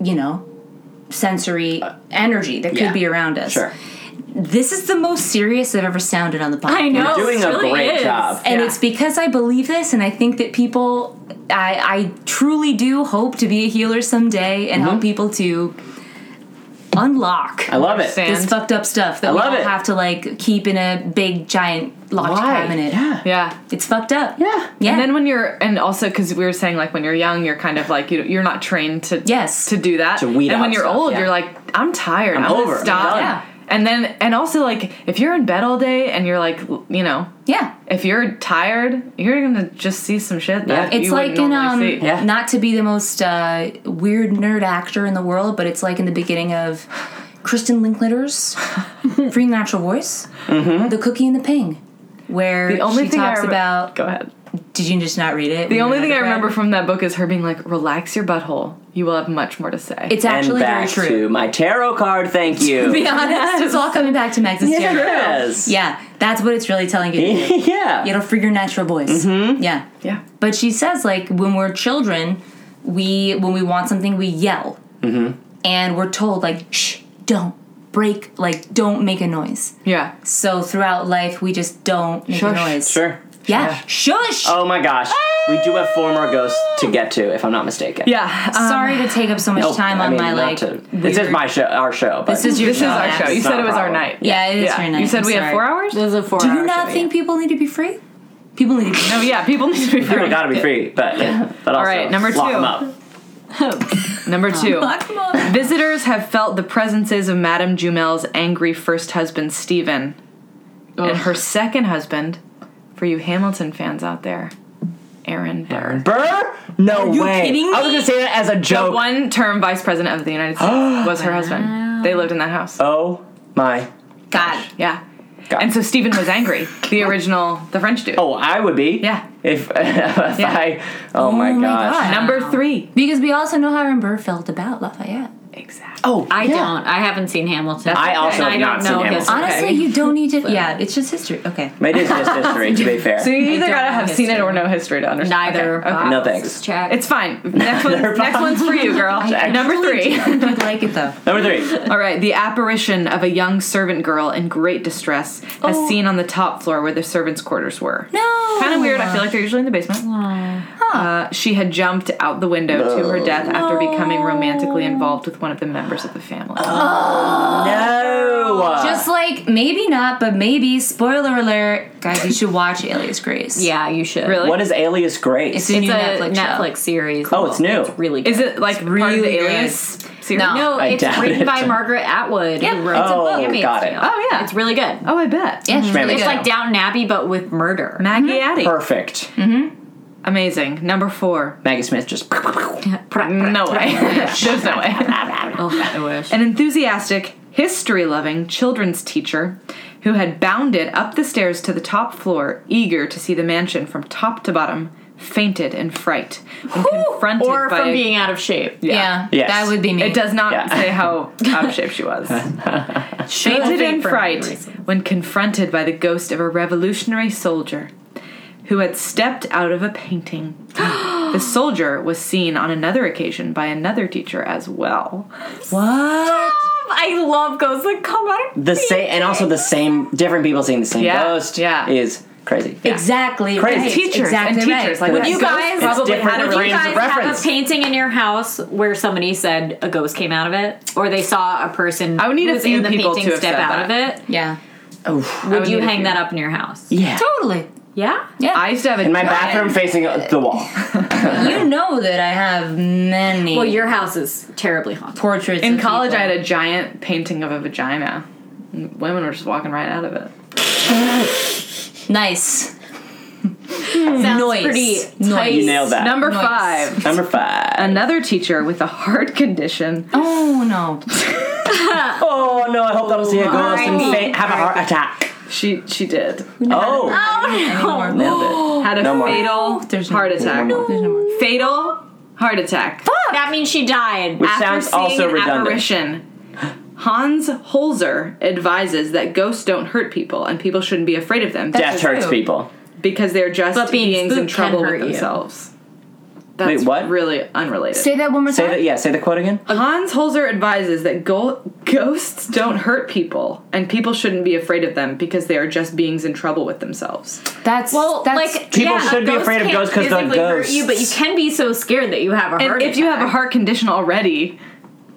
Speaker 2: you know, sensory energy that
Speaker 1: Uh, yeah.
Speaker 2: could be around us.
Speaker 1: Sure.
Speaker 2: This is the most serious I've ever sounded on the podcast.
Speaker 3: I know.
Speaker 1: You're doing
Speaker 3: it
Speaker 1: a
Speaker 3: really
Speaker 1: great
Speaker 3: is.
Speaker 1: job.
Speaker 2: And
Speaker 4: Yeah.
Speaker 2: it's because I believe this, and I think that people, I, I truly do hope to be a healer someday and help people to unlock
Speaker 1: Mm-hmm. I love it.
Speaker 3: Understand.
Speaker 2: this fucked up stuff that we
Speaker 1: love
Speaker 2: all
Speaker 1: it.
Speaker 2: have to like keep in a big giant locked cabinet.
Speaker 1: Yeah.
Speaker 4: Yeah.
Speaker 2: It's fucked up.
Speaker 4: Yeah.
Speaker 2: Yeah.
Speaker 4: And then when you're, and also because we were saying like when you're young, you're kind of like you you're not trained to
Speaker 2: Yes.
Speaker 4: to do that.
Speaker 1: To weed
Speaker 4: and when
Speaker 1: out
Speaker 4: you're
Speaker 1: stuff,
Speaker 4: old,
Speaker 1: yeah.
Speaker 4: you're like I'm tired. I'm,
Speaker 1: over.
Speaker 4: Gonna
Speaker 1: I'm
Speaker 4: stop.
Speaker 1: done.
Speaker 2: Yeah.
Speaker 4: And then and also like if you're in bed all day and you're like l- you know
Speaker 2: Yeah.
Speaker 4: if you're tired, you're gonna just see some shit that
Speaker 1: Yeah.
Speaker 4: you
Speaker 2: It's
Speaker 4: wouldn't
Speaker 2: like in um
Speaker 4: normally see.
Speaker 1: Yeah.
Speaker 2: not to be the most uh, weird nerd actor in the world, but it's like in the beginning of Kristen
Speaker 4: *laughs*
Speaker 2: Linklater's Free Natural Voice, The Cookie and the Ping, where
Speaker 4: Mm-hmm. The only
Speaker 2: she
Speaker 4: thing
Speaker 2: talks
Speaker 4: I remem-
Speaker 2: about.
Speaker 4: Go ahead.
Speaker 2: Did you just not read it?
Speaker 4: The only thing I remember from that book is her being like, "Relax your butthole. You will have much more to say."
Speaker 2: It's
Speaker 1: And
Speaker 2: actually very
Speaker 1: back
Speaker 2: true.
Speaker 1: to my tarot card. Thank
Speaker 2: *laughs*
Speaker 1: you.
Speaker 2: be honest, it's all coming back
Speaker 4: *laughs*
Speaker 2: to Max's
Speaker 1: yes.
Speaker 2: Yeah, that's what it's really telling you. to do.
Speaker 1: *laughs* yeah.
Speaker 2: It'll free your natural voice.
Speaker 4: Mm-hmm.
Speaker 2: Yeah.
Speaker 4: yeah.
Speaker 2: But she says like when we're children, we when we want something we yell,
Speaker 1: Mm-hmm.
Speaker 2: and we're told like shh, don't break, like don't make a noise.
Speaker 4: Yeah.
Speaker 2: So throughout life, we just don't make
Speaker 4: Shush.
Speaker 2: a noise.
Speaker 1: Sure.
Speaker 2: Yeah. Shush.
Speaker 1: Oh my gosh. We do have four more ghosts to get to, if I'm not mistaken.
Speaker 4: Yeah. Um,
Speaker 2: Sorry to take up so much
Speaker 1: Oh,
Speaker 2: time
Speaker 1: I
Speaker 2: on
Speaker 1: mean,
Speaker 2: my
Speaker 1: not
Speaker 2: like.
Speaker 1: to- this is
Speaker 2: weird-
Speaker 1: my show, our show. But
Speaker 2: This is your
Speaker 4: this is
Speaker 2: show.
Speaker 4: our show. You
Speaker 1: It's
Speaker 4: said
Speaker 1: not
Speaker 4: it
Speaker 1: a
Speaker 4: was our
Speaker 1: problem.
Speaker 4: night.
Speaker 2: Yeah, it is your night.
Speaker 4: You said
Speaker 2: I'm
Speaker 4: we had
Speaker 2: sorry.
Speaker 4: four hours.
Speaker 3: This is a four.
Speaker 2: Do you not think people need to be free? People need to be
Speaker 4: No, Oh, yeah, people
Speaker 1: *laughs*
Speaker 4: need to be free.
Speaker 1: People gotta be free, but but also
Speaker 4: right, number
Speaker 1: lock
Speaker 4: two.
Speaker 1: 'em up.
Speaker 4: Number two.
Speaker 2: Come on.
Speaker 4: Visitors have felt the presences of Madame Jumel's angry first husband, Stephen, and her second husband, for you Hamilton fans out there, Aaron Burr.
Speaker 1: Burr? No Are
Speaker 2: you
Speaker 1: way.
Speaker 2: kidding
Speaker 1: I was
Speaker 2: me?
Speaker 1: gonna say that as a
Speaker 4: The
Speaker 1: joke.
Speaker 4: one term vice president of the United States was her husband. They lived in that house.
Speaker 1: oh my.
Speaker 2: God.
Speaker 4: Yeah.
Speaker 1: God.
Speaker 4: And so Stephen was angry, the original, the French dude.
Speaker 1: Oh, I would be.
Speaker 4: Yeah.
Speaker 1: If, *laughs* if
Speaker 4: Yeah.
Speaker 1: I. Oh, my
Speaker 2: my
Speaker 1: gosh.
Speaker 2: God.
Speaker 4: Number three.
Speaker 2: Because we also know how Aaron Burr felt about Lafayette.
Speaker 4: Exactly.
Speaker 1: Oh,
Speaker 3: I
Speaker 1: yeah.
Speaker 3: don't. I haven't seen Hamilton.
Speaker 1: I also
Speaker 3: And
Speaker 1: have not
Speaker 3: I
Speaker 1: seen
Speaker 3: don't know his.
Speaker 1: Hamilton.
Speaker 2: Honestly, you don't need to. Yeah, it's just history. Okay.
Speaker 1: It is just history, to be fair.
Speaker 4: So you either
Speaker 3: don't
Speaker 4: gotta
Speaker 3: know
Speaker 4: have seen it
Speaker 3: history.
Speaker 4: or no history to understand.
Speaker 3: Neither.
Speaker 4: Okay. okay.
Speaker 1: No thanks.
Speaker 3: Check.
Speaker 4: It's fine. Next one.
Speaker 1: They're
Speaker 4: next
Speaker 1: fine.
Speaker 4: one's for you, girl. Number three.
Speaker 2: You'd like it though.
Speaker 1: Number three.
Speaker 4: All right, the apparition of a young servant girl in great distress as
Speaker 2: Oh.
Speaker 4: seen on the top floor where the servants' quarters were.
Speaker 2: No.
Speaker 4: Kind of weird. I feel like they're usually in the basement. Uh, she had jumped out the window to her death after becoming romantically involved with one of the members of the family.
Speaker 2: Oh,
Speaker 1: No.
Speaker 2: Just like maybe not, but maybe. Spoiler alert, guys! You should watch Alias Grace.
Speaker 3: yeah, you should.
Speaker 4: Really?
Speaker 1: what is Alias Grace?
Speaker 2: It's a
Speaker 3: It's
Speaker 2: new
Speaker 3: a
Speaker 2: Netflix,
Speaker 3: Netflix,
Speaker 2: show.
Speaker 3: series.
Speaker 1: Oh, it's new.
Speaker 3: It's really. Good.
Speaker 4: Is it like part of the
Speaker 2: really good.
Speaker 4: alias series?
Speaker 2: No.
Speaker 3: No,
Speaker 1: I
Speaker 3: it's
Speaker 1: doubt
Speaker 3: written
Speaker 1: it.
Speaker 3: by Margaret Atwood.
Speaker 2: Yeah,
Speaker 3: who wrote
Speaker 2: it's
Speaker 1: a book.
Speaker 3: Handmaid's
Speaker 1: Got it.
Speaker 3: Tale.
Speaker 4: Oh, yeah.
Speaker 3: it's really good.
Speaker 4: Oh, I bet.
Speaker 2: Yeah,
Speaker 1: Shmammy.
Speaker 2: really
Speaker 3: It's
Speaker 2: good.
Speaker 3: like Downton Abbey, but with murder.
Speaker 4: Maggie
Speaker 2: Mm-hmm.
Speaker 4: Addie.
Speaker 1: Perfect.
Speaker 4: Amazing. Number four.
Speaker 1: Maggie Smith just. *laughs*
Speaker 4: No way. *laughs* There's
Speaker 2: *laughs*
Speaker 4: no way.
Speaker 3: oh, I wish.
Speaker 4: An enthusiastic, history loving children's teacher who had bounded up the stairs to the top floor, eager to see the mansion from top to bottom, fainted in fright when confronted
Speaker 3: or
Speaker 4: by
Speaker 3: from
Speaker 4: a-
Speaker 3: being out of shape.
Speaker 2: yeah,
Speaker 1: Yes.
Speaker 2: that would be me.
Speaker 4: It does not
Speaker 1: Yeah.
Speaker 4: say how out of shape she was. Fainted in
Speaker 3: for
Speaker 4: fright
Speaker 3: many reasons.
Speaker 4: when confronted by the ghost of a revolutionary soldier who had stepped out of a painting. the soldier was seen on another occasion by another teacher as well.
Speaker 2: What?
Speaker 3: I love ghosts that come out. of
Speaker 1: the same, and also the same, different people seeing the same
Speaker 4: Yeah,
Speaker 1: ghost
Speaker 4: yeah.
Speaker 1: is crazy.
Speaker 2: Exactly.
Speaker 1: Crazy.
Speaker 2: Right.
Speaker 4: Teachers and
Speaker 2: Exactly
Speaker 4: teachers,
Speaker 2: Right.
Speaker 4: like,
Speaker 2: Would
Speaker 4: that
Speaker 2: you
Speaker 4: ghost
Speaker 2: guys?
Speaker 1: It's
Speaker 4: probably
Speaker 1: different
Speaker 4: had a
Speaker 3: Do you
Speaker 1: frames
Speaker 3: guys
Speaker 1: of
Speaker 3: have a
Speaker 1: reference.
Speaker 3: painting in your house where somebody said a ghost came out of it, or they saw a person
Speaker 4: I would need
Speaker 3: who
Speaker 4: a
Speaker 3: was
Speaker 4: few
Speaker 3: in the
Speaker 4: people
Speaker 3: painting
Speaker 4: to have
Speaker 3: step
Speaker 4: said
Speaker 3: out of it?
Speaker 2: Yeah.
Speaker 1: Oof.
Speaker 3: Would you
Speaker 4: need a
Speaker 3: hang
Speaker 4: few.
Speaker 3: that up in your house?
Speaker 1: Yeah.
Speaker 2: Totally.
Speaker 3: Yeah.
Speaker 2: Yeah.
Speaker 4: I used to have a
Speaker 1: In my bathroom facing the wall.
Speaker 2: you know that I have many.
Speaker 3: Well, your house is terribly haunted.
Speaker 2: portraits
Speaker 4: In
Speaker 2: of
Speaker 4: college,
Speaker 2: people.
Speaker 4: I had a giant painting of a vagina. Women were just walking right out of it.
Speaker 2: Nice.
Speaker 3: Sounds
Speaker 2: Noise.
Speaker 3: pretty
Speaker 2: Noise.
Speaker 3: tight.
Speaker 1: You nailed that.
Speaker 4: Number
Speaker 2: Nice.
Speaker 4: five.
Speaker 1: Number five.
Speaker 4: Another teacher with a heart condition.
Speaker 2: Oh no.
Speaker 1: Oh no! I hope that was here. Go and faint, have a heart attack.
Speaker 4: She she did.
Speaker 1: Oh,
Speaker 2: Oh no.
Speaker 1: nailed it.
Speaker 4: Had a
Speaker 1: No more.
Speaker 4: fatal
Speaker 2: There's no
Speaker 4: heart
Speaker 2: more.
Speaker 4: attack.
Speaker 2: There's no more.
Speaker 4: Fatal heart attack.
Speaker 3: *laughs* That means she died.
Speaker 1: Which
Speaker 4: After
Speaker 1: sounds
Speaker 4: seeing
Speaker 1: also
Speaker 4: an
Speaker 1: redundant.
Speaker 4: apparition, Hans Holzer advises that ghosts don't hurt people and people shouldn't be afraid of them
Speaker 1: Death hurts
Speaker 2: true.
Speaker 1: people.
Speaker 4: because they're just
Speaker 3: But being
Speaker 4: beings in
Speaker 3: spooked can
Speaker 4: trouble with
Speaker 3: hurt you.
Speaker 4: themselves. That's
Speaker 1: Wait, what?
Speaker 4: really unrelated.
Speaker 2: Say that one more
Speaker 1: Say
Speaker 2: time.
Speaker 1: that. Yeah. Say the quote again.
Speaker 4: Hans Holzer advises that go- ghosts don't hurt people and people shouldn't be afraid of them because they are just beings in trouble with themselves.
Speaker 2: That's
Speaker 3: Well,
Speaker 2: that's,
Speaker 3: like
Speaker 1: People
Speaker 3: yeah, a
Speaker 1: should be
Speaker 3: ghost
Speaker 1: afraid of
Speaker 3: can't
Speaker 1: ghosts 'cause they're
Speaker 3: physically hurt
Speaker 1: ghosts.
Speaker 3: You, but you can be so scared that you have a
Speaker 4: And
Speaker 3: heart.
Speaker 4: if you have a
Speaker 3: attack.
Speaker 4: heart condition already,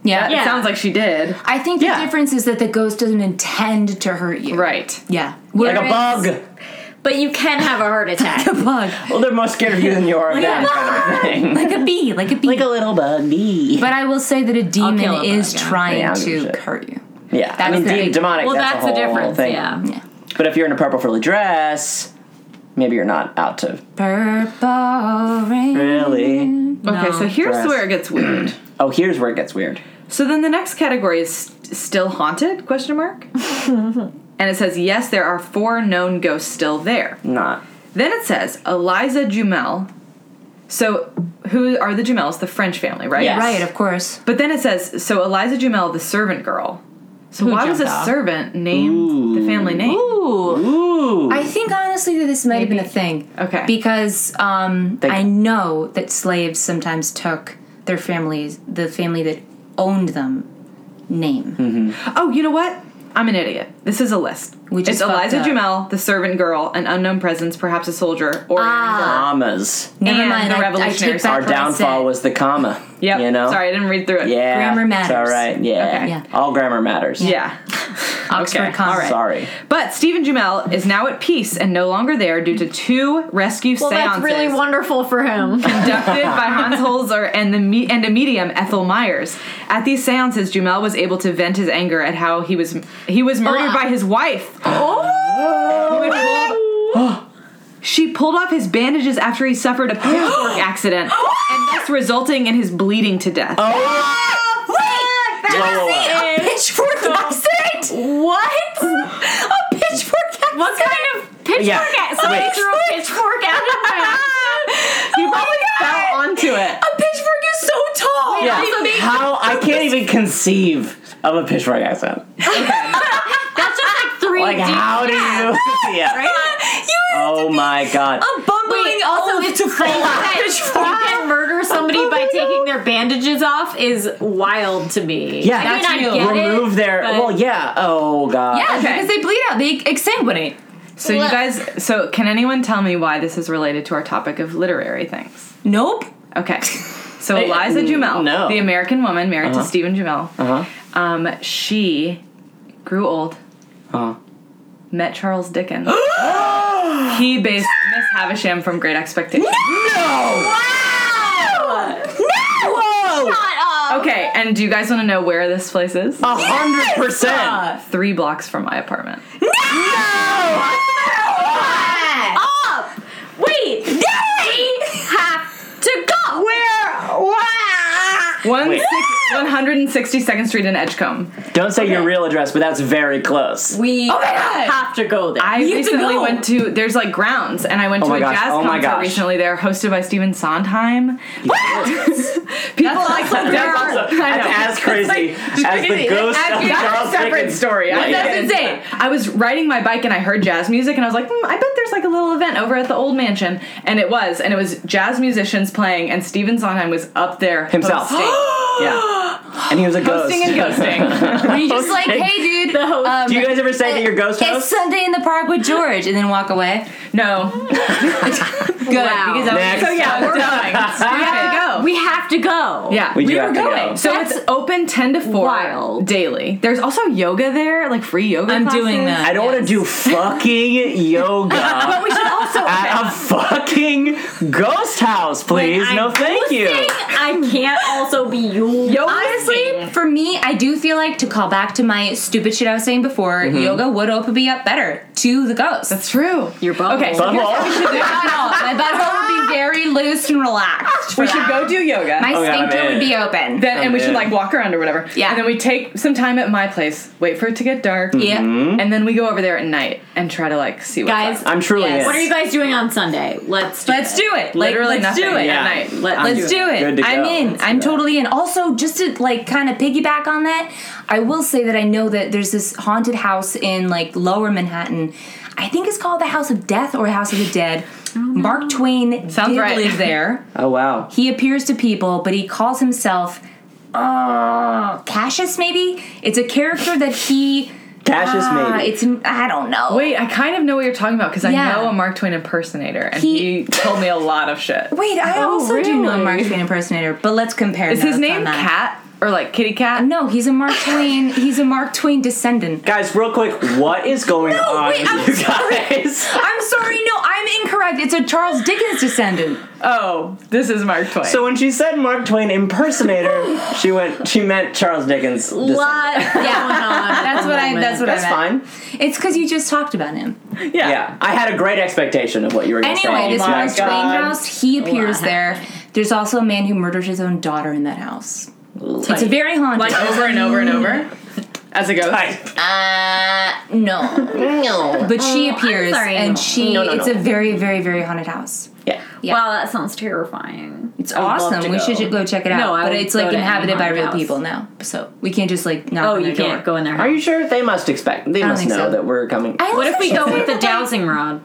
Speaker 2: yeah.
Speaker 4: it
Speaker 3: Yeah.
Speaker 4: sounds like she did.
Speaker 2: I think
Speaker 1: Yeah.
Speaker 2: the difference is that the ghost doesn't intend to hurt you.
Speaker 4: Right.
Speaker 2: Yeah.
Speaker 1: Like a
Speaker 2: Whereas-
Speaker 1: bug.
Speaker 3: but you can have a heart attack.
Speaker 2: *laughs* A bug.
Speaker 1: Well, they're more scared of you than you are of them, kind of thing.
Speaker 2: Like a bee. Like a
Speaker 1: *laughs*
Speaker 2: bee.
Speaker 1: Like a little bug bee.
Speaker 2: but I will say that a
Speaker 3: kill
Speaker 2: demon
Speaker 3: a bug,
Speaker 2: is
Speaker 3: yeah.
Speaker 2: trying
Speaker 1: Yeah, I don't give a
Speaker 2: to
Speaker 1: shit.
Speaker 2: hurt you.
Speaker 1: yeah, I
Speaker 2: that's
Speaker 1: mean,
Speaker 2: great.
Speaker 1: de- demonic.
Speaker 3: well,
Speaker 1: that's, a
Speaker 3: that's, the
Speaker 1: whole
Speaker 3: difference.
Speaker 1: Thing.
Speaker 3: Yeah.
Speaker 2: Yeah.
Speaker 1: But if you're in a purple frilly dress, maybe you're not out to
Speaker 2: Purple rain.
Speaker 1: really.
Speaker 4: Okay, so here's
Speaker 1: Dress.
Speaker 4: where it gets weird.
Speaker 1: Oh, here's where it gets weird.
Speaker 4: So then the next category is st- still haunted? Question mark. and it says yes, there are four known ghosts still there.
Speaker 1: Not.
Speaker 4: Then it says Eliza Jumel. So who are the Jumels? The French family, right?
Speaker 1: Yes.
Speaker 2: Right, of course.
Speaker 4: But then it says so Eliza Jumel, the servant girl. So why was a
Speaker 2: jumped off?
Speaker 4: servant named the family name?
Speaker 2: Ooh.
Speaker 1: Ooh.
Speaker 2: I think honestly that this might have been a thing.
Speaker 4: Okay.
Speaker 2: Because um,
Speaker 1: They-
Speaker 2: I know that slaves sometimes took their families, the family that owned them, name.
Speaker 1: Hmm.
Speaker 4: Oh, you know what? I'm an idiot. This is a list.
Speaker 2: Which
Speaker 4: it's
Speaker 2: is fucked
Speaker 4: Eliza
Speaker 2: up.
Speaker 4: Jumel, the servant girl, an unknown presence, perhaps a soldier, or
Speaker 2: Ah.
Speaker 1: Commas.
Speaker 2: Never
Speaker 4: And
Speaker 2: mind.
Speaker 4: the
Speaker 2: I- I,
Speaker 4: revolutionaries
Speaker 2: take back
Speaker 4: are
Speaker 1: Our
Speaker 2: what I
Speaker 1: downfall
Speaker 2: said.
Speaker 1: was the comma.
Speaker 4: Yep.
Speaker 1: You know.
Speaker 4: Sorry, I didn't read through it.
Speaker 1: Yeah.
Speaker 2: Grammar matters.
Speaker 1: It's all right. Yeah.
Speaker 4: Okay.
Speaker 2: Yeah.
Speaker 1: All grammar matters.
Speaker 4: Yeah.
Speaker 2: Oxford
Speaker 4: okay,
Speaker 2: comma.
Speaker 4: all right.
Speaker 1: Sorry.
Speaker 4: But Stephen Jumel is now at peace and no longer there due to two rescue
Speaker 3: Well,
Speaker 4: seances
Speaker 3: that's really wonderful for *laughs* him.
Speaker 4: conducted
Speaker 2: *laughs*
Speaker 4: by Hans Holzer and the me- and a medium Ethel Myers. At these seances, Jumel was able to vent his anger at how he was he was murdered by his wife.
Speaker 1: Oh!
Speaker 4: who had pulled- She pulled off his bandages after he suffered a
Speaker 1: *gasps*
Speaker 4: pitchfork accident, and thus resulting in his bleeding to death.
Speaker 1: Oh, Whoa, whoa, whoa.
Speaker 3: *laughs*
Speaker 2: A pitchfork accident?
Speaker 3: what?
Speaker 2: A pitchfork accident?
Speaker 3: What kind of pitchfork?
Speaker 1: Yeah.
Speaker 3: At, somebody
Speaker 1: Wait.
Speaker 3: threw a pitchfork at him. *laughs*
Speaker 4: he probably
Speaker 3: Oh
Speaker 1: Oh!
Speaker 4: fell onto it.
Speaker 2: A pitchfork is so tall.
Speaker 1: Yeah.
Speaker 2: It makes-
Speaker 1: How I can't even conceive of a pitchfork accent.
Speaker 3: That's just like three
Speaker 1: Like
Speaker 3: D.
Speaker 1: how
Speaker 3: *laughs*
Speaker 1: do you? *laughs* Yeah.
Speaker 2: You
Speaker 1: Oh my god.
Speaker 2: a bumbling
Speaker 3: Wait,
Speaker 2: also it's a fall off
Speaker 3: that
Speaker 2: pitchfork.
Speaker 3: You *laughs* can murder somebody by taking their bandages off is wild to me.
Speaker 1: Yeah,
Speaker 3: I mean,
Speaker 2: that's
Speaker 3: I
Speaker 2: new.
Speaker 3: get it,
Speaker 1: Remove their.
Speaker 3: but-
Speaker 1: Well, yeah. Oh god.
Speaker 2: Yeah,
Speaker 4: Okay.
Speaker 2: because they bleed out. They exsanguinate.
Speaker 4: So you guys, so can anyone tell me why this is related to our topic of literary things?
Speaker 2: Nope.
Speaker 4: Okay. So Eliza
Speaker 1: mm,
Speaker 4: Jumel,
Speaker 1: no.
Speaker 4: the American woman married to Stephen Jumel,
Speaker 1: Uh huh.
Speaker 4: um, she grew old,
Speaker 1: Uh huh.
Speaker 4: met Charles
Speaker 2: *gasps*
Speaker 4: Dickens. he based Miss Havisham from Great Expectations.
Speaker 1: No! Whoa!
Speaker 3: uh,
Speaker 4: Okay, and do you guys want to know where this place is?
Speaker 1: A hundred percent.
Speaker 4: Three blocks from my apartment.
Speaker 3: up. Wait, we have to go. Where?
Speaker 4: One
Speaker 1: Wait.
Speaker 4: six, 162nd Street in Edgecombe.
Speaker 1: Don't say your real address, but that's very close.
Speaker 3: We
Speaker 2: Oh
Speaker 4: God!
Speaker 3: have to go there.
Speaker 4: I
Speaker 2: You have to
Speaker 4: recently
Speaker 2: go.
Speaker 4: went to there's like grounds, and I went
Speaker 1: Oh
Speaker 4: to
Speaker 1: my
Speaker 4: a
Speaker 1: gosh,
Speaker 4: jazz
Speaker 1: oh my
Speaker 4: concert
Speaker 1: gosh.
Speaker 4: recently there, hosted by Stephen Sondheim. *laughs* People like there are.
Speaker 1: That's also-
Speaker 4: I know.
Speaker 1: that's as crazy as the
Speaker 4: crazy.
Speaker 1: ghost
Speaker 4: That's
Speaker 1: of
Speaker 4: a
Speaker 1: Charles
Speaker 4: separate
Speaker 1: Dickens.
Speaker 4: story.
Speaker 1: Yeah,
Speaker 4: I
Speaker 1: yeah.
Speaker 4: That's insane. I was riding my bike and I heard jazz music and I was like, hmm, I bet there's like a little event over at the old mansion, and it was, and it was jazz musicians playing, and Stephen Sondheim was up there
Speaker 1: Himself. *gasps*
Speaker 4: hosting,
Speaker 1: yeah. And he was a ghost.
Speaker 4: hosting and ghosting.
Speaker 2: He's just like,
Speaker 1: Okay.
Speaker 2: hey, dude.
Speaker 1: Do you guys ever say that you're ghost
Speaker 2: It's
Speaker 1: host?
Speaker 2: Sunday in the park with George, and then walk away.
Speaker 4: no,
Speaker 2: Good. Because I
Speaker 1: Next.
Speaker 4: so *laughs* yeah, we're dying. We have to go.
Speaker 3: we have to go.
Speaker 4: yeah,
Speaker 1: We do
Speaker 4: were
Speaker 1: have to
Speaker 4: going.
Speaker 1: go.
Speaker 4: So it's open ten to four
Speaker 3: wild.
Speaker 4: daily. There's also yoga there, like free yoga.
Speaker 2: I'm doing
Speaker 4: classes.
Speaker 2: that.
Speaker 1: I don't want to do fucking yoga.
Speaker 4: But we should
Speaker 1: at a fucking ghost house, please.
Speaker 3: When
Speaker 1: no,
Speaker 3: I'm
Speaker 1: thank you.
Speaker 3: ghosting, I can't also be you.
Speaker 2: Honestly, for me, I do feel like to call back to my stupid shit I was saying before, yoga would open me up better to the ghost.
Speaker 4: It's true.
Speaker 3: Your butthole.
Speaker 4: Okay, so
Speaker 1: Butthole.
Speaker 4: here's what we should do.
Speaker 2: butthole. My butthole would be very loose and relaxed. for
Speaker 4: We should
Speaker 2: that.
Speaker 4: go do yoga.
Speaker 2: My
Speaker 1: Oh, yeah,
Speaker 2: sphincter
Speaker 1: man.
Speaker 2: would be open.
Speaker 4: then, and we should
Speaker 1: Yeah.
Speaker 4: like walk around or whatever.
Speaker 2: Yeah.
Speaker 4: And then we take some time at my place, wait for it to get dark.
Speaker 2: yeah.
Speaker 1: Mm-hmm.
Speaker 4: And then we go over there at night and try to like see what's
Speaker 3: guys.
Speaker 4: up.
Speaker 1: I'm truly
Speaker 2: Yes.
Speaker 1: in.
Speaker 3: what are you guys doing on Sunday? Let's do
Speaker 2: Let's
Speaker 3: it.
Speaker 2: do it. Like,
Speaker 4: Literally
Speaker 2: let's do
Speaker 4: nothing.
Speaker 2: it.
Speaker 4: Yeah.
Speaker 3: At night. Let,
Speaker 1: I'm
Speaker 2: Let's do
Speaker 1: good
Speaker 2: it.
Speaker 1: to
Speaker 2: I'm
Speaker 1: go.
Speaker 2: in.
Speaker 1: Let's do
Speaker 2: I'm
Speaker 1: that.
Speaker 2: totally in. Also, just to like kind of piggyback on that, I will say that I know that there's this haunted house in like lower Manhattan. I think it's called the House of Death or House of the Dead. Mark Twain
Speaker 4: Sounds
Speaker 2: did
Speaker 4: right.
Speaker 2: live there.
Speaker 1: Oh wow.
Speaker 2: He appears to people, but he calls himself uh, Cassius, maybe? It's a character that he.
Speaker 1: Cassius
Speaker 2: Ah,
Speaker 1: maybe.
Speaker 2: It's, I don't know.
Speaker 4: Wait, I kind of know what you're talking about because
Speaker 2: Yeah.
Speaker 4: I know a Mark Twain impersonator and
Speaker 2: He-
Speaker 4: he, told me a lot of shit.
Speaker 2: Wait, I
Speaker 3: Oh,
Speaker 2: also do know a Mark
Speaker 3: really?
Speaker 2: Twain impersonator, but let's compare.
Speaker 4: Is his
Speaker 2: notes
Speaker 4: name
Speaker 2: on that.
Speaker 4: Cat or like Kitty Cat?
Speaker 2: No, he's a Mark Twain. he's a Mark Twain descendant.
Speaker 1: Guys, real quick, what is going
Speaker 2: No,
Speaker 1: on
Speaker 2: wait,
Speaker 1: with
Speaker 2: I'm
Speaker 1: you guys?
Speaker 2: I'm sorry, no, I'm incorrect. It's a Charles Dickens descendant.
Speaker 4: Oh, this is Mark Twain.
Speaker 1: So when she said Mark Twain impersonator, she went she meant Charles Dickens. descendant.
Speaker 3: Uh,
Speaker 2: Yeah, *laughs* that's what I. That's what
Speaker 1: That's
Speaker 2: I
Speaker 1: fine.
Speaker 2: meant. fine. It's because you just talked about him.
Speaker 1: Yeah. I had a great expectation of what you were going to say.
Speaker 2: Anyway, this
Speaker 1: Yeah.
Speaker 2: Mark Twain house, he appears
Speaker 3: Wow.
Speaker 2: there. There's also a man who murders his own daughter in that house. it's a very haunted.
Speaker 4: like over and over and over as a ghost.
Speaker 1: Hi.
Speaker 2: uh, no,
Speaker 5: No.
Speaker 2: but she appears,
Speaker 3: sorry.
Speaker 2: and she.
Speaker 1: No, no,
Speaker 2: It's
Speaker 1: no.
Speaker 2: a very, very, very haunted house.
Speaker 1: Yeah.
Speaker 2: Yeah.
Speaker 3: Wow, that sounds terrifying.
Speaker 2: It's
Speaker 3: I would love
Speaker 2: awesome.
Speaker 3: to
Speaker 2: We
Speaker 3: go.
Speaker 2: should go check it out.
Speaker 3: No, I
Speaker 2: but
Speaker 3: would
Speaker 2: it's
Speaker 3: go
Speaker 2: like
Speaker 3: to any
Speaker 2: inhabited by
Speaker 3: haunted
Speaker 2: real
Speaker 3: house.
Speaker 2: people now, so we can't just like knock
Speaker 3: Oh,
Speaker 2: on their
Speaker 3: you can't
Speaker 2: door.
Speaker 3: go in there.
Speaker 1: Are you sure they must expect? They
Speaker 2: don't
Speaker 1: must
Speaker 2: think
Speaker 1: know
Speaker 2: so.
Speaker 1: that we're coming.
Speaker 2: I
Speaker 3: what if
Speaker 2: also
Speaker 3: we go
Speaker 2: should
Speaker 3: with
Speaker 2: say
Speaker 3: the
Speaker 2: that, like,
Speaker 3: dowsing rod?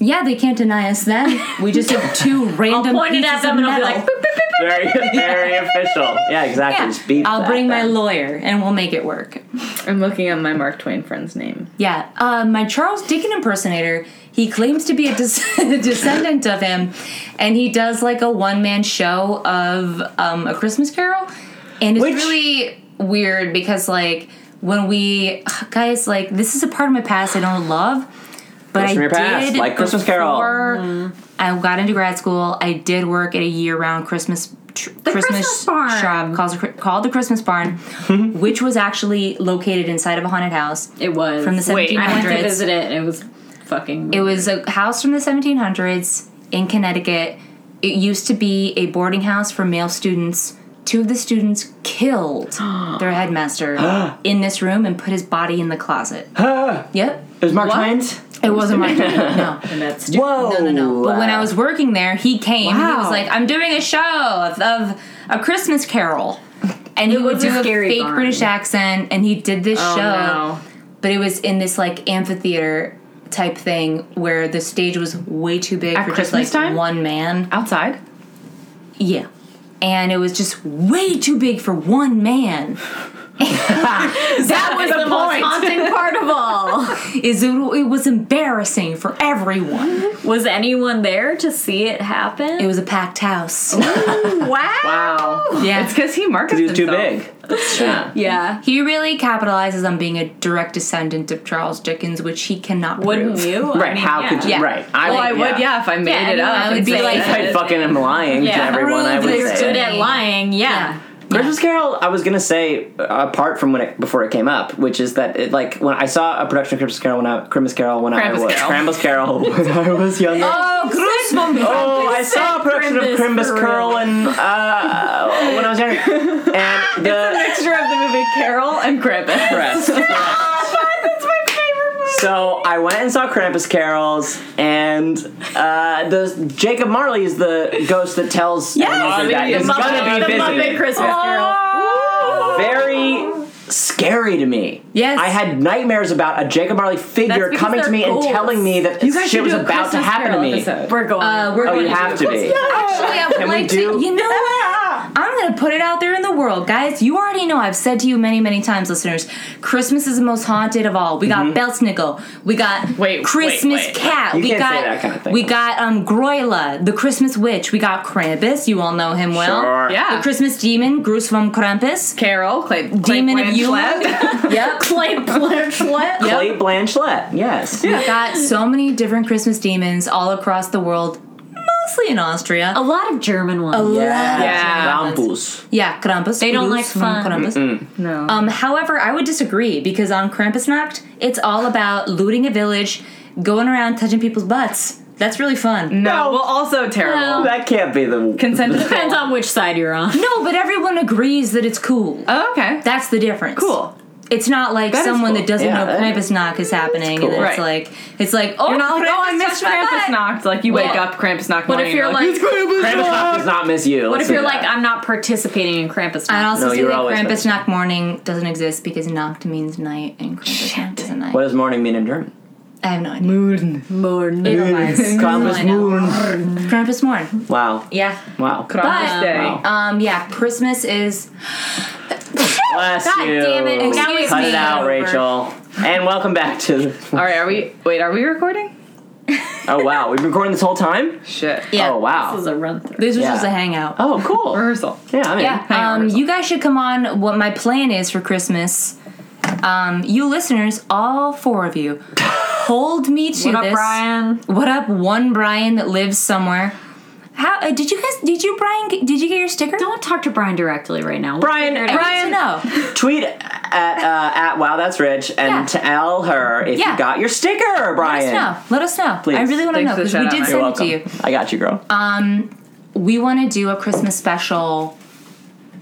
Speaker 2: Yeah, they can't deny us then. We just have two *laughs*
Speaker 3: I'll
Speaker 2: random
Speaker 3: point it
Speaker 2: pieces
Speaker 3: at them
Speaker 2: of
Speaker 3: and I'll be
Speaker 2: metal.
Speaker 3: like, "Boop, boop, boop."
Speaker 1: very very official. Yeah, exactly. Just beat
Speaker 2: I'll
Speaker 1: that
Speaker 2: bring my
Speaker 1: then.
Speaker 2: lawyer and we'll make it work.
Speaker 4: I'm looking up my Mark Twain friend's name.
Speaker 2: Yeah, uh, my Charles Dickens impersonator. He claims to be a des- *laughs* descendant of him, and he does like a one man show of um, a Christmas Carol, and it's
Speaker 1: Which-
Speaker 2: really weird because like when we *sighs* guys like this is a part of my past I don't love, but
Speaker 1: Goes
Speaker 2: I
Speaker 1: from your past,
Speaker 2: did
Speaker 1: like Christmas Carol.
Speaker 2: before I got into grad school. I did work at a year round Christmas. Tr-
Speaker 3: Christmas barn.
Speaker 2: shop called, called the Christmas Barn,
Speaker 1: *laughs*
Speaker 2: which was actually located inside of a haunted house.
Speaker 3: It was
Speaker 2: From the
Speaker 3: Wait, I went to
Speaker 2: 1700s.
Speaker 3: visit it and it was fucking.
Speaker 2: It was a house from the 1700s in Connecticut. It used to be a boarding house for male students. Two of the students
Speaker 3: *gasps*
Speaker 2: killed their headmaster in this room and put his body in the closet.
Speaker 3: *gasps*
Speaker 2: yep.
Speaker 1: There's Mark Twain's.
Speaker 2: It wasn't my No.
Speaker 3: and that's
Speaker 1: Whoa.
Speaker 2: No, no, *laughs* no. But when I was working there, he came. and He was
Speaker 4: Wow.
Speaker 2: like, I'm doing a show of, of a Christmas carol. And he would
Speaker 3: was a
Speaker 2: do a,
Speaker 3: scary
Speaker 2: fake
Speaker 3: barn. Oh,
Speaker 2: British accent, and he did
Speaker 1: Oh,
Speaker 2: this show
Speaker 4: no.
Speaker 2: but it was in this like amphitheater type thing where the stage was way too big
Speaker 4: At
Speaker 2: for
Speaker 4: Christmas
Speaker 2: just like
Speaker 4: time?
Speaker 2: one man.
Speaker 4: Outside?
Speaker 2: Yeah. And it was just way too big for one man. that was
Speaker 3: the most *laughs* haunting part of all.
Speaker 2: Is it, it was embarrassing for everyone.
Speaker 3: was anyone there to see it happen?
Speaker 2: It was a packed house.
Speaker 3: wow.
Speaker 4: Wow.
Speaker 2: Yeah.
Speaker 4: It's because he markets
Speaker 1: He was too
Speaker 4: himself.
Speaker 1: big.
Speaker 3: Yeah.
Speaker 2: He really capitalizes on being a direct descendant of Charles Dickens, which he cannot
Speaker 3: Wouldn't
Speaker 2: prove.
Speaker 3: you?
Speaker 1: Right?
Speaker 3: I mean,
Speaker 1: how
Speaker 3: yeah.
Speaker 1: could you?
Speaker 2: Yeah.
Speaker 1: Right. I
Speaker 4: Well, I would, yeah, if I made
Speaker 3: Yeah,
Speaker 4: it up.
Speaker 2: I would
Speaker 4: and
Speaker 2: be
Speaker 4: said
Speaker 2: like-
Speaker 4: it.
Speaker 1: If I fucking am lying to
Speaker 3: Yeah.
Speaker 1: everyone, I would
Speaker 2: Prove
Speaker 1: say.
Speaker 2: this
Speaker 1: it.
Speaker 2: to
Speaker 3: Good at lying. Yeah.
Speaker 2: Yeah.
Speaker 1: Christmas Carol, I was gonna say uh, apart from when it before it came up, which is that it like when I saw a production of Christmas Carol when I Christmas Carol when I
Speaker 4: Krampus
Speaker 1: was
Speaker 4: Carol.
Speaker 1: Krampus Carol *laughs* when I was younger.
Speaker 2: Oh, Christmas!
Speaker 1: Oh, I saw a production of
Speaker 3: Krampus
Speaker 1: Crimbus
Speaker 3: for
Speaker 1: Curl and uh, when I was younger,
Speaker 4: *laughs*
Speaker 1: and the
Speaker 4: Picture of the movie Carol and
Speaker 1: *laughs*
Speaker 4: Krampus. *laughs*
Speaker 1: press.
Speaker 4: That's my favorite movie.
Speaker 1: So I went and saw Krampus Carols, and uh, the Jacob Marley is the ghost that tells everyone that
Speaker 4: the
Speaker 1: it's gonna
Speaker 4: Muppet-
Speaker 1: be
Speaker 4: the
Speaker 1: busy.
Speaker 3: Muppet Christmas
Speaker 1: Very scary to me.
Speaker 2: Yes.
Speaker 1: I had nightmares about a Jacob Marley figure
Speaker 4: That's because
Speaker 1: coming to
Speaker 4: they're
Speaker 1: me
Speaker 4: ghosts.
Speaker 1: and telling me that
Speaker 4: You guys
Speaker 1: shit
Speaker 4: should
Speaker 1: was
Speaker 4: do a
Speaker 1: about to
Speaker 4: Christmas
Speaker 1: happen
Speaker 4: Carol
Speaker 1: to me.
Speaker 3: *laughs*
Speaker 4: episode.
Speaker 3: We're going.
Speaker 2: Uh, we're
Speaker 1: Oh,
Speaker 2: going
Speaker 1: you have to be.
Speaker 2: Actually, I would
Speaker 1: Can we
Speaker 2: like
Speaker 1: do-
Speaker 2: to. You know what? I'm going to put it out there in the world, guys. You already know I've said to you many, many times, listeners, Christmas is the most haunted of all. We got
Speaker 1: Mm-hmm.
Speaker 2: Beltsnickel. We got
Speaker 4: Wait, wait,
Speaker 2: Christmas
Speaker 4: wait.
Speaker 2: Cat.
Speaker 1: You
Speaker 2: we
Speaker 1: can't
Speaker 2: got,
Speaker 1: say that kind of thing.
Speaker 2: We got um, Groyla, the Christmas Witch. We got Krampus. You all know him well.
Speaker 1: Sure.
Speaker 4: Yeah.
Speaker 2: The Christmas Demon, Gruesome Krampus.
Speaker 4: Carol, Clay, Clay
Speaker 2: Demon of Yule.
Speaker 1: *laughs*
Speaker 4: Blanchett.
Speaker 2: *laughs* yep.
Speaker 3: Clay Blanchett.
Speaker 1: Clay Blanchett. Yes.
Speaker 2: We've got so many different Christmas demons all across the world, mostly in Austria.
Speaker 3: A lot of German ones.
Speaker 1: Yeah.
Speaker 4: Yeah.
Speaker 1: Krampus.
Speaker 2: Yeah, Krampus.
Speaker 3: They don't
Speaker 2: Bruce
Speaker 3: like
Speaker 2: from
Speaker 3: fun.
Speaker 2: Krampus.
Speaker 4: No.
Speaker 2: Um, however, I would disagree because on Krampusnacht, it's all about looting a village, going around touching people's butts. That's really fun.
Speaker 4: no. Well, also terrible.
Speaker 3: No.
Speaker 1: That can't be the
Speaker 4: Consent
Speaker 1: *laughs*
Speaker 4: to the
Speaker 3: Depends on which side you're *laughs* on.
Speaker 2: No, but everyone agrees that it's cool.
Speaker 4: Oh, okay.
Speaker 2: That's the difference.
Speaker 4: Cool.
Speaker 2: It's not like
Speaker 4: That is
Speaker 2: someone
Speaker 4: cool.
Speaker 2: that doesn't
Speaker 1: Yeah,
Speaker 2: know
Speaker 1: that is-
Speaker 2: Krampusnacht is happening, and
Speaker 1: cool.
Speaker 2: it's
Speaker 4: Right.
Speaker 2: like it's like oh,
Speaker 4: You're not like, oh, I
Speaker 2: Krampus
Speaker 4: missed
Speaker 2: touched my
Speaker 4: Krampus
Speaker 2: butt.
Speaker 4: knocked. Like, you wake
Speaker 2: Yeah.
Speaker 4: up, Krampus knocked
Speaker 3: But if
Speaker 4: morning,
Speaker 3: you're like-
Speaker 4: it's Krampus
Speaker 1: Krampus does not miss you.
Speaker 3: What if you're like, I'm not participating in Krampus?
Speaker 2: And
Speaker 3: now?
Speaker 2: also
Speaker 1: No,
Speaker 2: say
Speaker 1: you're
Speaker 2: that
Speaker 1: always
Speaker 2: Krampus
Speaker 1: touching.
Speaker 2: knock morning doesn't exist because knocked means night and Krampusnacht is a night.
Speaker 1: What does morning mean in German?
Speaker 2: I have no idea. Moon.
Speaker 1: Krampus Moon.
Speaker 2: Krampus morn.
Speaker 1: Wow.
Speaker 2: Yeah.
Speaker 1: Wow.
Speaker 4: Krampus Day.
Speaker 1: Wow.
Speaker 2: Um, yeah, Christmas is.
Speaker 1: Bless
Speaker 2: God
Speaker 1: you.
Speaker 2: damn it. Excuse
Speaker 1: Cut
Speaker 2: me.
Speaker 1: it out, Rachel. And welcome back to.
Speaker 4: All right, are we? Wait, are we recording?
Speaker 1: Oh wow, we've been recording this whole time.
Speaker 4: Shit.
Speaker 2: Yeah.
Speaker 1: Oh
Speaker 3: This
Speaker 1: wow.
Speaker 3: is a run through.
Speaker 2: This was
Speaker 1: Yeah.
Speaker 2: just a hangout.
Speaker 1: Oh
Speaker 2: *laughs*
Speaker 1: cool.
Speaker 4: Rehearsal.
Speaker 1: Yeah, I mean.
Speaker 2: Yeah.
Speaker 4: Hangout
Speaker 2: Um,
Speaker 4: rehearsal.
Speaker 2: you guys should come on what my plan is for Christmas. Um, you listeners, all four
Speaker 1: *laughs*
Speaker 2: of you, hold me to
Speaker 3: What up,
Speaker 2: this.
Speaker 3: Brian?
Speaker 2: What up, one Brian that lives somewhere? How uh, did you guys? Did you Brian? get- Did you get your sticker?
Speaker 3: Don't talk to Brian directly right now.
Speaker 1: Brian,
Speaker 2: Brian, no.
Speaker 1: tweet at uh, at Wow That's Rich and
Speaker 2: Yeah.
Speaker 1: tell her if
Speaker 2: Yeah.
Speaker 1: you got your sticker,
Speaker 2: Let us
Speaker 1: Brian.
Speaker 2: know. Let us know. I
Speaker 1: Please.
Speaker 2: really want to
Speaker 4: Thanks
Speaker 2: know
Speaker 4: for the
Speaker 2: because we
Speaker 4: shout-out,
Speaker 2: did
Speaker 4: Mike.
Speaker 2: send
Speaker 1: You're
Speaker 2: it to
Speaker 1: welcome.
Speaker 2: you.
Speaker 1: I got you, girl.
Speaker 2: we want to do a Christmas special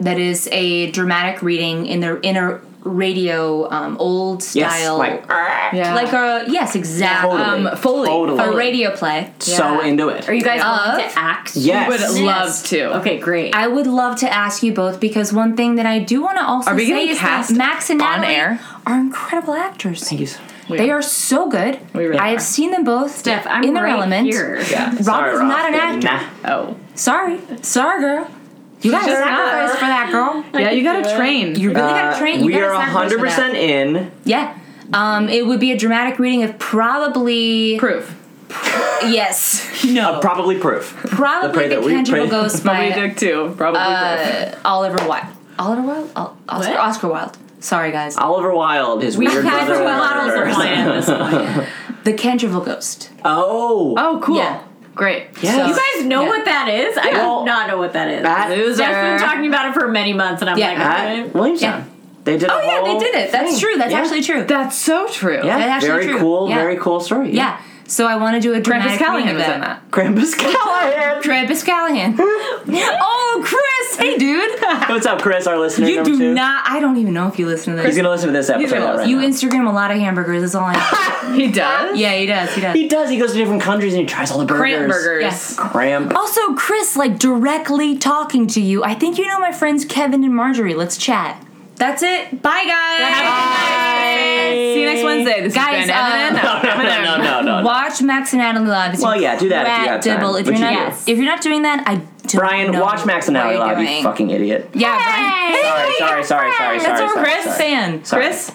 Speaker 2: that is a dramatic reading in the in a radio um, old
Speaker 1: yes,
Speaker 2: style,
Speaker 1: like ah,
Speaker 4: Yeah.
Speaker 2: like a yes, exactly,
Speaker 1: Totally.
Speaker 4: um, Foley.
Speaker 1: Totally.
Speaker 2: a radio play.
Speaker 1: so into it.
Speaker 3: Are you guys
Speaker 2: Of-
Speaker 3: willing to act?
Speaker 1: yes.
Speaker 4: Would love
Speaker 2: Yes.
Speaker 4: to.
Speaker 3: Okay, great.
Speaker 2: I would love to ask you both because one thing that I do want to also
Speaker 4: Are we
Speaker 2: say
Speaker 4: getting
Speaker 2: is
Speaker 4: cast
Speaker 2: that Max and
Speaker 4: on
Speaker 2: Natalie
Speaker 4: air?
Speaker 2: are incredible actors.
Speaker 1: Thank you. so-
Speaker 2: They are so good.
Speaker 4: We really
Speaker 2: I
Speaker 4: are.
Speaker 2: have seen them both
Speaker 3: Steph, I'm
Speaker 2: in their
Speaker 3: right
Speaker 2: element.
Speaker 3: here. *laughs*
Speaker 1: Yeah.
Speaker 2: Rob
Speaker 1: Sorry,
Speaker 2: is
Speaker 1: Rob.
Speaker 2: not an actor.
Speaker 1: Nah.
Speaker 4: Oh.
Speaker 2: Sorry, sorry, girl. You got to
Speaker 4: just not.
Speaker 2: sacrifice for that girl.
Speaker 4: Yeah, you got to train.
Speaker 2: You really got
Speaker 4: Uh,
Speaker 2: to train. You
Speaker 1: Uh, we
Speaker 2: gotta
Speaker 1: are
Speaker 2: sacrifice for
Speaker 1: 100%
Speaker 2: that.
Speaker 1: in.
Speaker 2: Yeah. Um, it would be a dramatic reading of probably
Speaker 4: proof.
Speaker 2: yes,
Speaker 1: No. probably proof.
Speaker 2: probably
Speaker 1: pray
Speaker 2: *laughs* the
Speaker 1: that we
Speaker 2: Tangible
Speaker 1: pray-
Speaker 2: Ghost
Speaker 4: Probably
Speaker 2: by
Speaker 4: Dick too. Probably proof.
Speaker 2: uh, Oliver Wilde. Oh. Oliver Wilde, Ol- Oscar,
Speaker 3: What?
Speaker 2: Oscar Wilde. Sorry, guys.
Speaker 1: Oliver Wilde, his weird
Speaker 2: had
Speaker 1: brother.
Speaker 2: models of
Speaker 1: murders.
Speaker 3: Brian, this one.
Speaker 2: The Tangible Ghost.
Speaker 1: Oh.
Speaker 4: Oh, cool.
Speaker 2: Yeah.
Speaker 4: Great.
Speaker 1: Yes.
Speaker 2: So-
Speaker 3: You guys know
Speaker 2: Yeah.
Speaker 3: what that is? I
Speaker 1: Well,
Speaker 3: do not know what that is.
Speaker 1: that-
Speaker 3: Loser. I've been talking about it for many months, and I'm
Speaker 2: Yeah.
Speaker 3: like,
Speaker 1: at
Speaker 3: okay.
Speaker 1: Williamstown.
Speaker 2: Yeah.
Speaker 1: They did.
Speaker 2: Oh yeah, they did it. That's true. That's
Speaker 1: Yeah.
Speaker 2: actually true.
Speaker 4: That's so true.
Speaker 1: Yeah,
Speaker 2: That's actually
Speaker 1: very
Speaker 2: true.
Speaker 1: cool.
Speaker 2: Yeah.
Speaker 1: Very cool story.
Speaker 2: yeah. So I want to do a
Speaker 4: Krampus
Speaker 2: dramatic reading
Speaker 4: Callahan
Speaker 2: of
Speaker 4: was
Speaker 2: that.
Speaker 4: in
Speaker 1: *laughs*
Speaker 4: that.
Speaker 1: Krampus
Speaker 2: *laughs*
Speaker 1: Callahan.
Speaker 2: Krampus *laughs* Callahan. oh, Chris! Hey, *laughs* dude.
Speaker 1: What's up, Chris? Our listener
Speaker 2: you
Speaker 1: number
Speaker 2: do
Speaker 1: two.
Speaker 2: not. I don't even know if you listen to
Speaker 1: He's
Speaker 2: this.
Speaker 1: gonna listen to this episode.
Speaker 4: gonna
Speaker 1: right
Speaker 2: You
Speaker 1: now.
Speaker 2: Instagram a lot of hamburgers. That's all I *laughs* know.
Speaker 4: He does.
Speaker 2: yeah, he does. He does.
Speaker 1: he does. He goes to different countries and he tries all the
Speaker 4: Grant
Speaker 1: burgers.
Speaker 4: burgers.
Speaker 2: Yes. *laughs*
Speaker 1: Cramp.
Speaker 2: Also, Chris, like directly talking to you. I think you know my friends Kevin and Marjorie. Let's chat. That's it. Bye, guys.
Speaker 4: See you next Wednesday. This
Speaker 2: Guys,
Speaker 4: has been
Speaker 2: uh,
Speaker 4: Eminem.
Speaker 1: No, no, no, no, no, no.
Speaker 2: Watch Max and Natalie live. It's
Speaker 1: Well, yeah, do that if you have time,
Speaker 2: incredible. If
Speaker 1: which
Speaker 2: you're
Speaker 1: you
Speaker 2: not,
Speaker 1: do.
Speaker 2: if you're not doing that, I don't
Speaker 1: Brian,
Speaker 2: know
Speaker 1: watch Max and
Speaker 2: what
Speaker 1: Natalie
Speaker 2: you're
Speaker 1: live. You
Speaker 2: doing.
Speaker 1: fucking idiot.
Speaker 2: Yeah, Brian.
Speaker 1: Sorry, sorry, sorry, sorry,
Speaker 2: That's
Speaker 1: sorry.
Speaker 2: our
Speaker 1: sorry,
Speaker 2: Chris
Speaker 1: sorry.
Speaker 2: fan.
Speaker 1: Sorry.
Speaker 4: Chris,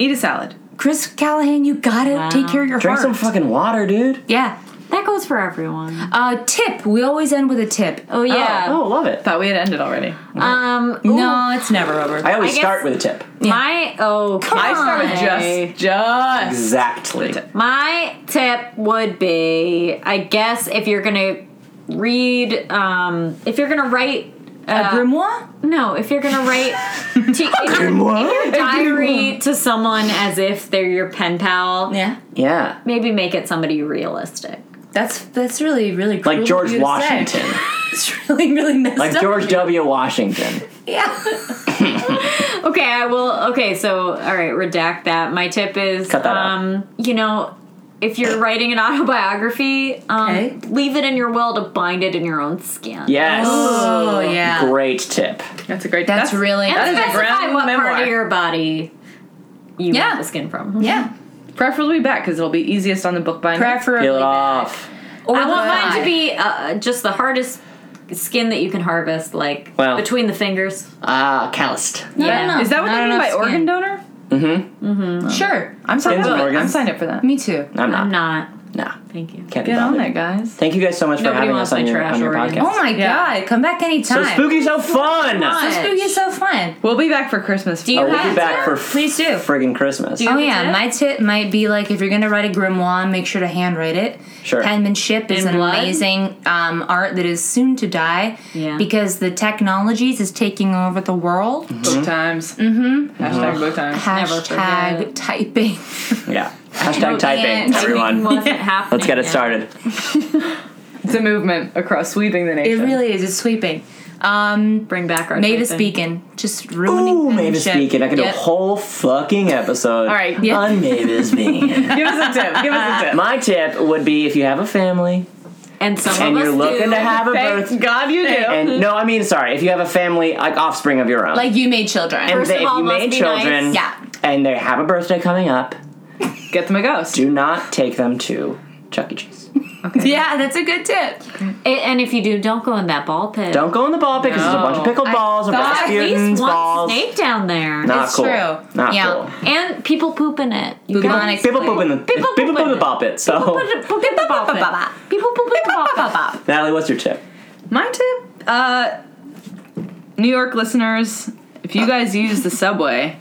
Speaker 4: eat a salad.
Speaker 2: Chris Callahan, you gotta take care of your
Speaker 1: drink some
Speaker 2: heart.
Speaker 1: fucking water, dude.
Speaker 2: yeah.
Speaker 3: that goes for everyone.
Speaker 2: Uh, tip. We always end with a tip.
Speaker 3: Oh yeah.
Speaker 2: Um,
Speaker 1: Oh, love it.
Speaker 4: Thought we had ended already.
Speaker 1: Mm.
Speaker 3: Um.
Speaker 2: Uh, No, it's never over.
Speaker 1: I always
Speaker 3: I guess-
Speaker 1: start with a tip.
Speaker 3: My oh,
Speaker 4: I start with just, just.
Speaker 1: Exactly.
Speaker 3: My tip would be, I guess, if you're gonna read, um, if you're gonna write,
Speaker 2: a grimoire.
Speaker 3: no, if you're gonna write to, in your- in your diary to someone as if they're your pen pal,
Speaker 2: Yeah.
Speaker 1: Yeah.
Speaker 3: maybe make it somebody realistic.
Speaker 2: That's that's really really cruel
Speaker 1: Like
Speaker 2: of
Speaker 1: George
Speaker 2: you to say.
Speaker 1: Washington.
Speaker 2: *laughs* It's really really messed
Speaker 1: Like
Speaker 2: up.
Speaker 1: George
Speaker 2: *laughs*
Speaker 1: W. Washington.
Speaker 2: Yeah.
Speaker 3: Okay, I will. Okay, so all right, redact that. My tip is,
Speaker 1: Cut that out.
Speaker 3: um, you know, if you're writing an autobiography, um,
Speaker 2: Okay.
Speaker 3: leave it in your will to bind it in your own skin.
Speaker 1: Yes.
Speaker 2: Oh yeah.
Speaker 1: Great tip.
Speaker 4: That's a great.
Speaker 2: That's, really
Speaker 3: and
Speaker 4: is a
Speaker 3: specify
Speaker 4: grand
Speaker 3: what part
Speaker 4: memoir.
Speaker 3: of your body you
Speaker 2: Yeah.
Speaker 3: want the skin from.
Speaker 2: yeah.
Speaker 4: preferably back because it'll be easiest on the bookbinder.
Speaker 2: Preferably
Speaker 1: Peel it
Speaker 2: that.
Speaker 1: off.
Speaker 2: Or
Speaker 3: I want
Speaker 2: the
Speaker 3: mine
Speaker 2: thigh.
Speaker 3: to be uh, just the hardest skin that you can harvest, like
Speaker 1: Wow.
Speaker 3: between the fingers.
Speaker 2: Uh,
Speaker 1: Ah, calloused.
Speaker 2: No,
Speaker 3: Yeah.
Speaker 2: no, no.
Speaker 4: Is that what
Speaker 2: Not
Speaker 4: they mean
Speaker 2: enough
Speaker 4: by
Speaker 2: skin.
Speaker 4: organ donor?
Speaker 1: Mm-hmm.
Speaker 2: Sure.
Speaker 4: I'm signed
Speaker 1: Skins
Speaker 4: up.
Speaker 1: and
Speaker 4: I'm
Speaker 1: organs.
Speaker 4: signed up for that.
Speaker 2: Me too.
Speaker 1: I'm not.
Speaker 3: I'm not.
Speaker 1: Nah,
Speaker 3: Thank you.
Speaker 1: can't be
Speaker 4: Get on
Speaker 1: bothered.
Speaker 4: there, guys.
Speaker 1: Thank you guys so much for
Speaker 3: Nobody
Speaker 1: having
Speaker 3: wants
Speaker 1: us on
Speaker 3: my
Speaker 1: your,
Speaker 3: trash
Speaker 1: on your
Speaker 3: organs.
Speaker 1: podcast.
Speaker 2: Oh my
Speaker 4: Yeah.
Speaker 2: god! Come back anytime.
Speaker 1: so spooky, so fun.
Speaker 2: So spooky is so fun.
Speaker 4: We'll be back for Christmas.
Speaker 2: Do you
Speaker 1: Oh, we'll
Speaker 2: have
Speaker 1: be back
Speaker 2: to?
Speaker 1: for
Speaker 2: please do.
Speaker 1: friggin' Christmas.
Speaker 2: Oh
Speaker 3: have a
Speaker 2: yeah,
Speaker 3: tip?
Speaker 2: my tip might be like if you're gonna write a grimoire, make sure to handwrite it.
Speaker 1: Sure.
Speaker 2: Penmanship is
Speaker 3: In
Speaker 2: an
Speaker 3: blood?
Speaker 2: amazing um, art that is soon to die
Speaker 3: Yeah.
Speaker 2: because the technologies is taking over the world.
Speaker 4: Book times. Mm-hmm. Hashtag book times.
Speaker 2: Hashtag
Speaker 3: forget.
Speaker 2: typing.
Speaker 1: Yeah. Hashtag typing,
Speaker 2: and-
Speaker 1: everyone.
Speaker 3: *laughs* Wasn't happening.
Speaker 1: Let's get it
Speaker 3: yet.
Speaker 1: started.
Speaker 4: It's a movement across sweeping the
Speaker 2: *laughs* It
Speaker 4: nation.
Speaker 2: really is. It's sweeping. Um,
Speaker 3: Bring back our
Speaker 2: Mavis
Speaker 3: typing.
Speaker 2: Beacon, just ruining.
Speaker 1: Ooh, Mavis
Speaker 2: penmanship.
Speaker 1: Beacon. I could
Speaker 2: Yep.
Speaker 1: do a whole fucking episode All
Speaker 4: right,
Speaker 2: yeah.
Speaker 1: on Mavis Beacon.
Speaker 4: *laughs* Give us a tip. Give us
Speaker 1: *laughs*
Speaker 4: a tip.
Speaker 1: My tip would be if you have a family
Speaker 3: And some
Speaker 1: and
Speaker 3: of
Speaker 1: you're
Speaker 3: us
Speaker 1: looking
Speaker 3: do.
Speaker 1: to have a
Speaker 4: Thank
Speaker 1: birth.
Speaker 4: God you do.
Speaker 1: And no, I mean sorry. If you have a family, like offspring of your own,
Speaker 2: Like you made children.
Speaker 1: and
Speaker 3: first
Speaker 1: they-
Speaker 3: of
Speaker 1: if
Speaker 3: all,
Speaker 1: you
Speaker 3: must
Speaker 1: made
Speaker 3: be
Speaker 1: children,
Speaker 3: nice.
Speaker 2: Yeah.
Speaker 1: and they have a birthday coming up,
Speaker 4: Get them a ghost.
Speaker 1: do not take them to Chuck E. Cheese.
Speaker 2: yeah, that's a good tip.
Speaker 3: A- and if you do, don't go in that ball pit.
Speaker 1: Don't go in the ball pit because there's a bunch of pickled
Speaker 2: I
Speaker 1: balls, a bunch
Speaker 2: thought
Speaker 1: of
Speaker 2: at least
Speaker 1: Rasputin's
Speaker 3: One
Speaker 1: balls.
Speaker 3: snake down there.
Speaker 1: Not
Speaker 2: It's
Speaker 1: cool.
Speaker 2: true.
Speaker 1: Not
Speaker 2: Yeah.
Speaker 1: cool.
Speaker 3: And people poop in it. You
Speaker 2: Bubonic
Speaker 1: People poop in the
Speaker 3: People
Speaker 1: people poop in the
Speaker 3: poop.
Speaker 1: ball pit. So,
Speaker 3: guys- Poop in the ball pit. People poop in the ball pit.
Speaker 1: Natalie, what's your tip?
Speaker 4: My tip, uh, New York listeners, if you guys use the subway,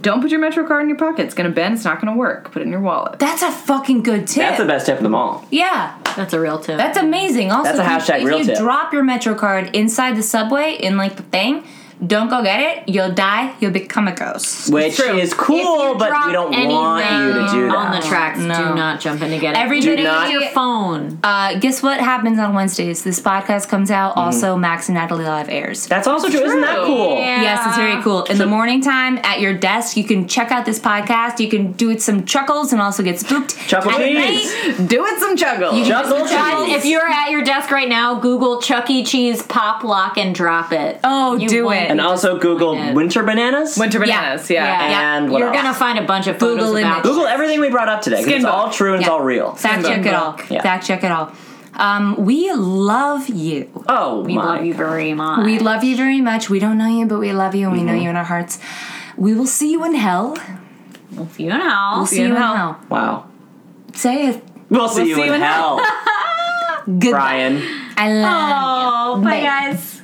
Speaker 4: don't put your Metro card in your pocket. It's gonna bend. It's not gonna work. Put it in your wallet.
Speaker 2: That's a fucking good tip.
Speaker 1: That's the best tip of them all.
Speaker 2: yeah.
Speaker 3: That's a real tip.
Speaker 2: That's amazing. Also,
Speaker 1: That's a hashtag
Speaker 2: if you-
Speaker 1: real
Speaker 2: if you
Speaker 1: tip.
Speaker 2: drop your Metro card inside the subway in like the thing, don't go get it. You'll die. You'll become a ghost.
Speaker 1: Which is cool, but we don't want you to do
Speaker 3: anything On
Speaker 1: that.
Speaker 3: the tracks,
Speaker 2: No.
Speaker 3: do not jump in to get it.
Speaker 2: Everybody,
Speaker 1: Do not- Oh.
Speaker 3: your phone.
Speaker 2: uh, guess what happens on Wednesdays? This podcast comes out. Also, Max and Natalie Live airs.
Speaker 1: That's also true. Isn't that cool?
Speaker 2: Yes, it's very cool. In the morning time at your desk, you can check out this podcast. You can do some chuckles and also get spooked.
Speaker 1: Chuckle
Speaker 2: At
Speaker 1: cheese.
Speaker 2: night,
Speaker 4: Do it some juggle.
Speaker 1: Chuckle cheese.
Speaker 3: If you're at your desk right now, Google Chuck E. Cheese pop lock and drop it.
Speaker 2: Oh,
Speaker 3: You
Speaker 2: do
Speaker 3: won't.
Speaker 2: it.
Speaker 1: and also Google winter bananas.
Speaker 4: Winter bananas. Yeah.
Speaker 3: Yeah.
Speaker 1: And what
Speaker 3: You're
Speaker 1: else?
Speaker 3: gonna find a bunch of photos
Speaker 2: Google
Speaker 3: about
Speaker 2: image.
Speaker 1: Google everything we brought up today. 'cause
Speaker 4: Skin
Speaker 1: It's
Speaker 4: bug.
Speaker 1: all true and it's
Speaker 2: Yeah.
Speaker 1: all real.
Speaker 2: Fact check it all.
Speaker 1: Yeah.
Speaker 2: Fact check it all. Um, we love you.
Speaker 1: Oh
Speaker 3: We
Speaker 1: my!
Speaker 3: love you very much.
Speaker 2: We love you very much. We don't know you, but we love you, and we know you in our hearts. We will see you in hell.
Speaker 3: If you know.
Speaker 2: We'll see you in hell.
Speaker 1: Wow.
Speaker 2: Say it.
Speaker 1: We'll see you in hell,
Speaker 2: Goodbye.
Speaker 1: Brian.
Speaker 3: *laughs*
Speaker 2: I love you.
Speaker 3: Oh, bye
Speaker 2: Bye.
Speaker 3: guys.